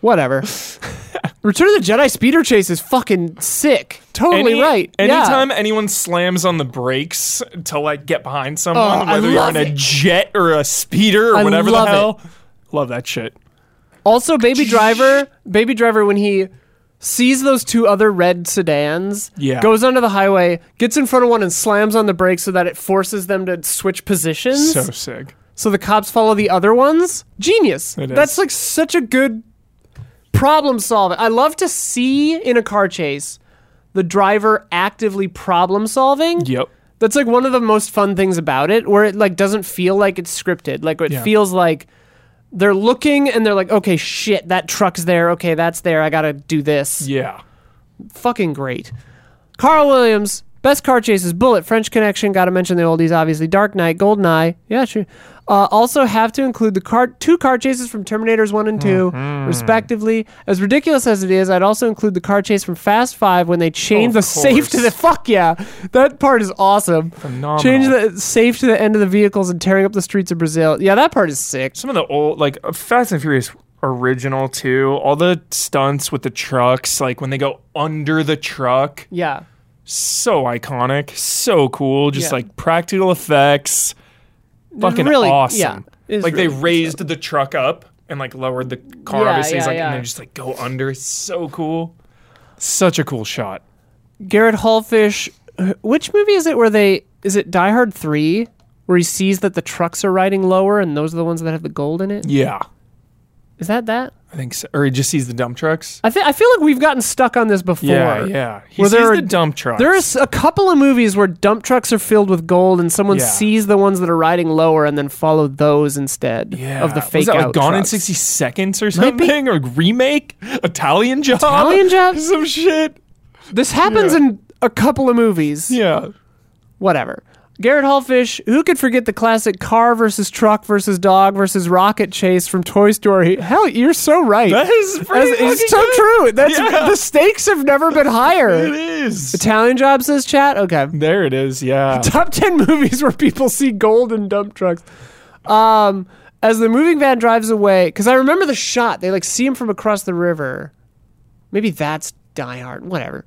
Speaker 1: Whatever. Return of the Jedi speeder chase is fucking sick. Totally
Speaker 2: Any-
Speaker 1: right. Yeah.
Speaker 2: Anytime anyone slams on the brakes to like get behind someone,
Speaker 1: Oh, I
Speaker 2: whether you're
Speaker 1: love
Speaker 2: in a
Speaker 1: it.
Speaker 2: jet or a speeder or
Speaker 1: I
Speaker 2: whatever the
Speaker 1: love it.
Speaker 2: hell, love that shit.
Speaker 1: Also, Baby Driver, Baby Driver, when he sees those two other red sedans,
Speaker 2: Yeah.
Speaker 1: goes onto the highway, gets in front of one, and slams on the brakes so that it forces them to switch positions.
Speaker 2: So
Speaker 1: So,
Speaker 2: sick.
Speaker 1: the cops follow the other ones. Genius.
Speaker 2: It is.
Speaker 1: That's like such a good problem solving. I love to see in a car chase the driver actively problem solving.
Speaker 2: Yep.
Speaker 1: That's like one of the most fun things about it, where it like doesn't feel like it's scripted. Like it
Speaker 2: Yeah.
Speaker 1: feels like they're looking and they're like, okay, shit, that truck's there. Okay, that's there. I gotta do this.
Speaker 2: Yeah.
Speaker 1: Fucking great. Carl Williams, Best car chases: Bullet, French Connection. Got to mention the oldies, obviously. Dark Knight, Goldeneye. Yeah, sure. Uh, also have to include the car two car chases from Terminators One and 2
Speaker 2: Mm-hmm.
Speaker 1: respectively. As ridiculous as it is, I'd also include the car chase from Fast Five when they chained the
Speaker 2: Of
Speaker 1: safe to
Speaker 2: course.
Speaker 1: the fuck yeah. That part is awesome.
Speaker 2: Phenomenal.
Speaker 1: Change the safe to the end of the vehicles and tearing up the streets of Brazil. Yeah, that part is sick.
Speaker 2: some of the old like uh, Fast and Furious original too. All the stunts with the trucks, like when they go under the truck,
Speaker 1: Yeah.
Speaker 2: so iconic, so cool. Just
Speaker 1: Yeah.
Speaker 2: like practical effects, fucking
Speaker 1: really-
Speaker 2: awesome.
Speaker 1: yeah, it's
Speaker 2: like
Speaker 1: really
Speaker 2: they raised the truck up and like lowered the car.
Speaker 1: Yeah,
Speaker 2: obviously, It's
Speaker 1: yeah,
Speaker 2: like
Speaker 1: yeah.
Speaker 2: and they just like go under. It's so cool. Such a cool shot.
Speaker 1: Garrett Hallfish. Which movie is it where they? Is it Die Hard Three, where he sees that the trucks are riding lower and those are the ones that have the gold in it?
Speaker 2: Yeah,
Speaker 1: Is that that?
Speaker 2: I think so. Or he just sees the dump trucks.
Speaker 1: I think I feel like we've gotten stuck on this before.
Speaker 2: Yeah, yeah. He
Speaker 1: Where
Speaker 2: sees
Speaker 1: there are-
Speaker 2: the dump trucks.
Speaker 1: There's a couple of movies where dump trucks are filled with gold, and someone
Speaker 2: Yeah.
Speaker 1: sees the ones that are riding lower and then follow those instead
Speaker 2: Yeah.
Speaker 1: of the fake
Speaker 2: was that, like,
Speaker 1: out
Speaker 2: Gone in
Speaker 1: trucks.
Speaker 2: 60 Seconds or
Speaker 1: Might be.
Speaker 2: something or remake Italian Job
Speaker 1: Italian Job?
Speaker 2: some shit
Speaker 1: This happens
Speaker 2: Yeah.
Speaker 1: in a couple of movies.
Speaker 2: yeah
Speaker 1: Whatever. Garrett Hallfish, who could forget the classic car versus truck versus dog versus rocket chase from Toy Story? Hell, you're so right.
Speaker 2: that is pretty
Speaker 1: That's- it's
Speaker 2: fucking
Speaker 1: so
Speaker 2: good.
Speaker 1: true. That's
Speaker 2: Yeah.
Speaker 1: the stakes have never been
Speaker 2: it
Speaker 1: higher.
Speaker 2: is
Speaker 1: Italian job says chat. Okay.
Speaker 2: there it is yeah
Speaker 1: top 10 movies where people see gold in dump trucks. Um, as the moving van drives away, because I remember the shot, they like see him from across the river. Maybe that's Die Hard, whatever.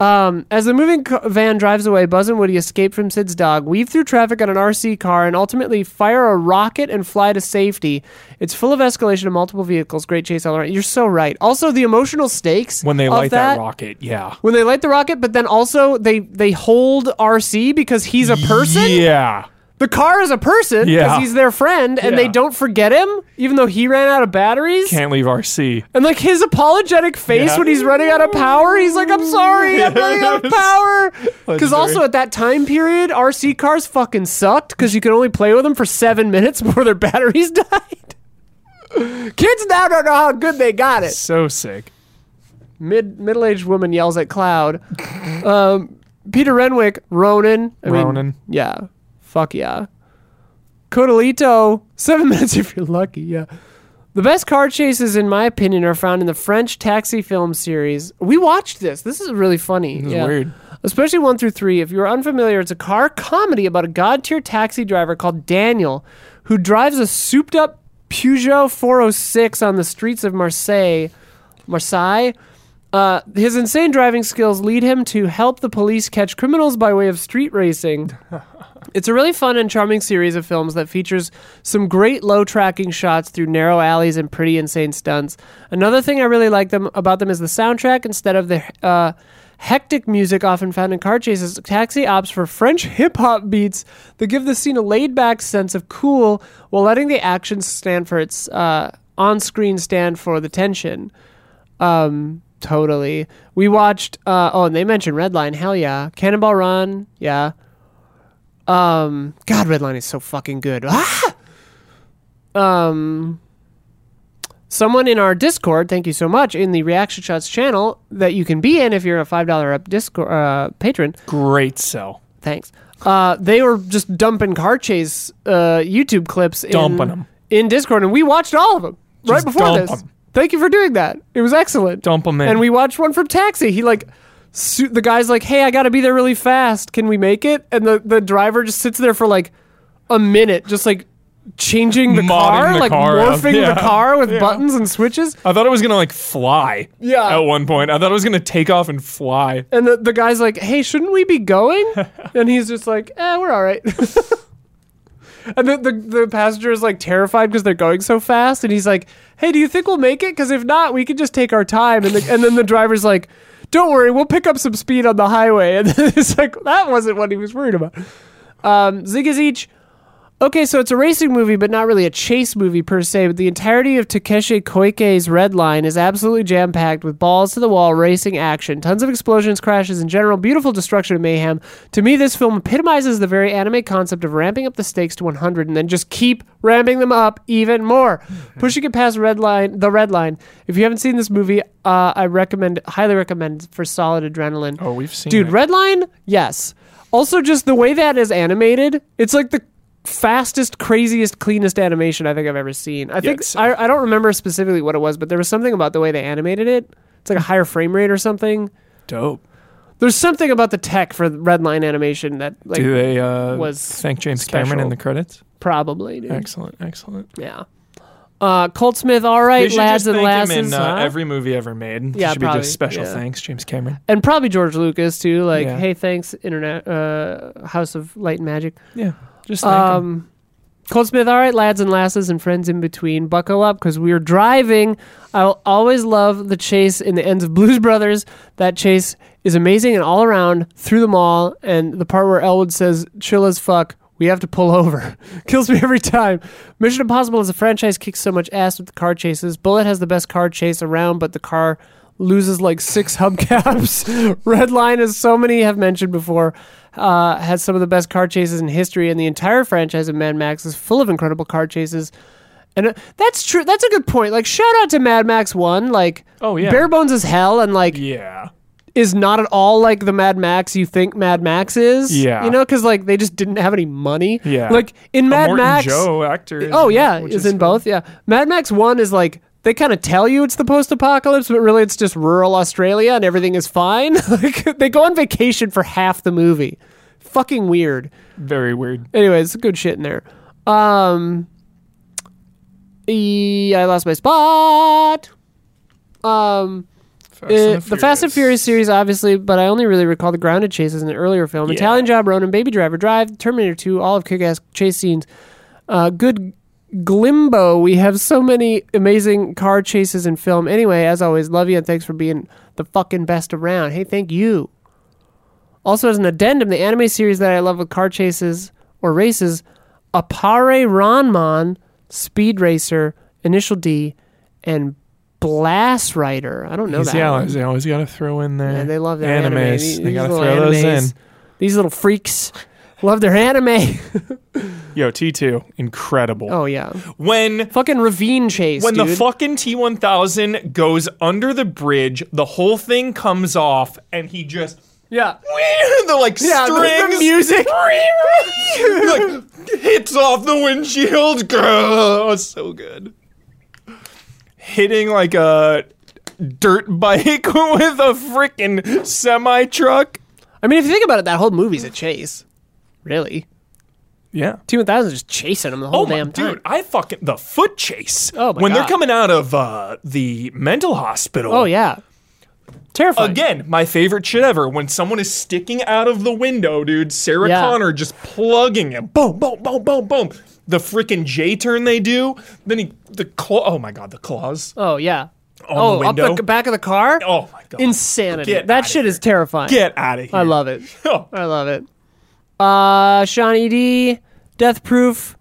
Speaker 1: Um, as the moving ca- van drives away, Buzz and Woody escape from Sid's dog, weave through traffic on an RC car, and ultimately fire a rocket and fly to safety. It's full of escalation of multiple vehicles. Great chase all around. You're so right. Also, the emotional stakes
Speaker 2: when they
Speaker 1: of
Speaker 2: light that,
Speaker 1: that
Speaker 2: rocket yeah
Speaker 1: when they light the rocket, but then also they they hold RC because he's a person.
Speaker 2: yeah
Speaker 1: The car is a person because
Speaker 2: Yeah.
Speaker 1: he's their friend, and they
Speaker 2: Yeah.
Speaker 1: don't forget him, even though he ran out of batteries.
Speaker 2: can't leave RC
Speaker 1: And like his apologetic face
Speaker 2: Yeah.
Speaker 1: when he's running out of power, he's like, "I'm sorry, I'm running out of
Speaker 2: Yes.
Speaker 1: power." Because
Speaker 2: Legendary.
Speaker 1: also at that time period, RC cars fucking sucked because you could only play with them for seven minutes before their batteries died. Kids now don't know how good they got it
Speaker 2: so sick
Speaker 1: mid middle aged woman yells at Cloud. Um, Peter Renwick, Ronan. I mean,
Speaker 2: Ronan.
Speaker 1: yeah. Fuck yeah. Codalito, seven minutes if you're lucky, yeah. The best car chases, in my opinion, are found in the French taxi film series. We watched this. This is really funny.
Speaker 2: it was
Speaker 1: yeah.
Speaker 2: weird
Speaker 1: Especially one through three. If you're unfamiliar, it's a car comedy about a god tier taxi driver called Daniel who drives a souped up Peugeot 406 on the streets of Marseille. Marseille. Uh, his insane driving skills lead him to help the police catch criminals by way of street racing. It's a really fun and charming series of films that features some great low tracking shots through narrow alleys and pretty insane stunts. Another thing I really like them about them is the soundtrack. Instead of the uh, hectic music often found in car chases, Taxi opts for French hip hop beats that give the scene a laid back sense of cool while letting the action stand for its uh, on screen stand for the tension. Um, totally. We watched. Uh, oh, and they mentioned Redline. Hell yeah, Cannonball Run. Yeah. Um, God, Redline is so fucking good. Ah! Um, someone in our Discord, thank you so much, in the Reaction Shots channel that you can be in if you're a five dollar up Discord uh, patron.
Speaker 2: great sell
Speaker 1: Thanks. Uh, they were just dumping car chase uh, YouTube clips in
Speaker 2: Dumping 'em.
Speaker 1: in Discord, and we watched all of them right
Speaker 2: Just
Speaker 1: before
Speaker 2: dump
Speaker 1: this.
Speaker 2: 'em.
Speaker 1: Thank you for doing that. It was excellent.
Speaker 2: dump them in
Speaker 1: And we watched one from Taxi. He like su- the guy's like, "Hey, I got to be there really fast. Can we make it?" And the the driver just sits there for like a minute, just like changing the
Speaker 2: Modding
Speaker 1: car,
Speaker 2: the
Speaker 1: like
Speaker 2: car up.
Speaker 1: morphing
Speaker 2: Yeah.
Speaker 1: the car with buttons and switches.
Speaker 2: I thought it was gonna like fly
Speaker 1: Yeah.
Speaker 2: at one point I thought it was gonna take off and fly
Speaker 1: And the, the guy's like, "Hey, shouldn't we be going?" and he's just like, "Eh, we're all right." and the, the the passenger is like terrified because they're going so fast, and he's like, "Hey, do you think we'll make it? Because if not, we could just take our time." And the, and then the driver's like, "Don't worry, we'll pick up some speed on the highway." And it's like that wasn't what he was worried about. Um, Zig is each. Okay, so it's a racing movie, but not really a chase movie per se. But the entirety of Takeshi Koike's Red Line is absolutely jam packed with balls to the wall racing action, tons of explosions, crashes, and general beautiful destruction and mayhem. To me, this film epitomizes the very anime concept of ramping up the stakes to 100 and then just keep ramping them up even more, pushing it past red line, the red line. If you haven't seen this movie, uh, I recommend, highly recommend for solid adrenaline.
Speaker 2: Oh, we've seen
Speaker 1: Dude,
Speaker 2: it.
Speaker 1: Redline, yes. Also, just the way that is animated, it's like the fastest, craziest, cleanest animation I think I've ever seen. I think
Speaker 2: Yikes.
Speaker 1: I, I don't remember specifically what it was, but there was something about the way they animated it. It's like a higher frame rate or something.
Speaker 2: dope.
Speaker 1: There's something about the tech for Redline animation that, like,
Speaker 2: Do they uh,
Speaker 1: was
Speaker 2: thank James Cameron
Speaker 1: special.
Speaker 2: in the credits?
Speaker 1: probably, dude.
Speaker 2: Excellent, excellent.
Speaker 1: Yeah. Uh, Colt Smith, all
Speaker 2: They
Speaker 1: right,
Speaker 2: should
Speaker 1: lads
Speaker 2: just
Speaker 1: and
Speaker 2: thank
Speaker 1: lasses,
Speaker 2: him in uh,
Speaker 1: huh?
Speaker 2: every movie ever made.
Speaker 1: Yeah,
Speaker 2: should be
Speaker 1: probably,
Speaker 2: just special
Speaker 1: yeah.
Speaker 2: thanks, James Cameron.
Speaker 1: and probably George Lucas too. Like,
Speaker 2: Yeah.
Speaker 1: hey, thanks, Internet, uh, House of Light and Magic.
Speaker 2: Yeah, just thank him.
Speaker 1: Um, Cold Smith, all right, lads and lasses and friends in between, buckle up because we're driving. I'll always love the chase in the ends of Blues Brothers. That chase is amazing and all around through the mall. And the part where Elwood says, chill as fuck, we have to pull over. Kills me every time. Mission Impossible as a franchise kicks so much ass with the car chases. Bullet has the best car chase around, but the car loses like six hubcaps. Red Line, as so many have mentioned before, uh, has some of the best car chases in history, and the entire franchise of Mad Max is full of incredible car chases. And uh, that's true. That's a good point. Like, shout out to Mad Max One. Like,
Speaker 2: Oh, yeah.
Speaker 1: bare bones as hell, and like
Speaker 2: Yeah,
Speaker 1: is not at all like the Mad Max you think Mad Max is.
Speaker 2: Yeah.
Speaker 1: you know, because like they just didn't have any money.
Speaker 2: Yeah.
Speaker 1: like in Mad
Speaker 2: Morton
Speaker 1: Max,
Speaker 2: Joe actor. is
Speaker 1: Oh
Speaker 2: in it,
Speaker 1: yeah,
Speaker 2: which
Speaker 1: is, in both. Yeah, Mad Max One is like they kind of tell you it's the post-apocalypse, but really it's just rural Australia and everything is fine. like they go on vacation for half the movie. Fucking weird.
Speaker 2: very weird.
Speaker 1: Anyways, good shit in there. Um, e- I lost my spot. Um.
Speaker 2: Fast
Speaker 1: Uh, the Fast and Furious series, obviously, but I only really recall the grounded chases in the earlier film. Italian Job, Ronin, Baby Driver, Drive, Terminator 2, all of kick-ass chase scenes. Uh, good Glimbo. We have so many amazing car chases in film. Anyway, as always, love you and thanks for being the fucking best around. Hey, thank you. Also, as an addendum, the anime series that I love with car chases or races, Apare Ranman, Speed Racer, Initial D, and Blast Rider. I don't know
Speaker 2: He's
Speaker 1: that.
Speaker 2: the
Speaker 1: one.
Speaker 2: allies. They always got to throw in there.
Speaker 1: Yeah, they love their anime.
Speaker 2: Uh, animes.
Speaker 1: These-
Speaker 2: They got to
Speaker 1: these
Speaker 2: throw
Speaker 1: little
Speaker 2: those
Speaker 1: animes.
Speaker 2: in.
Speaker 1: These little freaks love their anime.
Speaker 2: Yo, T two, incredible.
Speaker 1: oh yeah,
Speaker 2: When
Speaker 1: fucking ravine chase.
Speaker 2: when
Speaker 1: dude.
Speaker 2: the fucking T one thousand goes under the bridge, the whole thing comes off, and he just
Speaker 1: yeah,
Speaker 2: the like
Speaker 1: yeah, the-
Speaker 2: strings.
Speaker 1: the music.
Speaker 2: like hits off the windshield. Girl, so good. Hitting like a dirt bike with a freaking semi truck.
Speaker 1: I mean, if you think about it, that whole movie's a chase. Really,
Speaker 2: Yeah.
Speaker 1: T one thousand is just chasing them the whole
Speaker 2: Oh my
Speaker 1: damn time.
Speaker 2: dude, I fucking the foot chase.
Speaker 1: Oh my
Speaker 2: when
Speaker 1: God.
Speaker 2: they're coming out of uh, the mental hospital.
Speaker 1: Oh yeah, terrifying.
Speaker 2: Again, my favorite shit ever. When someone is sticking out of the window, dude, Sarah
Speaker 1: Yeah.
Speaker 2: Connor just plugging him. Boom, boom, boom, boom, boom. The freaking J turn they do. Then he, the claw. Oh my god, the claws.
Speaker 1: Oh yeah.
Speaker 2: On
Speaker 1: oh,
Speaker 2: the
Speaker 1: up
Speaker 2: window.
Speaker 1: the back of the car.
Speaker 2: Oh my god.
Speaker 1: Insanity.
Speaker 2: Get
Speaker 1: that
Speaker 2: outta
Speaker 1: shit is terrifying.
Speaker 2: Get out of here.
Speaker 1: I love it.
Speaker 2: Oh,
Speaker 1: I love it. Uh, Shawnee D, Death Proof,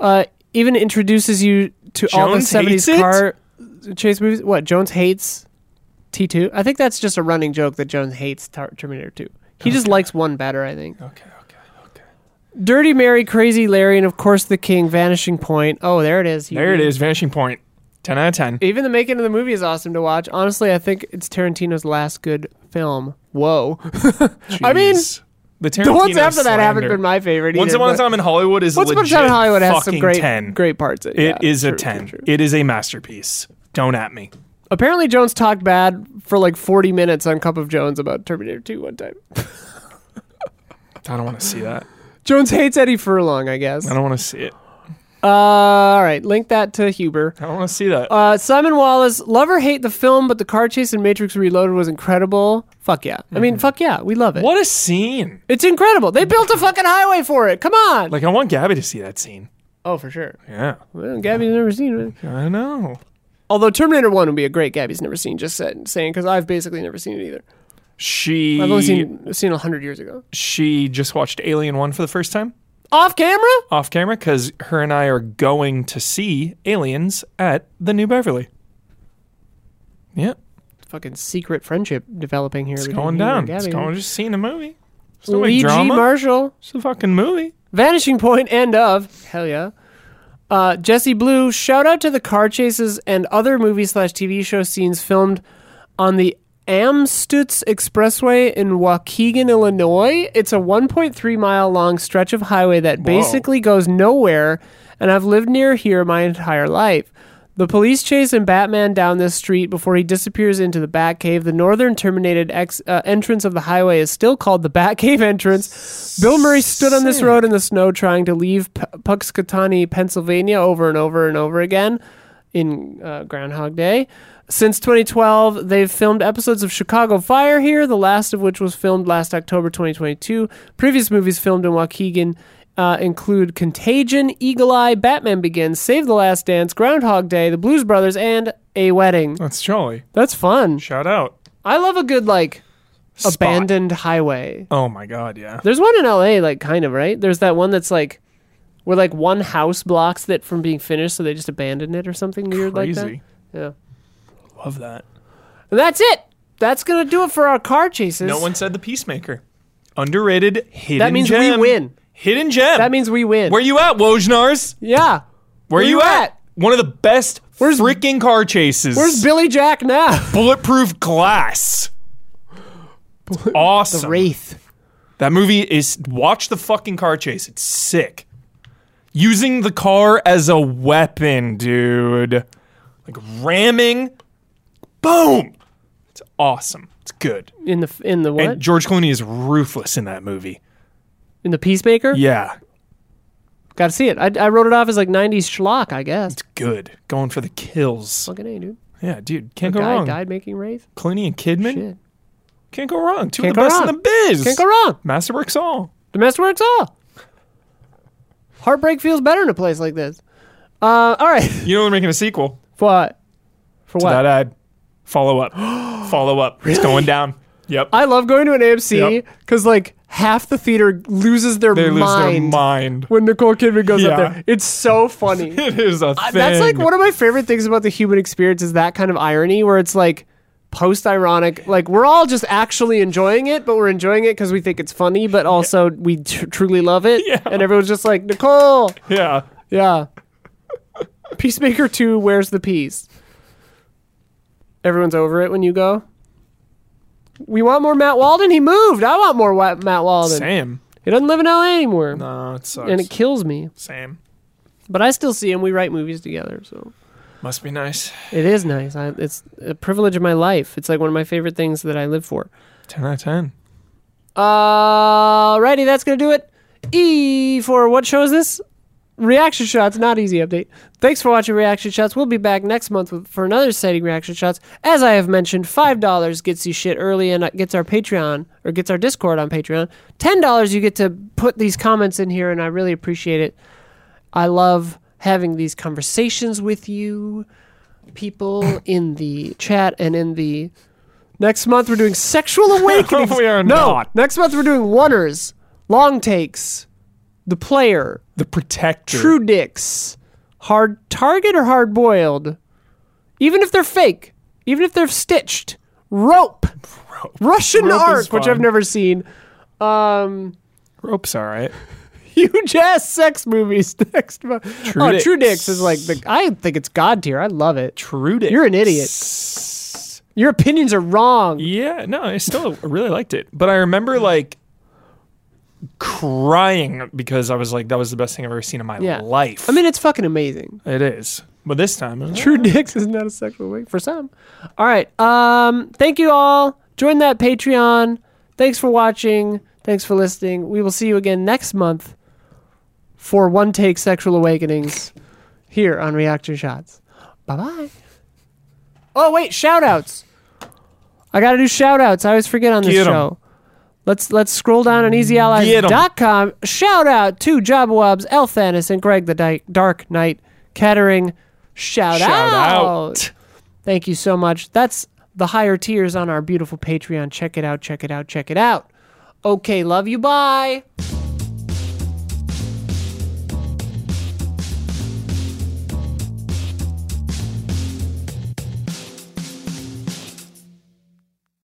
Speaker 1: uh, even introduces you to all the
Speaker 2: Jones
Speaker 1: 70s
Speaker 2: hates it?
Speaker 1: car chase movies. What, Jones hates T2? I think that's just a running joke that Jones hates Tar- Terminator 2. He just likes one better, I think.
Speaker 2: okay, okay, okay.
Speaker 1: Dirty Mary, Crazy Larry, and of course the King, Vanishing Point. Oh, there it is. You-
Speaker 2: There it is. Vanishing point. Ten out of ten.
Speaker 1: Even the making of the movie is awesome to watch. Honestly, I think it's Tarantino's last good film. Whoa. I mean,
Speaker 2: Jeez.
Speaker 1: the
Speaker 2: the, Tarantino
Speaker 1: ones after that haven't
Speaker 2: slander.
Speaker 1: been my favorite.
Speaker 2: Once
Speaker 1: either,
Speaker 2: upon a
Speaker 1: but-
Speaker 2: time in Hollywood is
Speaker 1: Once Upon a
Speaker 2: legit
Speaker 1: Time in Hollywood has some
Speaker 2: fucking
Speaker 1: great,
Speaker 2: ten.
Speaker 1: great parts. It
Speaker 2: It is a
Speaker 1: true, true,
Speaker 2: 10.
Speaker 1: true.
Speaker 2: It is a masterpiece. Don't at me.
Speaker 1: Apparently, Jones talked bad for like 40 minutes on Cup of Jones about Terminator 2 one time.
Speaker 2: I don't want to see that.
Speaker 1: Jones hates Eddie Furlong, I guess.
Speaker 2: I don't want to see it.
Speaker 1: Uh, all right, link that to Huber.
Speaker 2: I don't want to see that.
Speaker 1: Uh, Simon Wallace, love or hate the film, but the car chase in Matrix Reloaded was incredible. Fuck yeah. I mean, fuck yeah. We love it.
Speaker 2: Mm-hmm. what a scene.
Speaker 1: It's incredible. They built a fucking highway for it. Come on.
Speaker 2: Like, I want Gabby to see that scene.
Speaker 1: oh, for sure.
Speaker 2: Yeah.
Speaker 1: Well, Gabby's never seen it.
Speaker 2: I know.
Speaker 1: Although Terminator 1 would be a great Gabby's never seen, just said- saying, because I've basically never seen it either.
Speaker 2: She
Speaker 1: I've only seen seen a hundred years ago.
Speaker 2: she just watched Alien 1 for the first time.
Speaker 1: Off camera?
Speaker 2: off camera because her and I are going to see aliens at the New Beverly. Yeah,
Speaker 1: Fucking secret friendship developing here.
Speaker 2: it's
Speaker 1: between
Speaker 2: going
Speaker 1: you and
Speaker 2: down. It's
Speaker 1: Gabby.
Speaker 2: going just seeing a movie. It's no big
Speaker 1: Lee G.
Speaker 2: drama.
Speaker 1: Marshall.
Speaker 2: it's a fucking movie.
Speaker 1: Vanishing Point, end of. Hell yeah. Uh, Jesse Blue, shout out to the car chases and other movie slash TV show scenes filmed on the Amstutz Expressway in Waukegan, Illinois. It's a 1.3 mile long stretch of highway that basically goes nowhere, and I've lived near here my entire life. The police chase and Batman down this street before he disappears into the Batcave. The northern terminated ex- uh, entrance of the highway is still called the Batcave entrance. Bill Murray stood on this road in the snow trying to leave P- Puxcatawney, Pennsylvania over and over and over again in uh, Groundhog Day. Since 2012, they've filmed episodes of Chicago Fire here, the last of which was filmed last October 2022. Previous movies filmed in Waukegan uh, include Contagion, Eagle Eye, Batman Begins, Save the Last Dance, Groundhog Day, The Blues Brothers, and A Wedding.
Speaker 2: That's jolly.
Speaker 1: That's fun.
Speaker 2: Shout out.
Speaker 1: I love a good, like,
Speaker 2: Spot.
Speaker 1: abandoned highway.
Speaker 2: Oh my god, yeah.
Speaker 1: There's one in LA, like, kind of, right? There's that one that's like. Where like one house blocks that from being finished, so they just abandoned it or something weird like
Speaker 2: Crazy.
Speaker 1: that. Yeah.
Speaker 2: Love that.
Speaker 1: And that's it. That's gonna do it for our car chases.
Speaker 2: No one said the Peacemaker. Underrated hidden
Speaker 1: That means we
Speaker 2: gem.
Speaker 1: win.
Speaker 2: Hidden gem.
Speaker 1: that means we win.
Speaker 2: Where you at, Wojnars?
Speaker 1: yeah.
Speaker 2: Where, you at? One of the best
Speaker 1: Where's-
Speaker 2: freaking car chases.
Speaker 1: Where's Billy Jack now?
Speaker 2: bulletproof glass? It's awesome.
Speaker 1: Wraith.
Speaker 2: That movie is watch the fucking car chase. It's sick. Using the car as a weapon, dude. Like ramming. Boom. It's awesome. It's good.
Speaker 1: In the in the what?
Speaker 2: And George Clooney is ruthless in that movie.
Speaker 1: in the Peacemaker?
Speaker 2: Yeah.
Speaker 1: Gotta see it. I, I wrote it off as like '90s schlock, I guess.
Speaker 2: It's good. Going for the kills.
Speaker 1: Fucking a, dude.
Speaker 2: Yeah, dude. Can't go
Speaker 1: Guy
Speaker 2: wrong.
Speaker 1: died making Wraith.
Speaker 2: Clooney and Kidman.
Speaker 1: Shit.
Speaker 2: Can't go wrong. 2
Speaker 1: Can't
Speaker 2: of the
Speaker 1: go
Speaker 2: best
Speaker 1: wrong.
Speaker 2: in the biz.
Speaker 1: Can't go wrong.
Speaker 2: Masterworks all.
Speaker 1: The master works all. Heartbreak feels better in a place like this. Uh, all right.
Speaker 2: You know they're making a sequel
Speaker 1: For what? For
Speaker 2: to
Speaker 1: what?
Speaker 2: that ad. Follow up. Follow up. It's going down. Yep.
Speaker 1: I love going to an AMC because like half the theater loses their
Speaker 2: they
Speaker 1: mind.
Speaker 2: lose their mind.
Speaker 1: when Nicole Kidman goes up
Speaker 2: Yeah.
Speaker 1: there. It's so funny.
Speaker 2: It is a thing.
Speaker 1: That's like one of my favorite things about the human experience is that kind of irony where it's like post ironic. Like we're all just actually enjoying it, but we're enjoying it because we think it's funny, but also we tr- truly love it.
Speaker 2: Yeah.
Speaker 1: And everyone's just like, Nicole.
Speaker 2: Yeah.
Speaker 1: Yeah. Peacemaker 2, where's the peace? Everyone's over it when you go. We want more Matt Walden. He moved. I want more Wa- Matt Walden.
Speaker 2: Sam.
Speaker 1: He doesn't live in LA anymore.
Speaker 2: No, it sucks.
Speaker 1: And it kills me.
Speaker 2: Sam.
Speaker 1: But I still see him. We write movies together, so
Speaker 2: Must be nice.
Speaker 1: it is nice. I, it's a privilege of my life. It's like one of my favorite things that I live for.
Speaker 2: 10 out of 10.
Speaker 1: Alrighty, that's gonna do it. E for what show is this? Reaction shots, not easy update. Thanks for watching Reaction Shots. We'll be back next month with, for another exciting Reaction Shots. As I have mentioned, five dollars gets you shit early and uh, gets our Patreon or gets our Discord on Patreon. Ten dollars you get to put these comments in here, and I really appreciate it. I love having these conversations with you, people in the chat and in the. Next month we're doing sexual awakenings.
Speaker 2: We are
Speaker 1: no,
Speaker 2: not.
Speaker 1: Next month we're doing oneers, long takes, the player,
Speaker 2: The Protector.
Speaker 1: true dicks, hard target or hard boiled. Even if they're fake, even if they're stitched, rope, Russian
Speaker 2: Rope is
Speaker 1: arc, which I've
Speaker 2: fun.
Speaker 1: never seen.
Speaker 2: Rope's all right.
Speaker 1: huge ass sex movies next month.
Speaker 2: True
Speaker 1: oh,
Speaker 2: Dicks.
Speaker 1: True Dicks is like the. I think it's god tier. I love it.
Speaker 2: True
Speaker 1: You're an idiot. Your opinions are wrong.
Speaker 2: Yeah, no, I still really liked it. But I
Speaker 1: Mm.
Speaker 2: remember like crying because I was like, that was the best thing I've ever seen in my
Speaker 1: Yeah.
Speaker 2: life.
Speaker 1: I mean, it's fucking amazing.
Speaker 2: it is. But this time, it was,
Speaker 1: True Dicks is not a sexual wink for some. All right. Um. Thank you all. Join that Patreon. Thanks for watching. Thanks for listening. We will see you again next month for One Take Sexual Awakenings here on Reaction Shots. Bye bye. Oh wait, shout outs. I gotta do shout outs. I always forget on this
Speaker 2: Get 'em.
Speaker 1: show. Let's let's scroll down on easyallies.com. Shout out to Job Wobbs, El Thanis, and Greg the Di- Dark Knight Kettering. Shout,
Speaker 2: shout
Speaker 1: out.
Speaker 2: out.
Speaker 1: Thank you so much. That's the higher tiers on our beautiful Patreon. Check it out, check it out, check it out. Okay, love you. Bye.